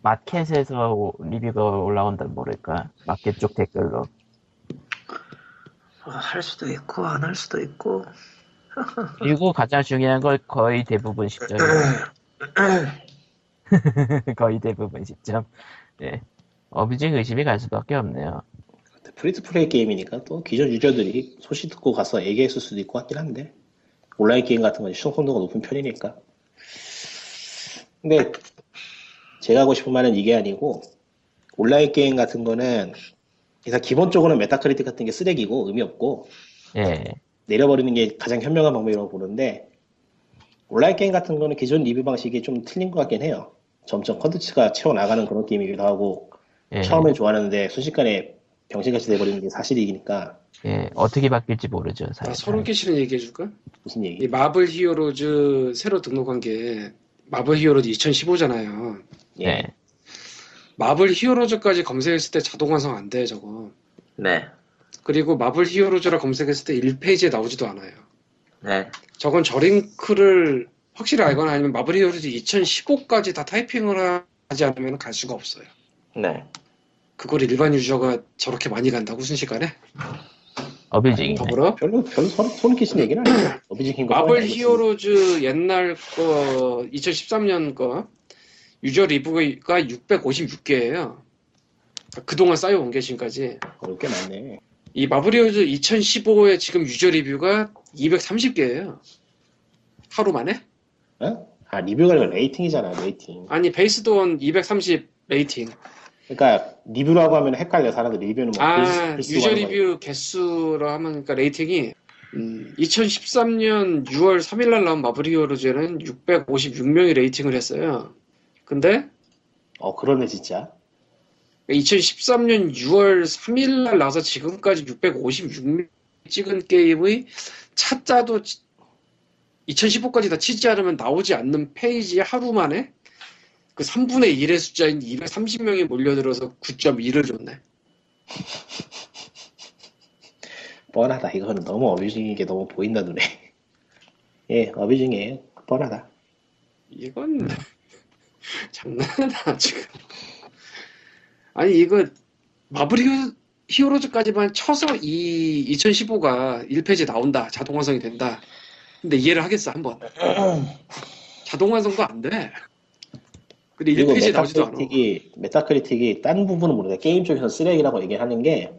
Speaker 2: 마켓에서 오- 리뷰가 올라온다 모를까 마켓 쪽 댓글로
Speaker 1: 아, 할 수도 있고 안 할 수도 있고.
Speaker 2: 그리고 가장 중요한 건 거의 대부분 10점이에요 거의 대부분 10점 네. 어뷰징 의심이 갈 수밖에 없네요
Speaker 4: 근데 프리투플레이 게임이니까 또 기존 유저들이 소식 듣고 가서 얘기했을 수도 있고 같긴 한데 온라인 게임 같은 건 시청성도가 높은 편이니까 근데 제가 하고 싶은 말은 이게 아니고 온라인 게임 같은 거는 일단 기본적으로는 메타크리틱 같은 게 쓰레기고 의미 없고
Speaker 2: 예.
Speaker 4: 내려버리는 게 가장 현명한 방법이라고 보는데 온라인 게임 같은 거는 기존 리뷰 방식이 좀 틀린 것 같긴 해요 점점 컨텐츠가 채워나가는 그런 게임이기도 하고
Speaker 2: 예.
Speaker 4: 처음엔 좋아하는데 순식간에 병신같이 돼버리는 게 사실이니까
Speaker 2: 예. 어떻게 바뀔지 모르죠
Speaker 4: 아,
Speaker 3: 나
Speaker 2: 사실
Speaker 3: 소름 끼치는 얘기 해줄까?
Speaker 4: 무슨
Speaker 3: 이
Speaker 4: 얘기?
Speaker 3: 마블 히어로즈 새로 등록한 게 마블 히어로즈 2015잖아요.
Speaker 2: 예.
Speaker 3: 마블 히어로즈까지 검색했을 때 자동 완성 안 돼, 저거.
Speaker 1: 네.
Speaker 3: 그리고 마블 히어로즈라 검색했을 때 1페이지에 나오지도 않아요.
Speaker 1: 네.
Speaker 3: 저건 저 링크를 확실히 알거나 아니면 마블 히어로즈 2015까지 다 타이핑을 하지 않으면 갈 수가 없어요.
Speaker 1: 네.
Speaker 3: 그걸 일반 유저가 저렇게 많이 간다고
Speaker 4: 네.
Speaker 3: 순식간에?
Speaker 4: 아,
Speaker 2: 어뷰징
Speaker 4: 뭐,
Speaker 3: 더불어
Speaker 4: 별로 별로 소름, 소름 끼치는 얘기는 아니에요. 어비지킨 거
Speaker 3: 마블
Speaker 4: 뻔히 알고
Speaker 3: 히어로즈 옛날 거 2013년 거 유저 리뷰가 656개예요. 그동안 쌓여온 게 지금까지
Speaker 4: 있으니까 어렵게 많네.
Speaker 3: 이 마블 히어로즈 2015의 지금 유저 리뷰가 230개예요. 하루 만에?
Speaker 4: 어? 아 리뷰가 아니라 레이팅이잖아 레이팅.
Speaker 3: 아니 베이스돈 230 레이팅.
Speaker 4: 그러니까 리뷰라고 하면 헷갈려 사람들 리뷰는 뭐
Speaker 3: 아
Speaker 4: 글 쓰- 글 쓰고
Speaker 3: 유저
Speaker 4: 하는 거니까.
Speaker 3: 리뷰 개수로 하면 그러니까 레이팅이 음, 2013년 6월 3일날 나온 마블 히어로즈는 656명이 레이팅을 했어요. 근데
Speaker 4: 어 그러네 진짜.
Speaker 3: 2013년 6월 3일날 나서 지금까지 656명 찍은 게임의 차자도 2015까지 다 치지 않으면 나오지 않는 페이지 하루 만에 그 3분의 1의 숫자인 230명이 몰려들어서 9.1을 줬네.
Speaker 4: 뻔하다. 이거는 너무 어뷰징인 게 너무 보인다 눈에. 예, 어뷰징이에요. 뻔하다.
Speaker 3: 이건 장난하나 지금 아니 이거 마블 히어, 히어로즈까지만 쳐서 이 2015가 1페이지 나온다 자동완성이 된다 근데 이해를 하겠어 한번 자동완성도 안돼 근데
Speaker 4: 그리고
Speaker 3: 1페이지 나오지도 않아
Speaker 4: 메타크리틱이 메타크리틱이 딴 부분은 모르겠데 게임 쪽에서 쓰레기라고 얘기하는 게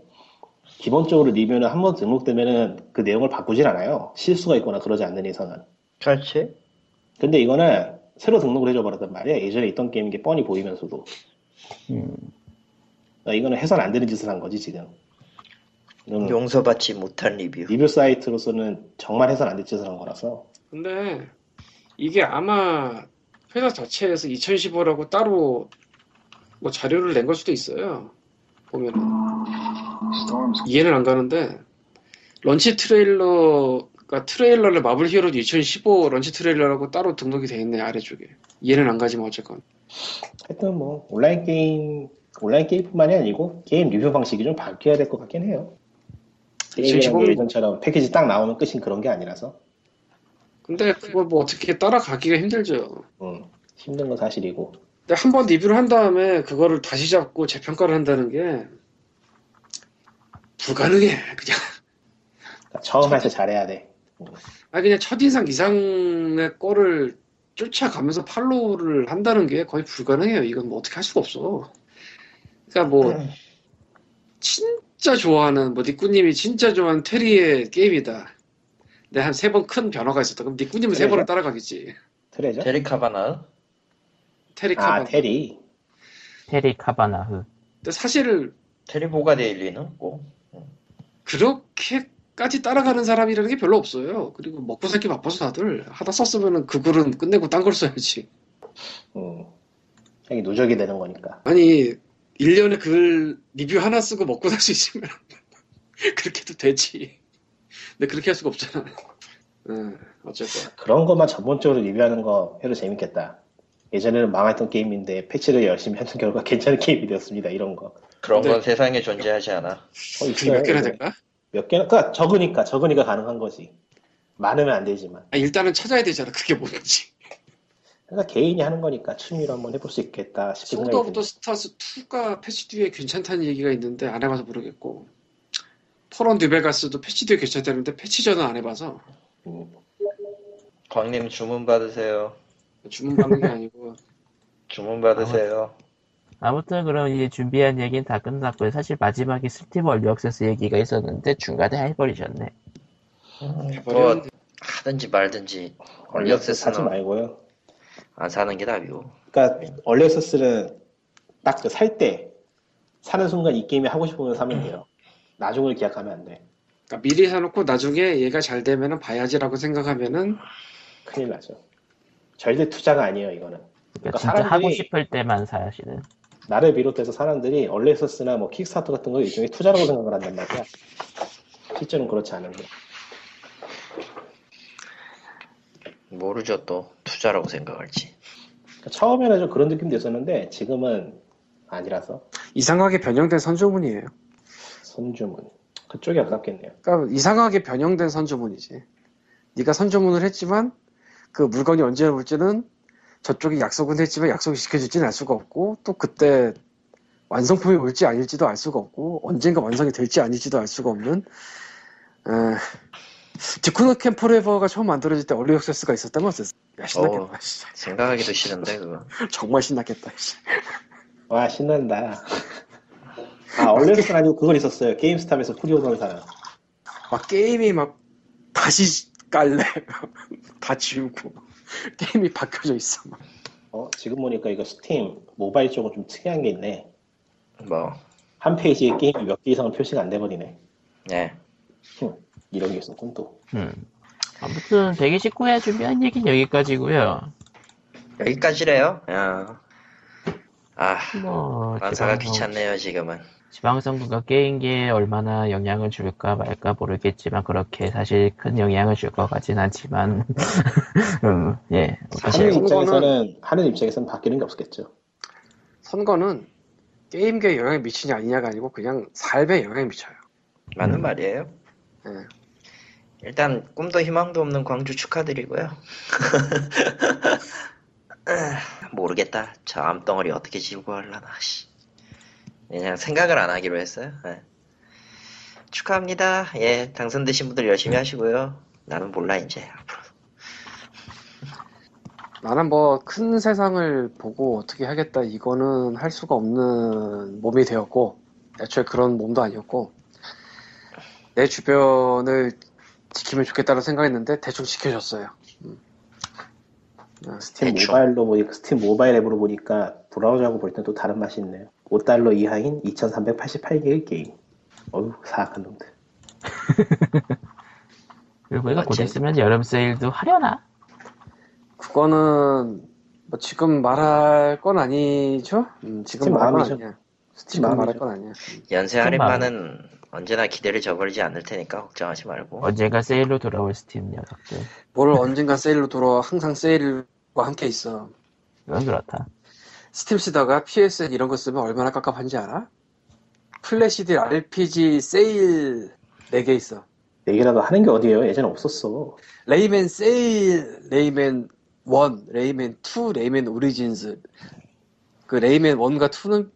Speaker 4: 기본적으로 리뷰는 한 번 등록되면은 그 내용을 바꾸진 않아요. 실수가 있거나 그러지 않는 이상은.
Speaker 6: 그렇지.
Speaker 4: 근데 이거는 새로 등록을 해줘 버렸단 말이야. 예전에 있던 게임인 게 뻔히 보이면서도.
Speaker 2: 음.
Speaker 4: 그러니까 이거는 해선 안 되는 짓을 한 거지 지금.
Speaker 1: 음.
Speaker 4: 이건
Speaker 6: 용서받지 못한 리뷰.
Speaker 4: 리뷰 사이트로서는 정말 해선 안 될 짓을 한 거라서.
Speaker 3: 근데 이게 아마 회사 자체에서 2015라고 따로 뭐 자료를 낸 걸 수도 있어요. 보면 이해는 안 가는데 런치 트레일러가 트레일러를 마블 히어로즈 2015 런치 트레일러라고 따로 등록이 돼 있네 아래쪽에 이해는 안 가지만 어쨌건
Speaker 4: 하여튼 뭐 온라인 게임 온라인 게임뿐만이 아니고 게임 리뷰 방식이 좀 바뀌어야 될 것 같긴 해요. 게임이라는 게
Speaker 3: 2015
Speaker 4: 예전처럼 패키지 딱 나오면 끝인 그런 게 아니라서
Speaker 3: 근데 그걸 뭐 어떻게 따라가기가 힘들죠.
Speaker 4: 음, 힘든 건 사실이고
Speaker 3: 근데 한 번 리뷰를 한 다음에 그거를 다시 잡고 재평가를 한다는 게 불가능해 그냥.
Speaker 4: 그러니까 처음 할 때 잘해야 돼.
Speaker 3: 아 그냥 첫인상 이상의 거를 쫓아가면서 팔로우를 한다는 게 거의 불가능해요. 이건 뭐 어떻게 할 수가 없어. 그러니까 뭐 진짜 좋아하는 뭐 니꾸님이 진짜 좋아하는 테리의 게임이다. 내가 한 세 번 큰 변화가 있었다. 그럼 니꾸님은 세
Speaker 4: 테리죠?
Speaker 3: 번을 따라가겠지.
Speaker 1: 네?
Speaker 4: 트레저?
Speaker 6: 데릭 카바나.
Speaker 3: 테리
Speaker 4: 아
Speaker 3: 카바.
Speaker 4: 테리.
Speaker 2: 테리 카바나흐.
Speaker 3: 근데 사실
Speaker 6: 테리보가 될 리는
Speaker 1: 뭐?
Speaker 6: 없고.
Speaker 3: 그렇게까지 따라가는 사람이라는 게 별로 없어요. 그리고 먹고 살기 바빠서 다들 하다 썼으면은 그 글은 끝내고 딴 걸 써야지.
Speaker 4: 음. 이게 누적이 되는 거니까.
Speaker 3: 아니 1년에 글 리뷰 하나 쓰고 먹고 살 수 있으면 그렇게도 되지 근데 그렇게 할 수가 없잖아 응 어쨌건
Speaker 4: 그런 것만 전문적으로 리뷰하는 거 해도 재밌겠다. 예전에는 망했던 게임인데 패치를 열심히 하는 결과 괜찮은 게임이 되었습니다. 이런 거.
Speaker 6: 그런 건
Speaker 3: 근데-
Speaker 6: 세상에 존재하지 않아.
Speaker 4: 어,
Speaker 3: 그게
Speaker 4: 있어요,
Speaker 3: 몇 개나
Speaker 4: 이거.
Speaker 3: 될까?
Speaker 4: 몇 개나? 그러니까 적으니까 적으니까 가능한 거지. 많으면 안 되지만.
Speaker 3: 아, 일단은 찾아야 되잖아 그게 뭔지
Speaker 4: 그러니까 개인이 하는 거니까 취미로 한번 해볼 수 있겠다 싶은
Speaker 3: 소드
Speaker 4: 생각이
Speaker 3: 오브 더
Speaker 4: 듭니다.
Speaker 3: 스타스 2가 패치 뒤에 괜찮다는 얘기가 있는데 안 해봐서 모르겠고 폴온 뉴베가스도 패치 뒤에 괜찮다는데 패치 전은 안 해봐서
Speaker 4: 음.
Speaker 6: 광님 주문 받으세요.
Speaker 3: 주문 받는 게 아니고
Speaker 6: 주문 받으세요.
Speaker 2: 아무튼 그럼 이제 준비한 얘기는 다 끝났고요. 사실 마지막에 스팀 얼리 액세스 얘기가 있었는데 중간에 해버리셨네. 그러니까
Speaker 6: 뭐 하든지 말든지
Speaker 1: 어,
Speaker 6: 얼리
Speaker 4: 얼리액세스 하지
Speaker 6: 액세스는
Speaker 4: 말고요.
Speaker 6: 안 사는 게 답이고.
Speaker 4: 그러니까 얼리액세스는 딱 그 살 때 사는 순간 이 게임이 하고 싶으면 사면 돼요. 나중을 기약하면 안 돼.
Speaker 3: 그러니까 미리 사놓고 나중에 얘가 잘 되면은 봐야지라고 생각하면은
Speaker 4: 큰일 나죠. 절대 투자가 아니에요 이거는.
Speaker 2: 그러니까
Speaker 4: 그러니까
Speaker 2: 진짜
Speaker 4: 사람들이-
Speaker 2: 하고 싶을 때만 사시는.
Speaker 4: 나를 비롯해서 사람들이 얼리액세스나 뭐 킥스타터 같은 걸 일종의 투자라고 생각을 한단 말이야. 실제로는 그렇지 않은데.
Speaker 6: 모르죠 또 투자라고 생각할지.
Speaker 4: 그러니까 처음에는 좀 그런 느낌도 있었는데 지금은 아니라서
Speaker 3: 이상하게 변형된 선조문이에요
Speaker 4: 손주문 그쪽이 아깝겠네요.
Speaker 3: 그러니까 이상하게 변형된 선조문이지. 네가 선조문을 했지만 그 물건이 언제 올지는 저쪽이 약속은 했지만 약속이 지켜질지는 알 수가 없고 또 그때 완성품이 올지 아닐지도 알 수가 없고 언젠가 완성이 될지 아닐지도 알 수가 없는 에... 디코노 캠포레버가 처음 만들어질 때 얼리 액세스가 있었다면 어땠어? 야 신났겠다.
Speaker 6: 어우. 생각하기도 싫은데 그거.
Speaker 3: 정말 신났겠다. 씨.
Speaker 4: 와 신난다. 아 얼레스는 아니고 그건 있었어요. 게임스탑에서 쿠리오 강사랑
Speaker 3: 막 게임이 막 다시 깔래 다 지우고 게임이 바뀌어져 있어. 막.
Speaker 4: 어, 지금 보니까 이거 스팀 모바일 쪽은 좀 특이한 게 있네.
Speaker 6: 뭐.
Speaker 1: 예.
Speaker 4: 한 페이지에 게임이 몇 개 이상은 표시가 안 돼버리네.
Speaker 6: 네.
Speaker 4: 이런 게 있었군 또.
Speaker 2: 음. 아무튼 129회 준비한 얘기는 여기까지고요.
Speaker 1: 여기까지래요. 야. 아,
Speaker 2: 뭐
Speaker 1: 만사가
Speaker 2: 지방선-
Speaker 1: 귀찮네요 지금은.
Speaker 2: 지방선거가 게임계에 얼마나 영향을 줄까 말까 모르겠지만 그렇게 사실 큰 영향을 줄 것 같진 않지만 음, 예 사실
Speaker 4: 하는
Speaker 8: 선거는-
Speaker 4: 입장에서는 하는 입장에서는 바뀌는 게 없겠죠.
Speaker 3: 선거는 게임계에 영향이 미치냐 아니냐가 아니고 그냥 삶에 영향이 미쳐요.
Speaker 1: 맞는
Speaker 2: 음.
Speaker 1: 말이에요.
Speaker 3: 예.
Speaker 1: 일단 꿈도 희망도 없는 광주 축하드리고요. 모르겠다. 저 암덩어리 어떻게 지우고 하려나. 씨. 그냥 생각을 안 하기로 했어요. 예. 축하합니다. 예, 당선되신 분들 열심히 하시고요. 나는 몰라 이제 앞으로.
Speaker 3: 나는 뭐 큰 세상을 보고 어떻게 하겠다 이거는 할 수가 없는 몸이 되었고 애초에 그런 몸도 아니었고 내 주변을 지키면 좋겠다는 생각했는데 대충 지켜졌어요.
Speaker 4: 스팀
Speaker 1: 대충.
Speaker 4: 모바일로 보니까 스팀 모바일 앱으로 보니까 브라우저하고 볼 땐 또 다른 맛이 있네요. 5달러 이하인 2,388개의 게임. 어휴 사악한 놈들.
Speaker 2: 그리고 이거 곧
Speaker 1: 어째-
Speaker 2: 있으면 여름 세일도 하려나?
Speaker 3: 그거는 뭐 지금 말할 건 아니죠? 음, 지금
Speaker 4: 지금
Speaker 3: 말할 건
Speaker 4: 마음이죠.
Speaker 3: 아니야.
Speaker 4: 스팀
Speaker 3: 지금 말할
Speaker 4: 마음이죠.
Speaker 3: 건 아니야.
Speaker 1: 연쇄
Speaker 2: 좀
Speaker 1: 할인만은 언제나 기대를 저버리지 않을 테니까 걱정하지 말고.
Speaker 2: 언젠가 세일로 돌아올 스팀 녀석들
Speaker 3: 뭘 언젠가 세일로 돌아 항상 세일과 함께 있어.
Speaker 2: 그건 그렇다
Speaker 3: 스팀 쓰다가 PSN 이런 거 쓰면 얼마나 깝깝한지 알아? 플래시딜 RPG 세일 4개 있어.
Speaker 4: 얘기라도 하는 게 어디예요? 예전에 없었어.
Speaker 3: 레이맨 세일, 레이맨 1, 레이맨 2, 레이맨 오리진스. 그 레이맨 1과 2는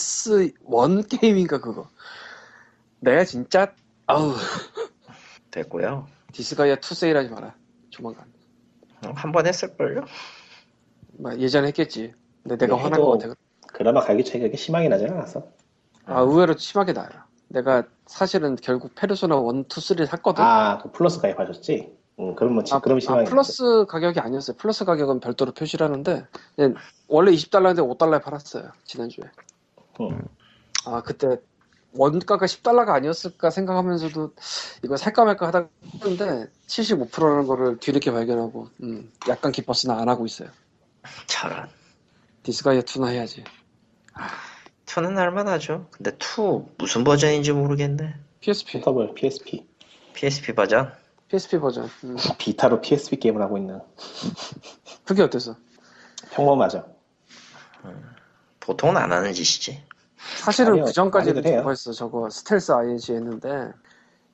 Speaker 3: PS1 게임인가 그거. 내가 진짜 아우
Speaker 1: 됐고요.
Speaker 3: 디스가이아 2 세일하지 마라. 조만간.
Speaker 1: 한 번 했을걸요?
Speaker 3: 막 예전에 했겠지. 근데 내가
Speaker 4: 네,
Speaker 3: 화난 것
Speaker 4: 해도-
Speaker 3: 같아.
Speaker 4: 그나마 가격 차이가 그렇게 심하게 나지 않았어.
Speaker 3: 아 의외로 심하게 나요. 내가 사실은 결국 페르소나 1, 2, 3를 샀거든.
Speaker 4: 아, 그 플러스 가입하셨지? 응, 그러면 지-
Speaker 3: 아,
Speaker 4: 그럼 심하게.
Speaker 3: 아, 플러스 가격이 아니었어요. 플러스 가격은 별도로 표시를 하는데 예, 원래 20달러인데 5달러에 팔았어요. 지난주에.
Speaker 4: 응.
Speaker 3: 아 그때 원가가 10달러가 아니었을까 생각하면서도 이거 살까 말까 하다가 했는데 75%라는 거를 뒤늦게 발견하고 음, 약간 기뻤으나 안 하고 있어요.
Speaker 1: 저런.
Speaker 3: 디스가이아 2나 해야지.
Speaker 1: 2는 할만하죠. 근데 2 무슨 버전인지 모르겠네.
Speaker 3: PSP.
Speaker 4: 포터블 PSP.
Speaker 1: PSP 버전?
Speaker 3: PSP 버전. 음,
Speaker 4: 비타로 PSP 게임을 하고 있는
Speaker 3: 그게 어땠어?
Speaker 4: 평범하죠.
Speaker 1: 보통은 안 하는 짓이지.
Speaker 3: 사실은
Speaker 4: 아니요,
Speaker 3: 그 전까지는
Speaker 4: 많이들 해요.
Speaker 3: 저거 했어. 저거 스텔스 INC 했는데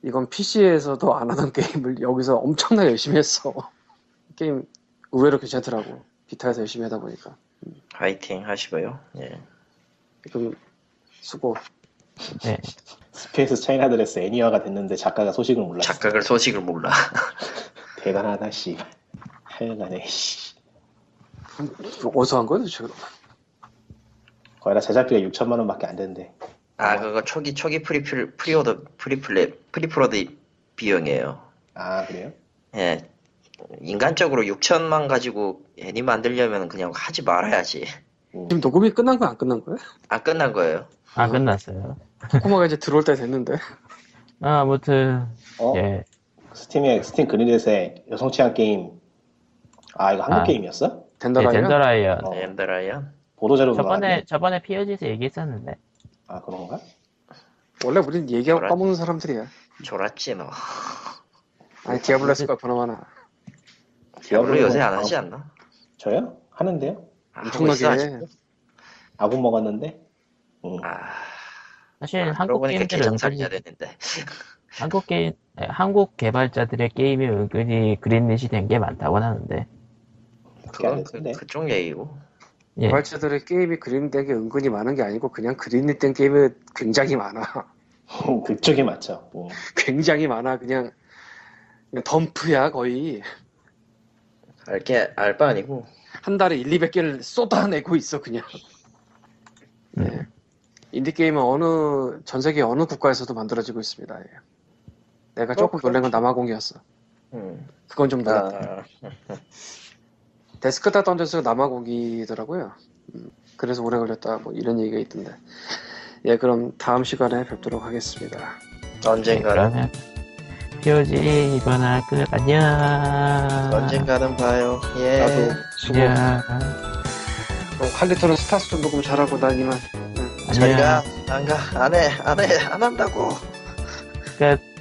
Speaker 3: 이건 PC에서도 안 하던 게임을 여기서 엄청나게 열심히 했어. 게임 의외로 괜찮더라고. 비타에서 열심히 하다 보니까.
Speaker 1: 화이팅 하시고요. 예.
Speaker 3: 좀 수고.
Speaker 2: 예.
Speaker 4: 스페이스 차이나 드레스 애니화가 됐는데 작가가 소식을 몰랐어.
Speaker 1: 작가를 소식을 몰라.
Speaker 4: 대단하다 씨. 하여간에 씨.
Speaker 3: 어디서 한 거야 도대체?
Speaker 4: 거의 다 제작비가 6천만 원밖에 안 되는데.
Speaker 1: 아 그거 초기 초기 프리필 프리오더 프리플레 프리프로드 비용이에요.
Speaker 4: 아 그래요?
Speaker 1: 예. 인간적으로 6천만 가지고 애니 만들려면 그냥 하지 말아야지.
Speaker 3: 지금 녹음이 끝난 거야 안 끝난 거야?
Speaker 1: 안 끝난 거예요.
Speaker 2: 안 아, 끝났어요
Speaker 3: 코코마가 이제 들어올 때 됐는데.
Speaker 2: 아, 아무튼
Speaker 4: 어?
Speaker 2: 예
Speaker 4: 스팀에 스팀 그린넷에 여성 취향 게임. 아 이거 한국
Speaker 2: 아.
Speaker 4: 게임이었어?
Speaker 2: 예,
Speaker 3: 네, 된다라요?
Speaker 2: 젠더라이언
Speaker 4: 어.
Speaker 1: 네. 어, 엔더라이언.
Speaker 4: 보도자료
Speaker 2: 저번에 저번에 POG에서 얘기했었는데
Speaker 4: 아 그런가?
Speaker 3: 원래 우린 얘기하고
Speaker 1: 저런.
Speaker 3: 까먹는 사람들이야.
Speaker 1: 졸았지 너.
Speaker 3: 아니 디아블로 했을 거야 보나마나.
Speaker 1: 우리
Speaker 4: 디아블로
Speaker 1: 요새 안
Speaker 4: 아,
Speaker 1: 하지 않나?
Speaker 4: 저요? 하는데요?
Speaker 1: 아, 하고 있어,
Speaker 3: 뭐 엄청나게. 네.
Speaker 1: 아직도?
Speaker 4: 아구 먹었는데. 응.
Speaker 1: 아,
Speaker 2: 사실
Speaker 1: 그러고
Speaker 2: 네, 한국
Speaker 1: 보니까
Speaker 2: 게임들은
Speaker 1: 계정
Speaker 2: 은근히
Speaker 1: 살려야 되는데.
Speaker 2: 한국 게임 예, 한국 개발자들의 게임이 은근히 그린릿이 된 게 많다고 하는데
Speaker 4: 그렇게
Speaker 1: 그건
Speaker 4: 안
Speaker 1: 그,
Speaker 3: 네.
Speaker 4: 됐는데.
Speaker 1: 그쪽 얘기고.
Speaker 2: 예.
Speaker 1: 아,
Speaker 3: 개발자들의 게임이 그린된 게 은근히 많은 게 아니고 그냥 그린된 게임이 굉장히 많아.
Speaker 4: 그쪽이 맞죠. 응.
Speaker 3: 굉장히 많아. 그냥, 그냥 덤프야 거의
Speaker 1: 알게 알 바 아니고.
Speaker 3: 한 달에 1, 200개를 쏟아내고 있어 그냥. 네. 인디 게임은 어느 전 세계 어느 국가에서도 만들어지고 있습니다. 예. 내가 조금 놀란 건 남아공이었어.
Speaker 1: 음.
Speaker 3: 그건 좀 놀랐다.
Speaker 1: 아,
Speaker 3: 데스크탑 던전스가 남아공이더라고요. 음, 그래서 오래 걸렸다. 뭐 이런 얘기가 있던데. 예, 그럼 다음 시간에 뵙도록 하겠습니다.
Speaker 1: 언젠가는
Speaker 2: 그러면 표지 이거나 끝 안녕
Speaker 1: 언젠가는 봐요. 예.
Speaker 3: 네. 나도 수고.
Speaker 2: 안녕
Speaker 3: 그럼 칼리토는 스타스 좀 녹음 잘하고 난 이만.
Speaker 1: 저희가
Speaker 3: 네.
Speaker 2: 안녕
Speaker 1: 안 가, 안 해, 안 해, 안 한다고.
Speaker 2: 끝